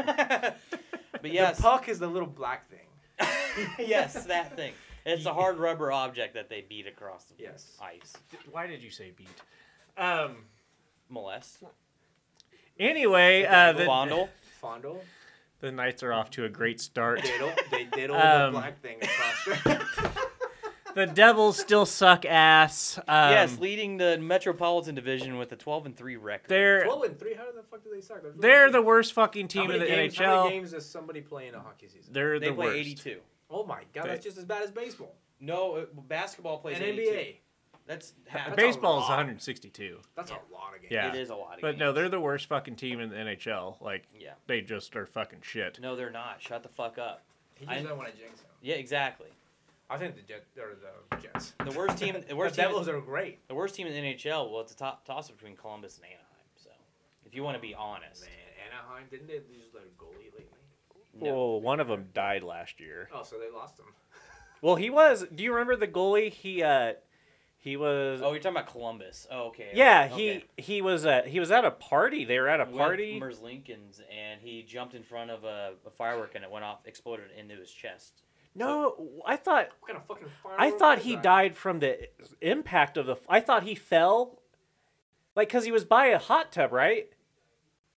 S1: But yes,
S3: The puck is the little black thing.
S1: yes, that thing. It's a hard rubber object that they beat across the
S3: Yes.
S1: ice.
S2: Why did you say beat? Um.
S1: Molest.
S2: Anyway, uh, the
S1: Fondle.
S3: Fondle.
S2: the Knights are off to a great start.
S3: diddle, they diddle
S2: Um,
S3: the black thing across.
S2: the Devils still suck ass. Um,
S1: yes, leading the Metropolitan Division with a 12 and 3 record.
S2: they're
S3: Twelve and three. How the fuck do they suck?
S2: they're the worst fucking
S3: how
S2: team in
S3: many
S2: the
S3: games,
S2: NHL.
S3: How many games does somebody play in a hockey season?
S2: They're
S1: they
S2: the
S1: play
S2: worst.
S1: 82.
S3: Oh my god,
S2: They-
S3: that's just as bad as baseball
S1: No,
S3: uh,
S1: it, basketball plays
S3: and
S1: 82.
S3: NBA.
S1: That's half.
S3: a
S2: Baseball is
S3: lot.
S2: 162.
S3: That's a lot of games.
S2: Yeah.
S1: It is a lot of
S2: But
S1: games.
S2: no, they're the worst fucking team in the NHL. Like,
S1: Yeah.
S2: they just are fucking shit.
S1: No, they're not. Shut the fuck up.
S3: He
S1: I-
S3: just doesn't want to jinx him.
S1: Yeah, exactly.
S3: I think the Jets or the Jets.
S1: The worst team. The worst
S3: the
S1: team.
S3: Devils are great.
S1: The worst team in the NHL. Well, it's a top toss up between Columbus and Anaheim. So, if you want to be
S2: Oh,
S1: honest,
S3: Man, Anaheim didn't they lose their goalie lately?
S1: no.
S2: Well, one of them died last year.
S3: Oh, so they lost him.
S2: Well, he was. Do you remember the goalie? He uh, he was.
S1: Oh, you're talking about Columbus. Oh, okay.
S2: yeah, he
S1: okay.
S2: he was. Uh, he was at a party. They were at a
S1: Went
S2: party.
S1: Mers Lincoln's, and he jumped in front of a, a firework, and it went off, exploded into his chest.
S2: no, I thought
S3: What kind of fucking fire?
S2: I thought he died from the impact of the. I thought he fell, like because he was by a hot tub, right?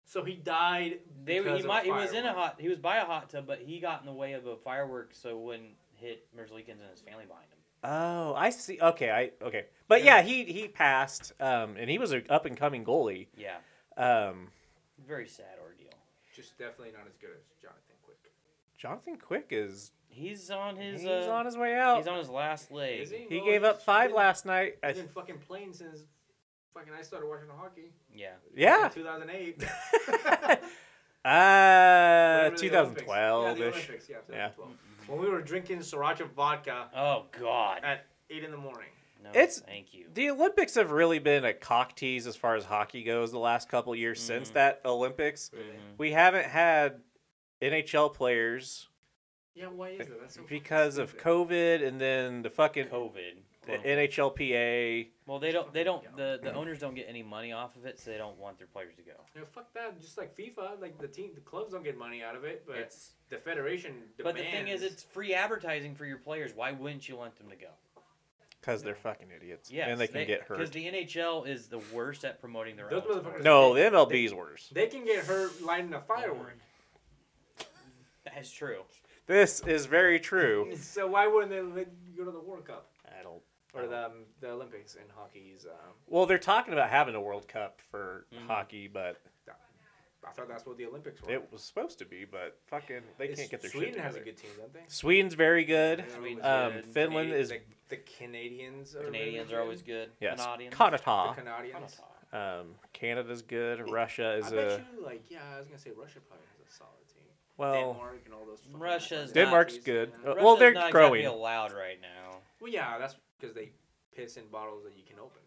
S3: So he died.
S1: They
S3: because
S1: he
S3: of
S1: might he was in a
S3: firework.
S1: hot he was by a hot tub, but he got in the way of a firework, so it wouldn't hit Mers Lincoln's and his family behind him.
S2: Oh, I see. Okay, I okay, but yeah, he he passed, um, and he was an up and coming goalie.
S1: Yeah,
S2: Um,
S1: very sad ordeal.
S3: Just definitely not as good as Jonathan Quick.
S2: Jonathan Quick is
S1: He's on his
S2: he's
S1: uh,
S2: on his way out.
S1: he's on his last leg.
S3: Is he?
S2: he
S3: Well,
S2: gave
S3: he's
S2: up five
S3: been-
S2: last night. I,
S3: I've been fucking playing since fucking I started watching hockey.
S2: Uh,
S1: Yeah.
S2: yeah,
S3: In 2008.
S2: Uh,
S7: Whenever the
S2: 2012
S7: Olympics-
S2: ish.
S7: Yeah, the
S2: Yeah.
S7: Olympics, yeah, 2012. When we were drinking sriracha vodka
S1: Oh God.
S7: at eight in the morning.
S1: No,
S2: Uh, It's-
S1: thank you.
S2: The Olympics have really been a cock tease as far as hockey goes the last couple years since
S7: Mm-hmm.
S2: that Olympics. We haven't had NHL players
S7: Yeah, why is that? That's so
S2: because of COVID and then the fucking
S1: COVID.
S2: the NHLPA.
S1: Well, they don't. They don't. The, the owners don't get any money off of it, so they don't want their players to go.
S7: No, fuck that. Just like FIFA, like the team, the clubs don't get money out of it, but
S1: It's.
S7: the federation.
S1: But the thing is, it's
S7: demands-
S1: free advertising for your players. Why wouldn't you want them to go?
S2: Because they're fucking idiots.
S1: Yeah,
S2: and they can get
S1: Because
S2: hurt.
S1: the NHL is the worst at promoting their
S7: Those
S1: own.
S7: motherfuckers-
S1: sport.
S2: no, the MLB's worse.
S7: they can get hurt lighting a firework.
S1: That is true.
S2: This is very true.
S7: So why wouldn't they let you go to the World Cup
S2: I don't.
S7: or
S2: Oh.
S7: the um, the Olympics in hockey's? Um,
S2: Well, they're talking about having a World Cup for
S7: Mm-hmm.
S2: hockey, but
S7: I thought that's what the Olympics were.
S2: it was supposed to be. But fucking, they
S7: It's-
S2: can't get their
S7: Sweden
S2: shit
S7: has a
S2: together.
S7: good team, don't they?
S2: Sweden's very good.
S1: Sweden's
S2: Um,
S1: good.
S2: Finland
S7: Canadi-
S2: is
S7: the, the Canadians. Are
S1: Canadians
S7: really
S1: are always good.
S2: yes.
S1: Canadians.
S7: good. The
S2: Canada.
S7: Canadians.
S2: Um, Canada's good. Russia
S7: I
S2: is Oh.
S7: bet
S2: a
S7: you, like, yeah, I was gonna say Russia probably has a solid team.
S2: well.
S7: Denmark and all those. fucking
S1: Russia's
S7: countries,
S2: Denmark's
S7: yeah.
S2: good. Uh,
S1: Russia's
S2: well, they're
S1: not exactly
S2: growing.
S1: allowed right now.
S7: Well, yeah, that's because they piss in bottles that you can open.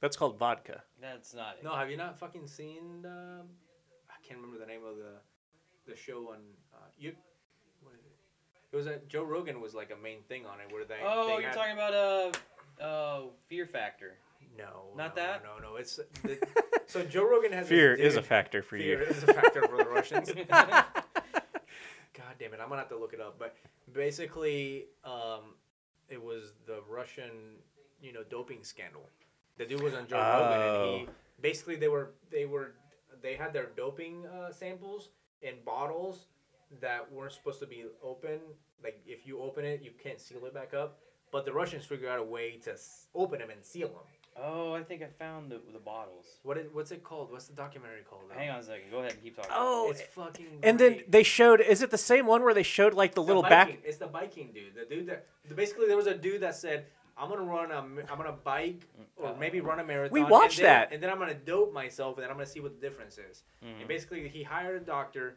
S2: That's called vodka.
S1: That's not it.
S7: No, have you not fucking seen? Um, I can't remember the name of the the show on uh, you. What is it? It was that Joe Rogan was like a main thing on it where they.
S1: Oh,
S7: they
S1: you're
S7: had-
S1: talking about uh, oh, Fear Factor.
S7: No,
S1: Not
S7: no,
S1: that?
S7: No, no, it's. The, so Joe Rogan has. this
S2: Fear
S7: dude-
S2: is a factor for
S7: Fear
S2: you.
S7: is a factor for the Russians. God damn it! I'm gonna have to look it up. But basically, um, it was the Russian, you know, doping scandal. The dude was on Joe
S2: Oh.
S7: Rogan, and he basically they were they were they had their doping uh, samples in bottles that weren't supposed to be open. Like if you open it, you can't seal it back up. But the Russians figured out a way to s- open them and seal them.
S1: Oh, I think I found the, the bottles.
S7: What is, what's it called? What's the documentary called? though?
S1: Hang on a second. Go ahead and keep talking.
S2: Oh,
S7: it's fucking.
S2: and then
S7: great.
S2: they showed. Is it the same one where they showed like the
S7: The
S2: little
S7: Viking-
S2: back?
S7: It's the biking dude. The dude that the- basically there was a dude that said, "I'm gonna run a, m- I'm gonna bike or maybe run a marathon." and
S2: watched
S7: then-
S2: that.
S7: and then I'm gonna dope myself, and then I'm gonna see what the difference is. And
S1: Mm-hmm.
S7: basically, he hired a doctor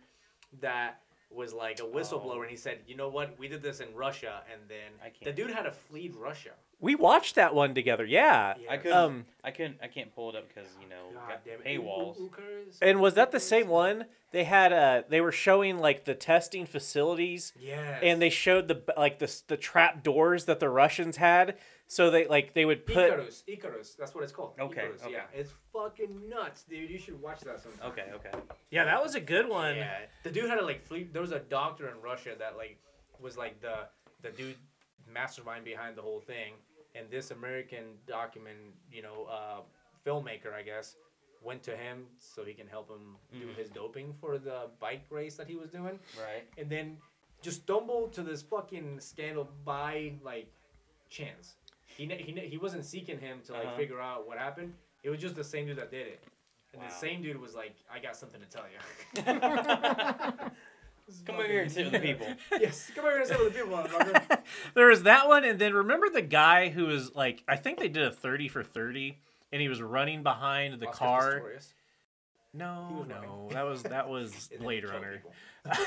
S7: that was like a whistleblower, and he said, "You know what? We did this in Russia, and then
S1: I can't.
S7: the dude had to flee Russia."
S2: We watched that one together. Yeah.
S1: I couldn't.
S2: Um,
S1: I couldn't. I can't pull it up because you know
S7: God
S1: got
S7: damn it.
S1: paywalls.
S7: Ukurs?
S2: And was that the same one? They had uh they were showing like the testing facilities
S7: Yes.
S2: and they showed the like the s- the trap doors that the Russians had so they like they would put
S7: Icarus, Icarus, that's what it's called.
S1: Okay,
S7: Icarus,
S1: okay.
S7: yeah, it's fucking nuts, dude. You should watch that sometime.
S1: Okay. Okay.
S2: Yeah, that was a good one.
S7: Yeah, the dude had to like flee. There was a doctor in Russia that like was like the the dude mastermind behind the whole thing, and this American document, you know, uh, filmmaker, I guess, went to him so he can help him do
S1: Mm-hmm.
S7: his doping for the bike race that he was doing,
S1: Right.
S7: and then just stumbled to this fucking scandal by like chance. He ne- he ne- he wasn't seeking him to like
S1: Uh-huh.
S7: figure out what happened. It was just the same dude that did it. And
S1: Wow.
S7: the same dude was like, "I got something to tell you."
S1: Come over here and sit with the people.
S7: Yes, come over here and sit with the people, motherfucker.
S2: There was that one and then remember the guy who was like I think they did a 30 for 30 and he was running behind the
S7: Oscar
S2: car.
S7: Pistorius. He
S2: No,
S7: was
S2: no.
S7: running.
S2: That was that was
S7: And then
S2: Blade
S7: kill
S2: Runner.
S7: people.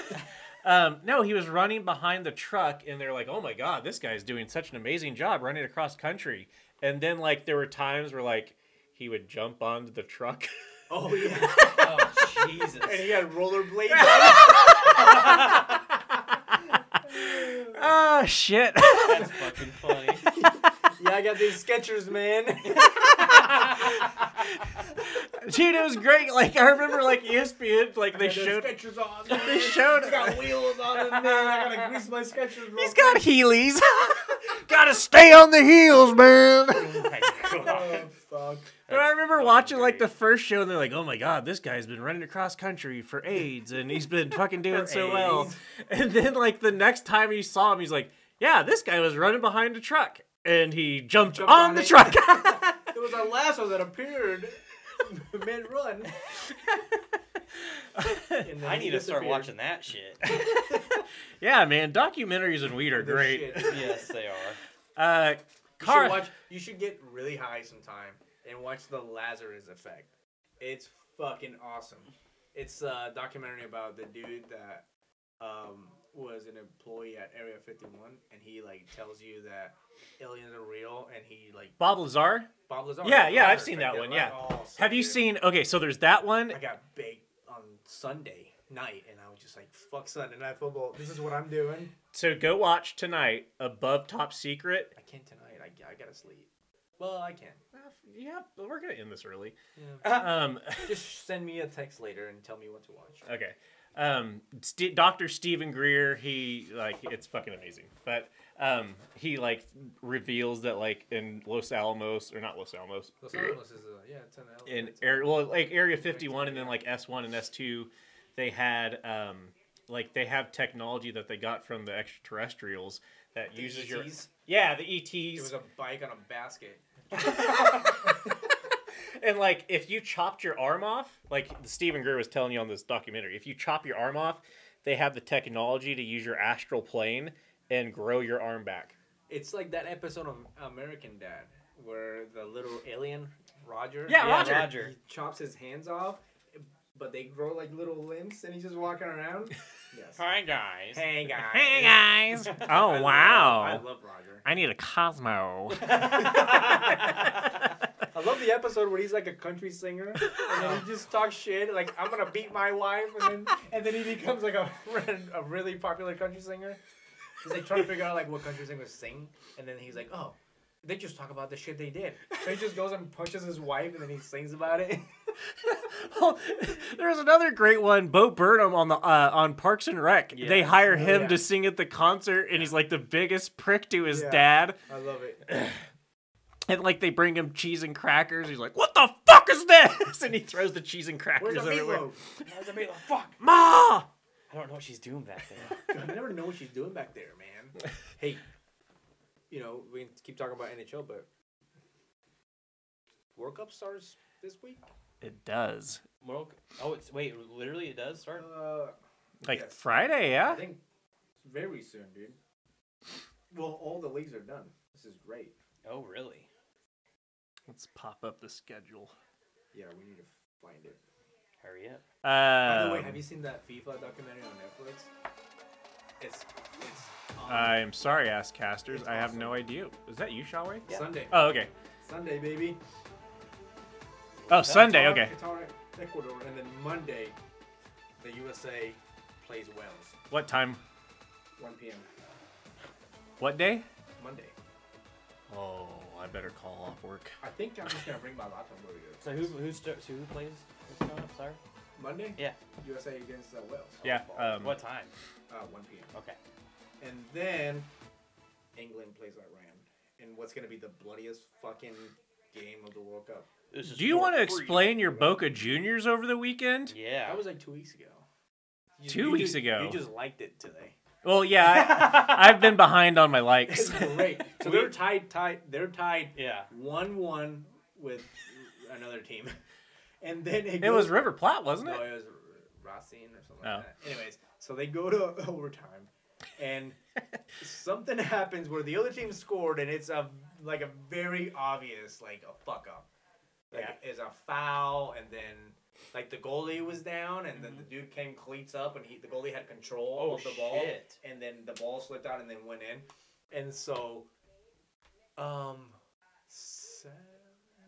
S2: Um, no, he was running behind the truck, and they're like, "Oh my god, this guy's doing such an amazing job running across country." And then like there were times where like he would jump onto the truck.
S7: Oh yeah,
S1: Oh Jesus.
S7: and he had rollerblades. on.
S2: oh shit!
S1: That's fucking funny.
S7: yeah, I got these Skechers, man.
S2: Dude, it was great. Like I remember like E ESPN, like they showed
S7: Skechers on. man.
S2: they showed.
S7: I got wheels on them, man. I gotta grease my Skechers. real
S2: He's
S7: quick.
S2: got Heelys. Gotta stay on the heels, man.
S7: Oh, fuck.
S2: But I remember
S1: fucking
S2: watching like the
S1: great.
S2: first show, and they're like, "Oh my god, this guy's been running across country for AIDS, and he's been fucking doing so well." And then like the next time you saw him, he's like, "Yeah, this guy was running behind a truck, and he jumped,
S7: Jumped
S2: on,
S7: on
S2: the
S7: it."
S2: truck."
S7: There was a lasso that appeared mid-run. And then
S1: I
S7: he
S1: need to start
S7: disappeared.
S1: watching that shit.
S2: yeah, man, documentaries and weed are
S7: This
S2: great.
S7: shit.
S1: yes, they are.
S2: Uh,
S7: You
S2: Car-
S7: should watch. You should get really high sometime and watch the Lazarus Effect. It's fucking awesome. It's a documentary about the dude that um, was an employee at Area 51, and he like tells you that aliens are real, and he like
S2: Bob Lazar?
S7: Bob Lazar.
S2: Yeah, yeah, I've
S7: perfect.
S2: seen that
S7: They're
S2: one.
S7: like
S2: Yeah.
S7: all
S2: Have you
S7: sick, dude.
S2: seen? Okay, so there's that one.
S7: I got baked on Sunday night, and I was just like, "Fuck Sunday night football. This is what I'm doing."
S2: So go watch tonight. Above Top Secret.
S7: I can't tonight. I, I gotta sleep. Well, I can.
S2: Yeah, but we're gonna end this early.
S7: Yeah.
S2: Um,
S7: Just send me a text later and tell me what to watch.
S2: okay. Um, St- Doctor Stephen Greer. He like it's fucking amazing. But um, he like reveals that like in Los Alamos or not Los Alamos
S7: Los Alamos is a yeah, ten hours.
S2: in area well like Area 51 and then like S1 and S2, they had um like they have technology that they got from the extraterrestrials that uses your yeah the E ETs.
S7: E It was a bike on a basket.
S2: And like, if you chopped your arm off, like Stephen Greer was telling you on this documentary, if you chop your arm off, they have the technology to use your astral plane and grow your arm back.
S7: It's like that episode of American Dad where the little alien Roger.
S2: Yeah,
S1: Yeah,
S2: Roger.
S1: Roger.
S7: He chops his hands off, but they grow like little limbs, and he's just walking around. Yes.
S1: Hi guys.
S7: Hey guys.
S2: guys!
S7: I
S2: Oh
S7: love-
S2: wow!
S7: I love Roger.
S2: I need a Cosmo.
S7: I love the episode where he's like a country singer and then he just talks shit like I'm gonna beat my wife and then and then he becomes like a a really popular country singer. He's like trying to figure out like what country singers sing and then he's like, oh, they just talk about the shit they did. So he just goes and punches his wife and then he sings about it.
S2: There's another great one, Bo Burnham on the uh, on Parks and Rec. They
S1: Yes.
S2: hire
S7: Oh,
S2: him
S7: yeah.
S2: to sing at the concert, and he's like the biggest prick to his
S7: Yeah.
S2: dad.
S7: I love it.
S2: And like they bring him cheese and crackers. He's like, "What the fuck is this?" And he throws the cheese and
S7: Where's
S2: crackers
S7: the
S2: everywhere.
S7: meatloaf?
S1: Where's the meatloaf? Fuck.
S2: Ma,
S1: I don't know what she's doing back there.
S7: I never know what she's doing back there, man. Hey, you know we can keep talking about NHL, but World Cup starts this week.
S2: it does.
S1: World. Oh, it's wait. Literally, it does start.
S7: Uh,
S2: Like
S7: Yes.
S2: Friday,
S7: I
S2: yeah.
S7: think very soon, dude. Well, all the leagues are done. This is great.
S1: Oh, really?
S2: Let's pop up the schedule.
S7: Yeah, we need to find it.
S1: Hurry up.
S2: Um,
S7: By the way, have you seen that FIFA documentary on Netflix? It's it's on
S2: Um, I'm sorry, ass casters.
S7: It's
S2: I have
S7: awesome.
S2: no idea. Is that you, Shaway?
S7: Sunday.
S2: Oh, okay.
S7: Sunday, baby.
S2: Oh, Sunday.
S7: Qatar-
S2: Okay.
S7: Qatar, Ecuador, and then Monday, the USA plays Wales.
S2: What time?
S7: 1 p.m.
S2: What day?
S7: Monday.
S2: Oh, I better call off work.
S7: I think I'm just gonna bring my laptop over here.
S1: So who who st- so who plays? What's going on? Sorry.
S7: Monday,
S1: Yeah.
S7: USA against uh, Wales.
S2: Yeah. Um,
S1: what time?
S7: Uh, 1 p.m.
S1: Okay.
S7: And then England plays Iran. And what's going to be the bloodiest fucking game of the World Cup?
S1: This is
S2: Do you
S1: for
S2: want to
S1: free.
S2: explain your Boca Juniors over the weekend?
S1: Yeah.
S7: That was like two weeks ago. You-
S2: Two
S7: you
S2: weeks
S7: just-
S2: ago.
S7: You just liked it today.
S2: Well, yeah, I, I've been behind on my
S7: It's
S2: likes.
S7: great. So they're tied, tied. They're tied.
S1: Yeah.
S7: One one with another team, and then it,
S2: It was
S7: goes-
S2: River Platte, wasn't
S7: No,
S2: it?
S7: it was Racine or something
S2: Oh.
S7: like that. Anyways, so they go to overtime, and something happens where the other team scored, and it's a like a very obvious like a fuck up. Like it's a foul, and then like the goalie was down, and then the dude came cleats up, and he the goalie had control
S1: Mm-hmm. Oh,
S7: of the ball,
S1: shit.
S7: and then the ball slipped out and then went in, and so, um, seven,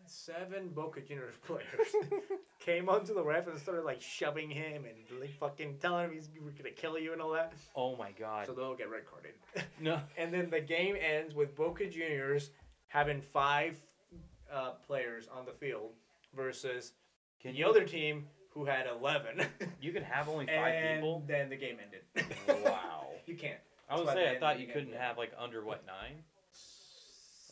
S7: seven Boca Juniors players came onto the ref and started like shoving him and like fucking telling him he's we're gonna kill you and all that.
S1: Oh my god.
S7: So they'll get red carded.
S1: no.
S7: and then the game ends with Boca Juniors having five uh, players on the field versus
S1: Can
S7: the
S1: you-
S7: other team who had eleven.
S1: You can have only five
S7: and
S1: people.
S7: then the game ended.
S1: Wow.
S7: you can't.
S1: I was
S7: That's why
S1: saying
S7: they
S1: I thought
S7: ended
S1: you
S7: the
S1: couldn't
S7: game.
S1: have like under what nine?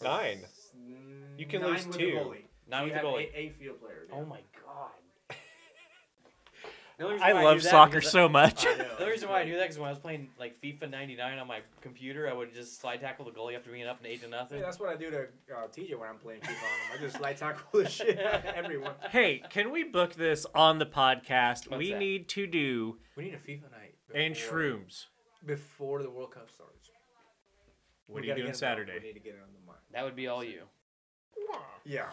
S2: Nine.
S7: Mm,
S2: You can
S7: nine
S2: lose
S7: with
S2: two.
S7: The goalie.
S1: Nine
S7: So
S1: with
S7: you
S1: the
S7: have
S1: goalie.
S7: Eight, eight field players.
S1: Oh my god. The only reason
S2: I
S1: why knew
S2: love
S1: that
S2: soccer
S1: because I-
S2: so much.
S7: I know,
S1: The reason
S7: it's
S1: why I
S7: great.
S1: knew that is when I was playing like FIFA 99 on my computer, I would just slide tackle the goalie after being up and eight to
S7: Hey,
S1: nothing.
S7: that's what I do to uh, TJ when I'm playing FIFA on him. I just light tackle the shit out of everyone.
S2: Hey, can we book this on the podcast?
S1: What's
S2: we
S1: that?
S2: need to do
S7: We need a FIFA night.
S2: and
S7: before-
S2: shrooms.
S7: Before the World Cup starts. We
S2: What are you
S7: gotta
S2: doing
S7: get it on- We
S2: Saturday?
S7: need to get it on the mind.
S1: That would be all you.
S7: Yeah.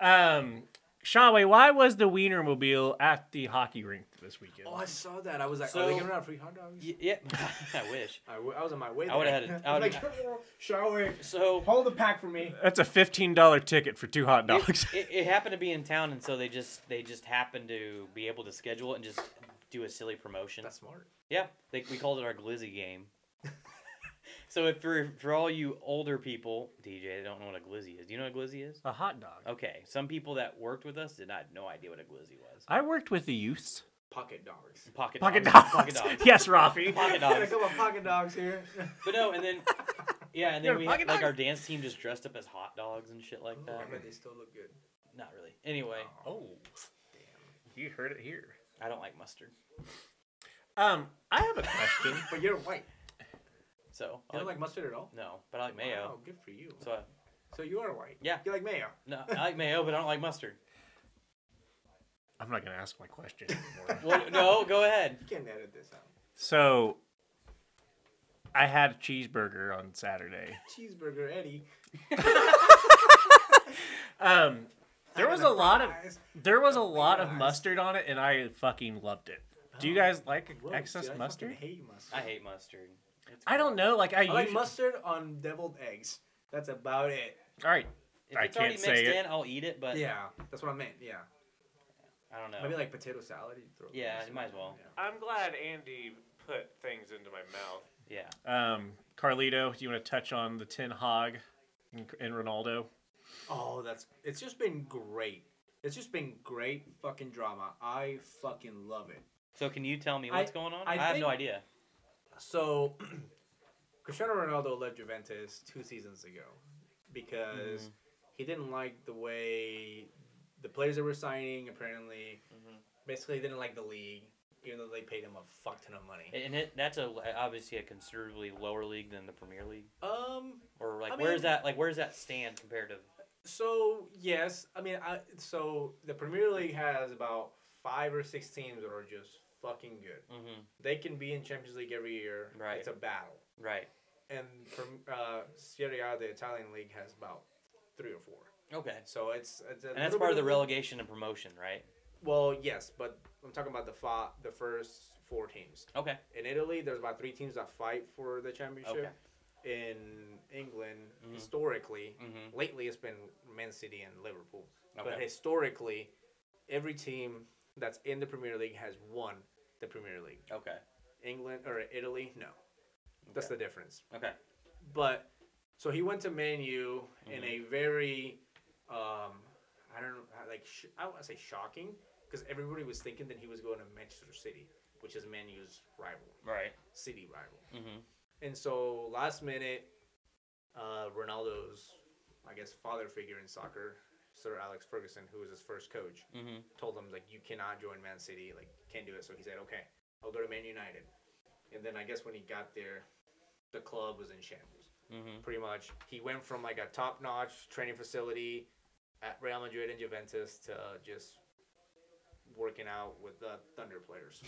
S2: Um, Shaway, why was the Wienermobile at the hockey rink this weekend?
S3: Oh, I saw that. I was like,
S1: So-
S3: are they giving out free hot dogs?
S1: Y- yeah, I wish.
S3: I, w- I was on my way.
S1: I would've
S3: there.
S1: had it. I would've-
S7: Shower.
S1: So
S7: Hold the pack for me.
S2: That's a fifteen dollar ticket for two hot dogs.
S1: it, it, it happened to be in town, and so they just they just happened to be able to schedule it and just do a silly promotion.
S3: That's smart.
S1: Yeah, they, we called it our glizzy game. so if for for all you older people, DJ, they don't know what a glizzy is. Do you know what a glizzy is?
S2: a hot dog.
S1: Okay, some people that worked with us did not have no idea what a glizzy was.
S2: I worked with the youths.
S3: Pocket dogs.
S1: Pocket,
S2: Uh, Pocket
S1: dogs.
S2: dogs.
S1: Pocket dogs.
S2: yes,
S1: Pocket
S2: Rafi.
S3: Got a
S1: dogs.
S3: couple of pocket dogs here.
S1: But no, and then yeah, and then
S2: You're a
S1: we had,
S2: pocket
S1: like
S2: dog?
S1: our dance team just dressed up as hot dogs and shit like that.
S3: but they still look good.
S1: Not really. Anyway,
S2: Oh, damn! You heard it here.
S1: I don't like mustard,
S2: Um, I have a question.
S3: But you're white.
S1: so I
S3: You don't
S1: like,
S3: like mustard at all?
S1: no, but I like
S3: Wow,
S1: mayo.
S3: good for you.
S1: So I,
S3: So you are white.
S1: Yeah.
S3: You like mayo.
S1: no, I like mayo, but I don't like mustard.
S2: I'm not gonna ask my question anymore.
S1: Well, no, go ahead.
S3: You can't edit this out.
S2: so, I had a cheeseburger on Saturday.
S3: Cheeseburger Eddie.
S2: Um, there was a lot of
S3: Guys.
S2: there was a lot of
S3: Fries.
S2: mustard on it, and I fucking loved it. Do you guys like
S3: Gross,
S2: excess
S3: dude, I fucking
S2: mustard?
S3: hate mustard.
S1: I hate mustard. It's
S2: I don't know. Like I,
S3: I like
S2: usually-
S3: mustard on deviled eggs. That's about it.
S2: All right,
S1: If
S2: I
S1: it's already
S2: can't
S1: mixed
S2: say it.
S1: in, I'll eat it, but
S3: Yeah, that's what I meant. Yeah.
S1: I don't know.
S3: Maybe like potato salad. You throw
S1: Yeah,
S3: mustard
S1: you might
S3: on
S1: as well.
S3: it, yeah.
S11: I'm glad Andy put things into my mouth.
S1: yeah.
S2: Um, Carlito, do you want to touch on the Tin Hog and, and Ronaldo?
S3: Oh, that's it's just been great. It's just been great fucking drama. I fucking love it.
S1: So can you tell me
S3: I-
S1: what's going on?
S3: I
S1: I, have no
S3: think-
S1: idea.
S3: So Cristiano Ronaldo left Juventus two seasons ago because he didn't like the way the players that were signing apparently basically didn't like the league, even though they paid him a fuck ton of money.
S1: And it, that's a obviously a considerably lower league than the Premier League,
S3: Um
S1: or like
S3: I
S1: where's
S3: mean-
S1: that like where's that stand compared to?
S3: So yes, I mean, I, so the Premier League has about five or six teams that are just fucking good.
S1: hmm
S3: They can be in Champions League every year.
S1: Right.
S3: It's a battle.
S1: Right.
S3: And from uh, Serie A, the Italian league has about three or four.
S1: Okay.
S3: So it's, it's a
S1: And that's
S3: little
S1: part of
S3: bit
S1: the relegation and promotion, right?
S3: Well, yes, but I'm talking about the fa- the first four teams.
S1: Okay.
S3: In Italy, there's about three teams that fight for the championship. In England,
S1: Mm-hmm.
S3: historically,
S1: Mhm.
S3: lately it's been Man City and Liverpool. But
S1: Okay.
S3: historically, every team that's in the Premier League has won the Premier League.
S1: Okay.
S3: England or Italy, no. That's the difference.
S1: Okay.
S3: But so he went to Man U in a very, um, I don't know, like sh- I want to say shocking because everybody was thinking that he was going to Manchester City, which is Man U's rival,
S1: Right.
S3: city rival.
S1: Mhm.
S3: And so last minute, uh, Ronaldo's, I guess, father figure in soccer, Sir Alex Ferguson, who was his first coach,
S1: Mhm.
S3: told him like you cannot join Man City, like can't do it. So he said, okay, I'll go to Man United. And then I guess when he got there, the club was in shambles
S1: Mhm.
S3: pretty much. He went from like a top notch training facility at Real Madrid and Juventus to just working out with the Thunder players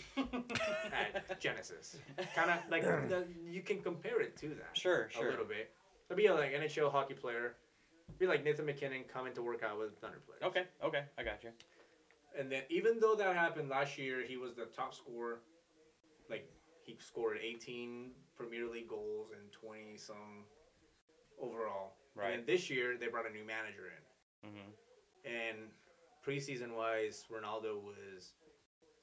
S3: at Genesis. Kind of like the, you can compare it to that.
S1: Sure, sure.
S3: A little bit. It'd be like an NHL hockey player. Be like Nathan McKinnon coming to work out with Thunder players.
S1: Okay. Okay. I got you.
S3: And then even though that happened last year, he was the top scorer. Like he scored 18 Premier League goals and 20 some overall.
S1: Right.
S3: And then this year they brought a new manager in.
S1: Mhm.
S3: And preseason wise, Ronaldo was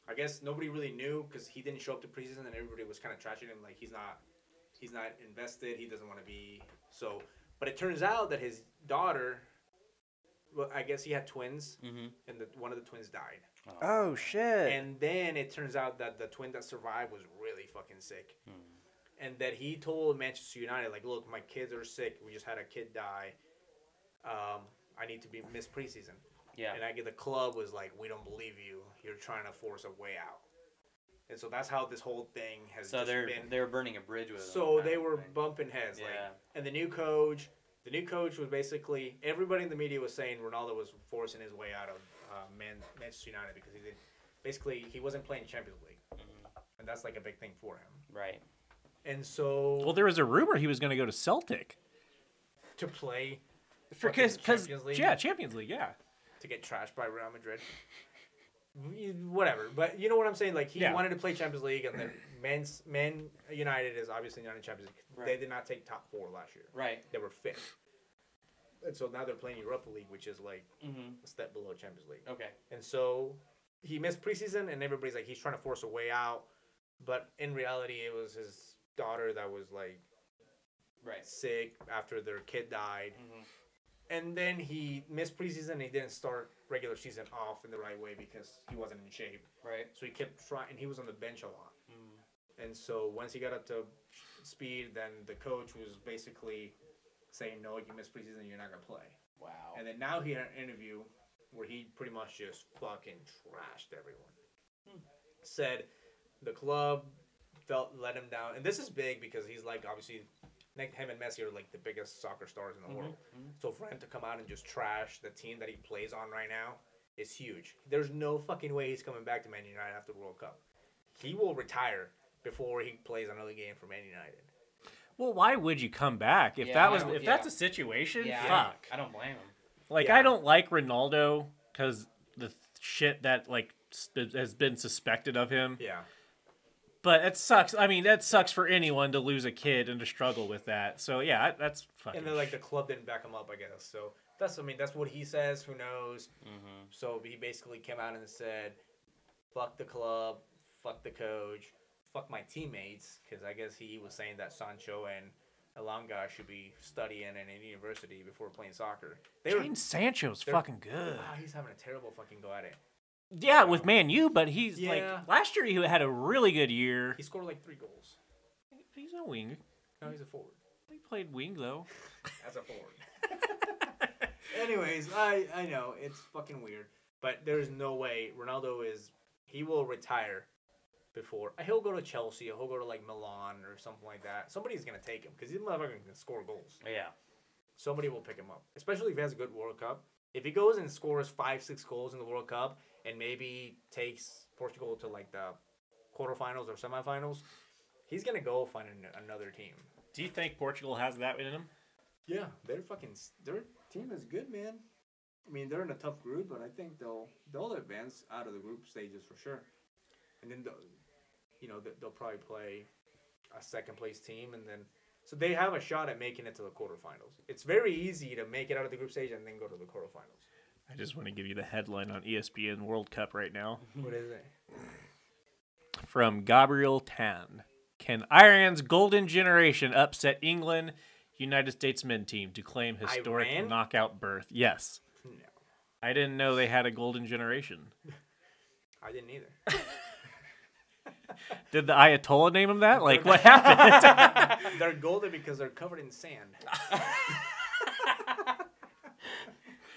S3: I guess nobody really knew cuz he didn't show up to preseason and everybody was kind of trashing him like he's not he's not invested, he doesn't want to be. So, but it turns out that his daughter well, I guess he had twins,
S1: Mhm.
S3: and the, one of the twins died.
S2: Oh shit!
S3: And then it turns out that the twin that survived was really fucking sick. And that he told Manchester United, like, look, my kids are sick. We just had a kid die. Um, I need to be miss preseason.
S1: Yeah.
S3: And I get the club was like, we don't believe you. You're trying to force a way out. And so that's how this whole thing has
S1: So
S3: just
S1: they're
S3: been.
S1: they're burning a bridge with. them,
S3: so
S1: kind
S3: they
S1: of
S3: were
S1: thing.
S3: bumping heads. Like,
S1: Yeah.
S3: and the new coach, the new coach was basically everybody in the media was saying Ronaldo was forcing his way out of uh, Man- Manchester United because he did basically he wasn't playing Champions League,
S1: Mm-hmm.
S3: and that's like a big thing for him.
S1: right.
S3: And so
S2: Well, there was a rumor he was going to go to Celtic
S3: to play
S2: for
S3: Fucking
S2: because
S3: Champions League.
S2: yeah, Champions League, yeah.
S3: to get trashed by Real Madrid. You- Whatever, but you know what I'm saying. Like he
S7: Yeah.
S3: wanted to play Champions League, and then Man's Man United is obviously not in Champions League. They
S7: Right.
S3: did not take top four last year.
S1: Right.
S3: They were fifth, and so now they're playing Europa League, which is like
S1: Mhm.
S3: a step below Champions League.
S1: Okay.
S3: And so he missed preseason, and everybody's like, he's trying to force a way out. But in reality, it was his daughter that was like
S1: right.
S3: sick after their kid died. And then he missed preseason. And he didn't start regular season off in the right way because he wasn't in shape.
S1: Right.
S3: So he kept trying, and he was on the bench a lot. And so once he got up to speed, then the coach was basically saying, "No, you missed preseason. You're not gonna play."
S1: Wow.
S3: And then now he had an interview where he pretty much just fucking trashed everyone. Said the club felt let him down, and this is big because he's like obviously, Nick, him and Messi are like the biggest soccer stars in the
S7: Mhm.
S3: world.
S7: Mhm.
S3: So for him to come out and just trash the team that he plays on right now is huge. There's no fucking way he's coming back to Man United after the World Cup. He will retire before he plays another game for Man United.
S2: Well, why would you come back if that was if that's a situation? Fuck.
S1: I don't blame him.
S2: Like I don't like Ronaldo because the th- shit that like sp- has been suspected of him.
S3: Yeah.
S2: But it sucks. I mean, that sucks for anyone to lose a kid and to struggle with that. So yeah, I- that's fucking.
S3: and then like the club didn't back him up, I guess. So that's I mean that's what he says. Who knows? So he basically came out and said, "Fuck the club, fuck the coach, fuck my teammates," because I guess he was saying that Sancho and Elanga should be studying in a university before playing soccer.
S2: Jadon Sancho's
S3: they're-
S2: fucking good.
S3: Ah, he's having a terrible fucking go at it.
S2: yeah, with Man U, but he's
S3: Yeah.
S2: like last year he had a really good year.
S3: He scored like three goals.
S2: He's a wing.
S3: No, he's a forward.
S2: He played wing though.
S3: as a forward. Anyways, I I know it's fucking weird, but there's no way Ronaldo is he will retire before he'll go to Chelsea, or he'll go to like Milan or something like that. Somebody's gonna take him because he's motherfucker can score goals.
S1: Yeah.
S3: Somebody will pick him up, especially if he has a good World Cup. If he goes and scores five, six goals in the World Cup and maybe takes Portugal to like the quarterfinals or semifinals, he's gonna go find an, another team.
S2: Do you think Portugal has that in him?
S3: Yeah, they're fucking s- their team is good, man. I mean, they're in a tough group, but I think they'll they'll advance out of the group stages for sure. And then they'll, you know, they- they'll probably play a second place team, and then so they have a shot at making it to the quarterfinals. It's very easy to make it out of the group stage and then go to the quarterfinals.
S2: I just want to give you the headline on E ESPN World Cup right now.
S3: What is it?
S2: from Gabriel Tan. Can Iran's golden generation upset England, United States men team to claim historic
S3: Iran?
S2: knockout berth? Yes.
S3: No,
S2: I didn't know they had a golden generation.
S3: I didn't either.
S2: Did the Ayatollah name them that? Like, what happened?
S3: they're golden because they're covered in sand.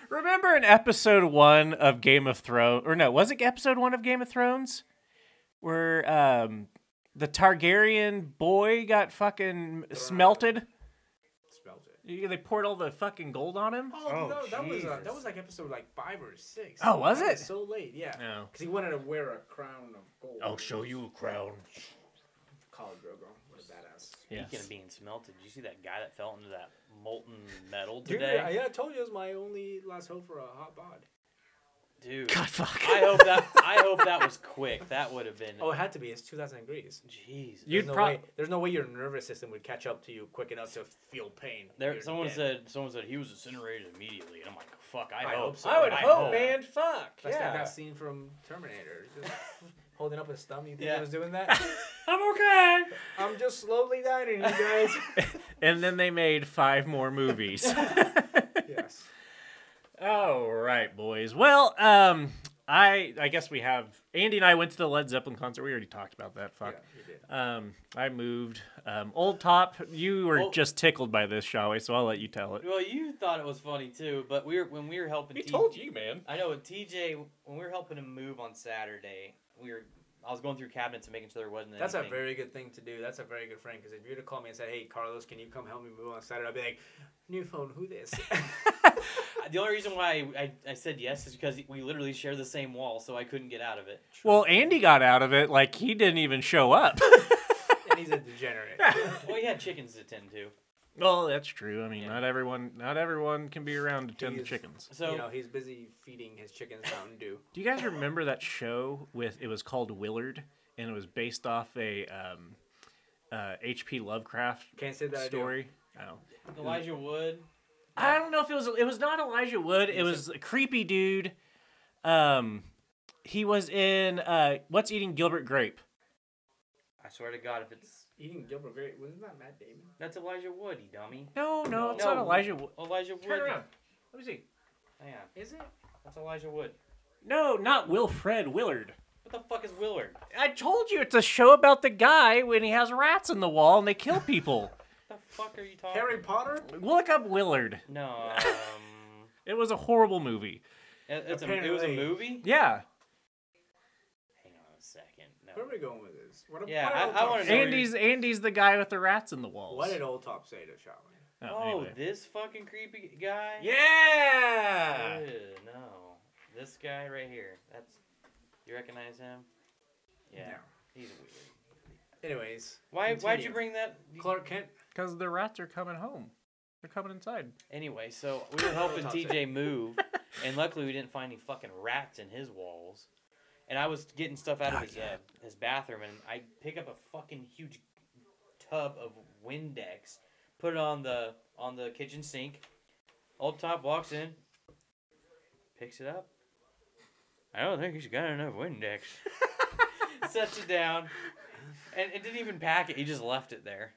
S2: Remember in episode one of Game of Thrones, or no, was it episode one of Game of Thrones, where um, the Targaryen boy got fucking smelted?
S3: Spells it.
S2: Yeah, They poured all the fucking gold on him.
S3: Oh, no, that was uh, that was like episode like five or six.
S2: Oh, was
S3: That
S2: it?
S3: so late? Yeah.
S2: No.
S3: Because he wanted to wear a crown of gold.
S2: you a crown.
S3: Khal Drogo. What a badass.
S2: Yes.
S1: Speaking of being smelted, did you see that guy that fell into that molten metal
S3: Dude,
S1: today?
S3: I, yeah, I told you it was my only last hope for a hot bod.
S1: Dude.
S2: God, fuck.
S1: I hope that I hope that was quick. That would have been
S3: Oh, it had to be. It's 2,000 degrees.
S1: jeez.
S2: You'd
S3: no
S2: prob-
S3: way, there's no way your nervous system would catch up to you quick enough to feel pain.
S1: There,
S3: You're
S1: someone
S3: dead.
S1: said someone said he was incinerated immediately, and I'm like, fuck. I,
S3: I
S1: hope,
S3: hope so.
S2: I would
S3: I
S2: hope,
S3: hope.
S2: man. Fuck.
S3: That's like
S2: yeah.
S3: that scene from Terminator. Just holding up his thumb. You think
S1: Yeah.
S3: he was doing that?
S2: I'm okay.
S3: I'm just slowly dying, you guys.
S2: And then they made five more movies.
S3: yes.
S2: All right, boys. Well, um, I I guess we have Andy and I went to the Led Zeppelin concert. We already talked about that. Fuck.
S3: Yeah, you did.
S2: Um, I moved. Um, old top, you were
S1: Well-
S2: just tickled by this, shall we? So I'll let you tell it.
S1: Well, you thought it was funny too, but we were when we were helping. T-
S2: you, man.
S1: I know with TJ when we were helping him move on Saturday, we were. I was going through cabinets and making sure there wasn't
S3: That's a
S1: anything.
S3: very good thing to do. That's a very good friend. Because if you were to call me and said, "Hey, Carlos, can you come help me move on Saturday?" I'd be like, "New phone, who this?"
S1: The only reason why I, I, I said yes is because we literally share the same wall, so I couldn't get out of it.
S2: Well, Andy got out of it like he didn't even show up.
S3: and he's a degenerate.
S1: Well, he had chickens to tend to.
S2: Well, that's true. I mean, not everyone not everyone can be around to tend the
S3: He's-
S2: chickens.
S3: you know, he's busy feeding his chickens Mountain Dew.
S2: Do you guys remember that show with it was called Willard and it was based off a um, uh, H.P. Lovecraft
S3: Can't say that I do.
S2: story? Oh. I don't.
S1: Elijah Wood.
S2: I don't know if it was it was not Elijah Wood. It was a creepy dude. Um, he was in uh, What's Eating Gilbert Grape.
S1: I swear to God, if it's
S3: eating Gilbert Grape, wasn't that Matt Damon?
S1: That's Elijah Wood, you dummy.
S2: No, no, it's not Elijah Wood.
S1: Elijah Wood.
S2: Turn around. Let me see.
S1: Hang on. Is it? That's Elijah Wood.
S2: No, not Wilfred Willard.
S1: What the fuck is Willard?
S2: I told you it's a show about the guy when he has rats in the wall and they kill people.
S1: What the fuck are you talking?
S3: Harry Potter?
S2: Look up Willard.
S1: No. um,
S2: It was a horrible movie.
S1: It, it's a, it was a
S3: Apparently.
S1: movie.
S2: Yeah.
S1: Hang on a second.
S3: Where
S1: No.
S3: are we going with this? What a,
S1: Yeah,
S3: what
S1: I-
S3: did
S1: I
S3: Old Top
S1: wanna
S3: say?
S1: know-
S2: Andy's Andy's the guy with the rats in the walls.
S3: What did Old Top say to
S2: Oh,
S3: Shaolin?
S1: Oh,
S2: anyway.
S1: this fucking creepy guy.
S2: Yeah.
S1: Ew, no, this guy right here. That's you recognize him? Yeah.
S3: No.
S1: He's weird.
S3: Anyways,
S1: Why? Why'd you
S3: Continue.
S1: bring that?
S3: Clark Kent?
S2: Because the rats are coming home. They're coming inside.
S1: Anyway, so we were helping
S3: Top
S1: TJ move, and luckily we didn't find any fucking rats in his walls. And I was getting stuff out of his uh, his bathroom, and I pick up a fucking huge tub of Windex, put it on the on the kitchen sink. Old Top walks in, picks it up. I don't think he's got enough Windex. Sets it down, and it didn't even pack it. He just left it there.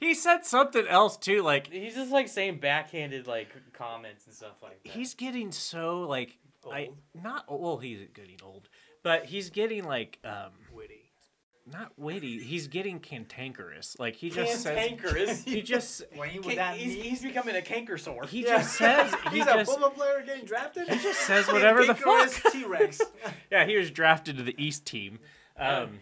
S2: He said something else too, like
S1: He's just like saying backhanded like comments and stuff like that.
S2: he's getting so like I
S3: Old.
S2: not well he's getting old, but he's getting like um
S3: Witty.
S2: not witty. He's getting cantankerous. Like he just says
S1: cantankerous.
S2: he just
S3: Wayne,
S1: Can- he's, he's becoming a canker sore.
S2: he just says he
S3: he's
S2: just
S3: a football player getting drafted? He just
S2: says whatever the fuck.
S3: T Rex.
S2: Yeah, he was drafted to the East team. Um,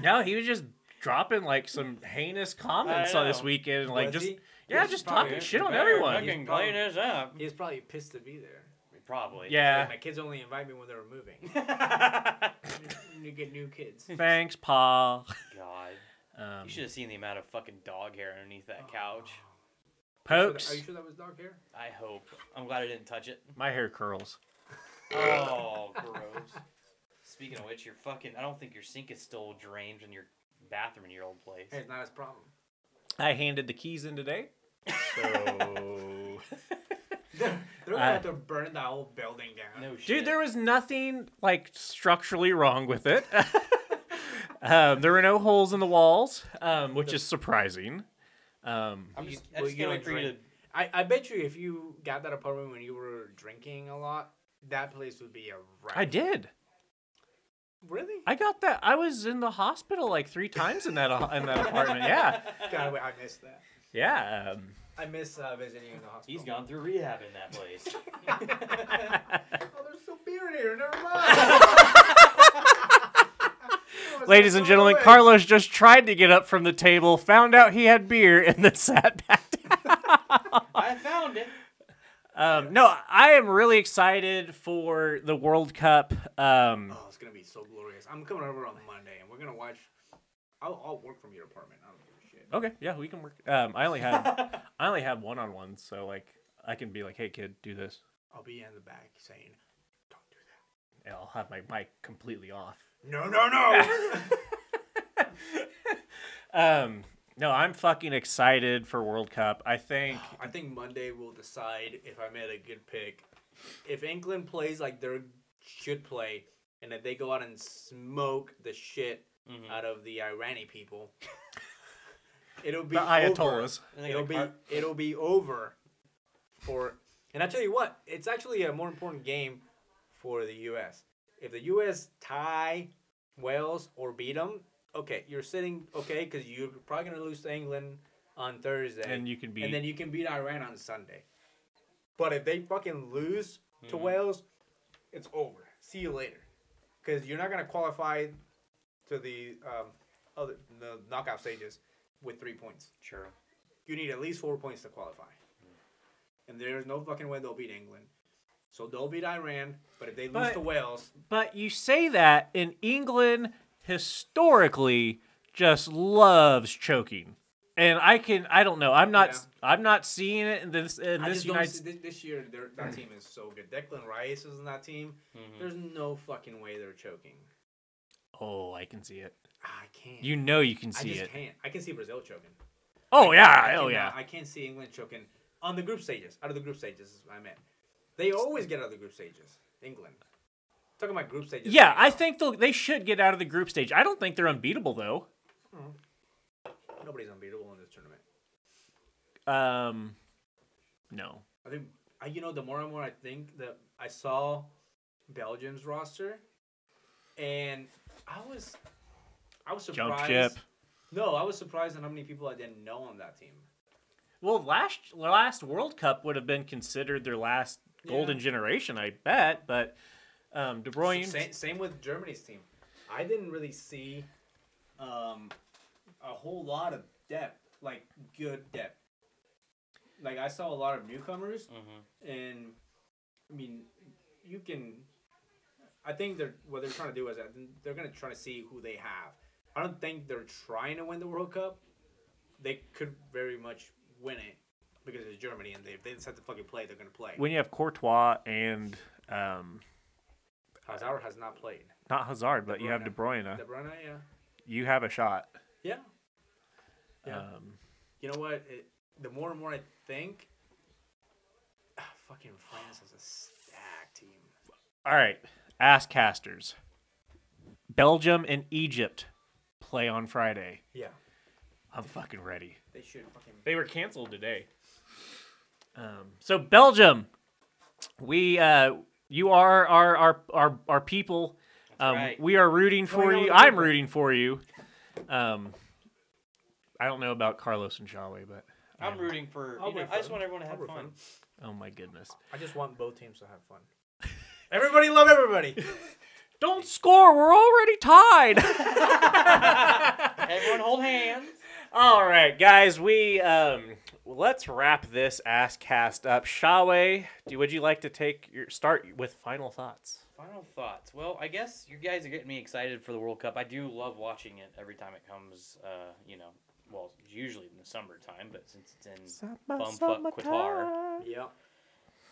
S2: no, he was just dropping like some heinous comments
S1: I
S2: on this
S1: know.
S2: weekend, like
S3: Was
S2: just
S3: he?
S2: yeah,
S3: Was he
S2: just
S3: probably-
S2: talking shit on
S1: Better
S2: everyone.
S1: Fucking
S3: probably-
S1: clean this up.
S3: He was probably pissed to be there.
S1: Probably.
S2: Yeah.
S3: Like, my kids only invite me when they're moving. you get new kids.
S2: Thanks, Paul.
S1: God,
S2: Um,
S1: you should have seen the amount of fucking dog hair underneath that couch.
S2: pokes.
S3: Are you sure that was dog hair?
S1: I hope. I'm glad I didn't touch it.
S2: My hair curls.
S1: Oh, gross. Speaking of which, your fucking. I don't think your sink is still drained in your bathroom in your old place.
S3: Hey, it's not his problem.
S2: I handed the keys in today. So,
S3: They're, they're gonna
S2: Uh,
S3: have to burn that whole building down.
S1: No shit.
S2: dude, there was nothing like structurally wrong with it. um, there were no holes in the walls, um, which is surprising. Um,
S1: I'm
S3: You-
S1: just, I'm
S3: well,
S1: just
S3: you
S1: gonna wait
S3: don't
S1: for you to.
S3: drink. I, I bet you if you got that apartment when you were drinking a lot, that place would be a wreck.
S2: I did.
S3: Really?
S2: I got that. I was in the hospital like three times in that uh, in that apartment. Yeah,
S3: God, wait, I missed that.
S2: yeah. Um,
S3: I miss uh, visiting you in the hospital.
S1: He's gone through rehab in that place.
S3: Oh, there's still beer in here. Never mind.
S2: ladies and gentlemen, Carlos just tried to get up from the table, found out he had beer, and then sat back down.
S1: I found it.
S2: um, no, I am really excited for the World Cup. Um,
S3: Oh, it's gonna be so glorious. I'm coming over on Monday, and we're gonna watch. I'll, I'll work from your apartment. I don't give a shit.
S2: okay, yeah, we can work. Um, I only have I only have one on one, so like I can be like, hey kid, do this.
S3: I'll be in the back saying, "Don't do that."
S2: And I'll have my mic completely off.
S3: No, no, no.
S2: Um, no, I'm fucking excited for World Cup. I think
S3: I think Monday will decide if I made a good pick. If England plays like they should play, and if they go out and smoke the shit
S2: Mm-hmm.
S3: out of the Irani people, it'll be
S2: the
S3: over.
S2: Ayatollahs.
S1: And they
S3: It'll
S1: got
S3: be
S1: car-
S3: it'll be over for and I tell you what, it's actually a more important game for the US. If the US tie Wales or beat them, okay, you're sitting okay cuz you're probably going to lose to England on Thursday.
S2: And you can beat-
S3: And then you can beat Iran on Sunday. But if they fucking lose to Wales, it's over. See you later. Cuz you're not going to qualify to the um, other the knockout stages with 3 points
S1: Sure.
S3: you need at least four points to qualify. And there's no fucking way they'll beat England. So they'll beat Iran, but if they lose
S2: But-
S3: to Wales,
S2: But you say that in England historically just loves choking. and I can I don't know. I'm not I'm not seeing it in this in
S3: I
S2: this
S3: just don't
S2: United
S3: see- thi- this year, their- that team is so good. Declan Rice is in that team.
S2: Mm-hmm.
S1: Mhm.
S3: There's no fucking way they're choking. Ah,
S2: Oh, I can see it.
S3: I can't.
S2: You know you can
S3: I
S2: see
S3: just
S2: it.
S3: can't. I can see Brazil choking.
S2: Oh
S3: I-
S2: yeah, oh
S3: I cannot-
S2: yeah.
S3: uh, I can't see England choking on the group stages. Out of the group stages is what I meant. They always get out of the group stages. England. Talking about group stages.
S2: Yeah, I think they'll, they should get out of the group stage. I don't think they're unbeatable though.
S3: Nobody's unbeatable in this tournament.
S2: Um, no.
S3: I think I, you know the more and more I think that I saw Belgium's roster, and I was I was
S2: Jump
S3: surprised.
S2: ship.
S3: No, I was surprised at how many people I didn't know on that team.
S2: Well, last last World Cup would have been considered their last golden generation, I bet. But um, De Bruyne,
S3: Same, same with Germany's team. I didn't really see um, a whole lot of depth, like good depth. Like I saw a lot of newcomers, and I mean, you can. I think they're what they're trying to do is that they're gonna try to see who they have. I don't think they're trying to win the World Cup. They could very much win it because it's Germany, and they, if they decide to fucking play, they're gonna play.
S2: when you have Courtois and um,
S3: Hazard has not played.
S2: not Hazard, but you have De Bruyne,
S3: De Bruyne, yeah,
S2: you have a shot.
S3: yeah.
S2: Um,
S3: you know what? It, the more and more I think, ah, fucking France is a stacked team.
S2: all right, ass casters. Belgium and Egypt play on Friday.
S3: Yeah,
S2: I'm fucking ready.
S3: they should fucking.
S2: They were canceled today. Um, so Belgium, we uh, you are our our our, our people. Um,
S1: right.
S2: We are rooting for
S3: Going on
S2: you.
S3: with
S2: I'm
S3: people.
S2: rooting for you. Um, I don't know about Carlos and Shawe, but
S1: I'm rooting for.
S3: I'll
S1: You know,
S3: root
S1: I
S3: for
S1: just
S3: them.
S1: want everyone to
S3: I'll
S1: have
S3: root for
S1: fun.
S3: them.
S2: oh my goodness!
S3: I just want both teams to have fun. Everybody love everybody.
S2: Don't score. We're already tied.
S1: Everyone hold hands.
S2: All right, guys. We um, well, let's wrap this ass cast up. Shawe, do would you like to take your start with final thoughts?
S1: Final thoughts. Well, I guess you guys are getting me excited for the World Cup. I do love watching it every time it comes. Uh, you know, well, usually in the summertime, but since it's in bumfuck Qatar,
S3: yeah.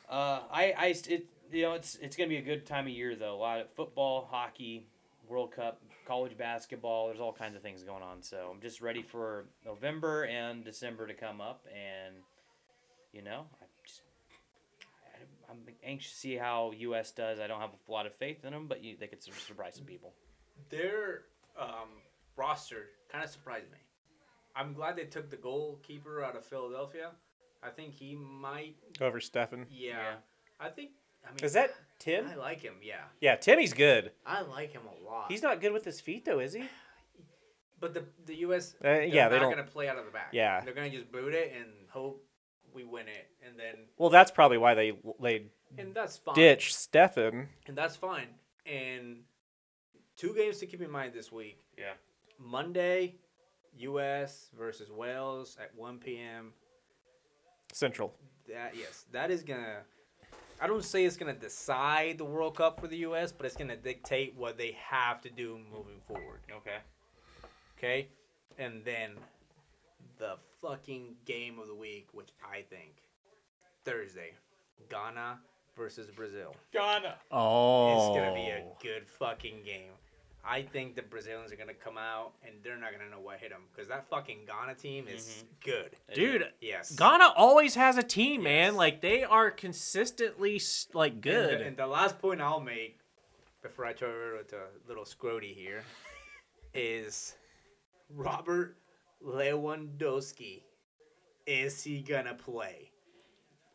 S1: uh, I, I, st- it, you know, it's it's gonna be a good time of year though. A lot of football, hockey, World Cup, college basketball. There's all kinds of things going on. So I'm just ready for November and December to come up, and you know, I just I- I'm anxious to see how U.S. does. I don't have a lot of faith in them, but you, they could sur- surprise some people.
S3: Their um, roster kind of surprised me. I'm glad they took the goalkeeper out of Philadelphia. I think he might.
S2: Over Stefan.
S3: Yeah.
S1: Yeah.
S3: I think. I mean,
S2: Is that Tim?
S3: I like him. Yeah,
S2: Yeah, Timmy's good.
S3: I like him a lot.
S2: He's not good with his feet though, is he?
S3: But the the U.S.
S2: Uh, yeah,
S3: they're
S2: they
S3: not
S2: don't-
S3: gonna play out of the back.
S2: Yeah.
S3: they're gonna just boot it and hope we win it, and then
S2: Well, that's probably why they they
S3: and that's fine.
S2: ditched Stefan.
S3: and that's fine. And two games to keep in mind this week:
S1: Yeah.
S3: Monday, U.S. versus Wales at 1 p.m.
S2: Central.
S3: That yes, that is gonna. I don't say it's gonna decide the World Cup for the U.S., but it's gonna dictate what they have to do moving forward.
S1: Okay.
S3: Okay, and then the fucking game of the week, which I think Thursday, Ghana versus Brazil.
S7: Ghana.
S2: Oh,
S3: It's gonna be a good fucking game. I think the Brazilians are gonna come out and they're not gonna know what hit them because that fucking Ghana team is good.
S2: dude.
S3: Yes.
S2: Ghana always has a team, man. Like they are consistently s- like good.
S3: And the, and the last point I'll make before I turn it over to little Scrody here is Robert Lewandowski. Is he gonna play?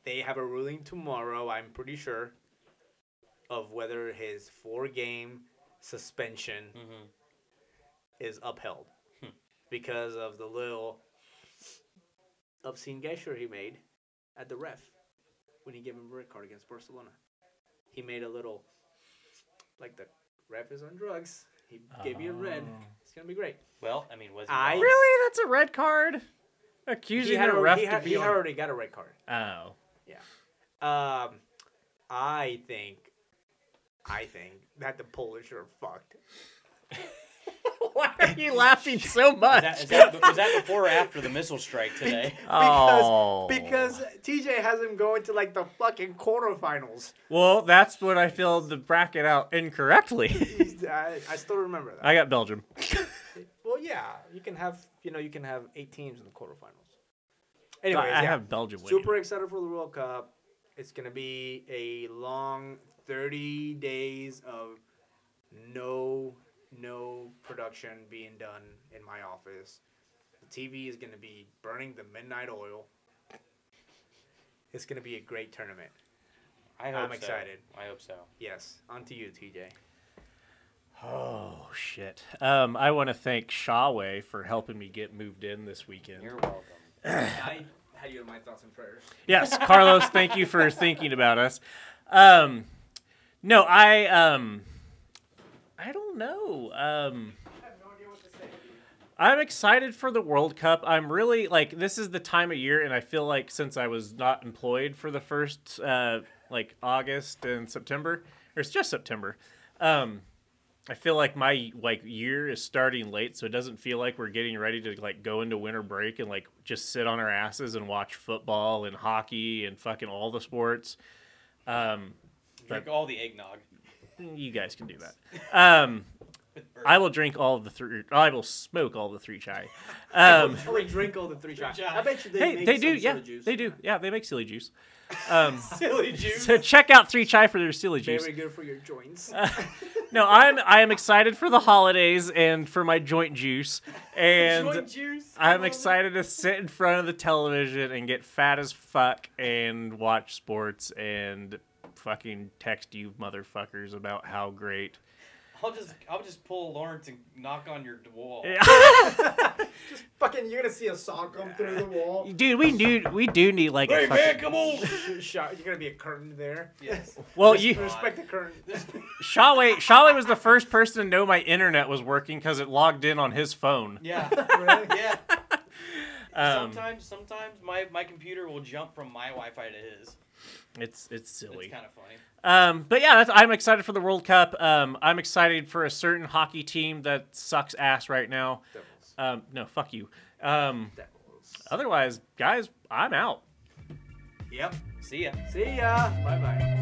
S3: They have a ruling tomorrow, I'm pretty sure, of whether his four game suspension is upheld because of the little obscene gesture he made at the ref when he gave him a red card against Barcelona. He made a little, like the ref is on drugs. He gave me a red.
S2: Oh.
S3: It's gonna be great.
S1: Well, I mean, was he
S3: I-
S1: wrong?
S2: really, that's a red card. Accusing the
S3: alre-
S2: ref
S3: he, had-
S2: to be
S3: he had
S2: on.
S3: already got a red card.
S2: Oh,
S3: Um, I think, I think that the Polish are fucked.
S2: why You're laughing so much.
S1: Is that, was that before or after the missile strike today?
S2: oh.
S7: Because TJ has him going to like the fucking quarterfinals.
S2: Well, that's when I filled the bracket out incorrectly.
S7: I, I still remember that.
S2: I got Belgium.
S7: Well, yeah, you can have you know you can have eight teams in the quarterfinals.
S2: Anyway,
S7: Anyways,
S2: I
S7: yeah,
S2: have Belgium winning.
S7: super excited for the World Cup. It's gonna be a long thirty days of no no production being done in my office. The TV is gonna be burning the midnight oil. It's gonna be a great tournament.
S1: I hope
S7: I'm
S1: so.
S7: excited.
S1: I hope so.
S7: Yes, on to you, TJ.
S2: Oh shit. Um, I want to thank Shawway for helping me get moved in this weekend.
S1: You're welcome.
S7: I had you in my thoughts and prayers.
S2: Yes, Carlos, thank you for thinking about us. Um, no, I um, I don't know. Um, I'm excited for the World Cup. I'm really like this is the time of year, and I feel like since I was not employed for the first uh, like August and September, or it's just September. Um, I feel like my like year is starting late, so it doesn't feel like we're getting ready to like go into winter break and like just sit on our asses and watch football and hockey and fucking all the sports. Um,
S1: Drink all the eggnog.
S2: you guys can do that. Um, I will drink all of the three. I will smoke all the three chai. Um,
S7: Oh, wait, drink all the three shots. I bet you they
S2: hey,
S7: make
S2: they do.
S7: some sort
S2: Yeah,
S7: of juice.
S2: they do. Yeah, they make silly juice. Um,
S7: Silly juice.
S2: So check out three chai for their silly juice.
S7: Very good for your joints.
S2: No, I'm I am excited for the holidays and for my joint juice and.
S1: juice.
S2: I'm excited to sit in front of the television and get fat as fuck and watch sports and fucking text you motherfuckers about how great.
S1: I'll just I'll just pull Lawrence and knock on your wall.
S7: Fucking, you're gonna see a saw come through the wall.
S2: Dude, we do we do need like a fucking,
S1: come on!
S7: Sh- shot. You're gonna be a curtain there.
S1: Yes.
S2: well, Oh, you
S7: Respect the curtain.
S2: Shawley Shawley was the first person to know my internet was working because it logged in on his phone.
S1: Yeah. Yeah.
S2: Um,
S1: sometimes, sometimes my, my computer will jump from my Wi-Fi to his.
S2: it's it's
S1: It's
S2: silly.
S1: kind of funny.
S2: Um, but yeah, that's, I'm excited for the World Cup. Um, I'm excited for a certain hockey team that sucks ass right now.
S7: Devils.
S2: Um, no, fuck you. Um,
S7: Devils.
S2: Otherwise, guys, I'm out.
S7: Yep.
S1: See ya.
S7: See ya. Bye bye.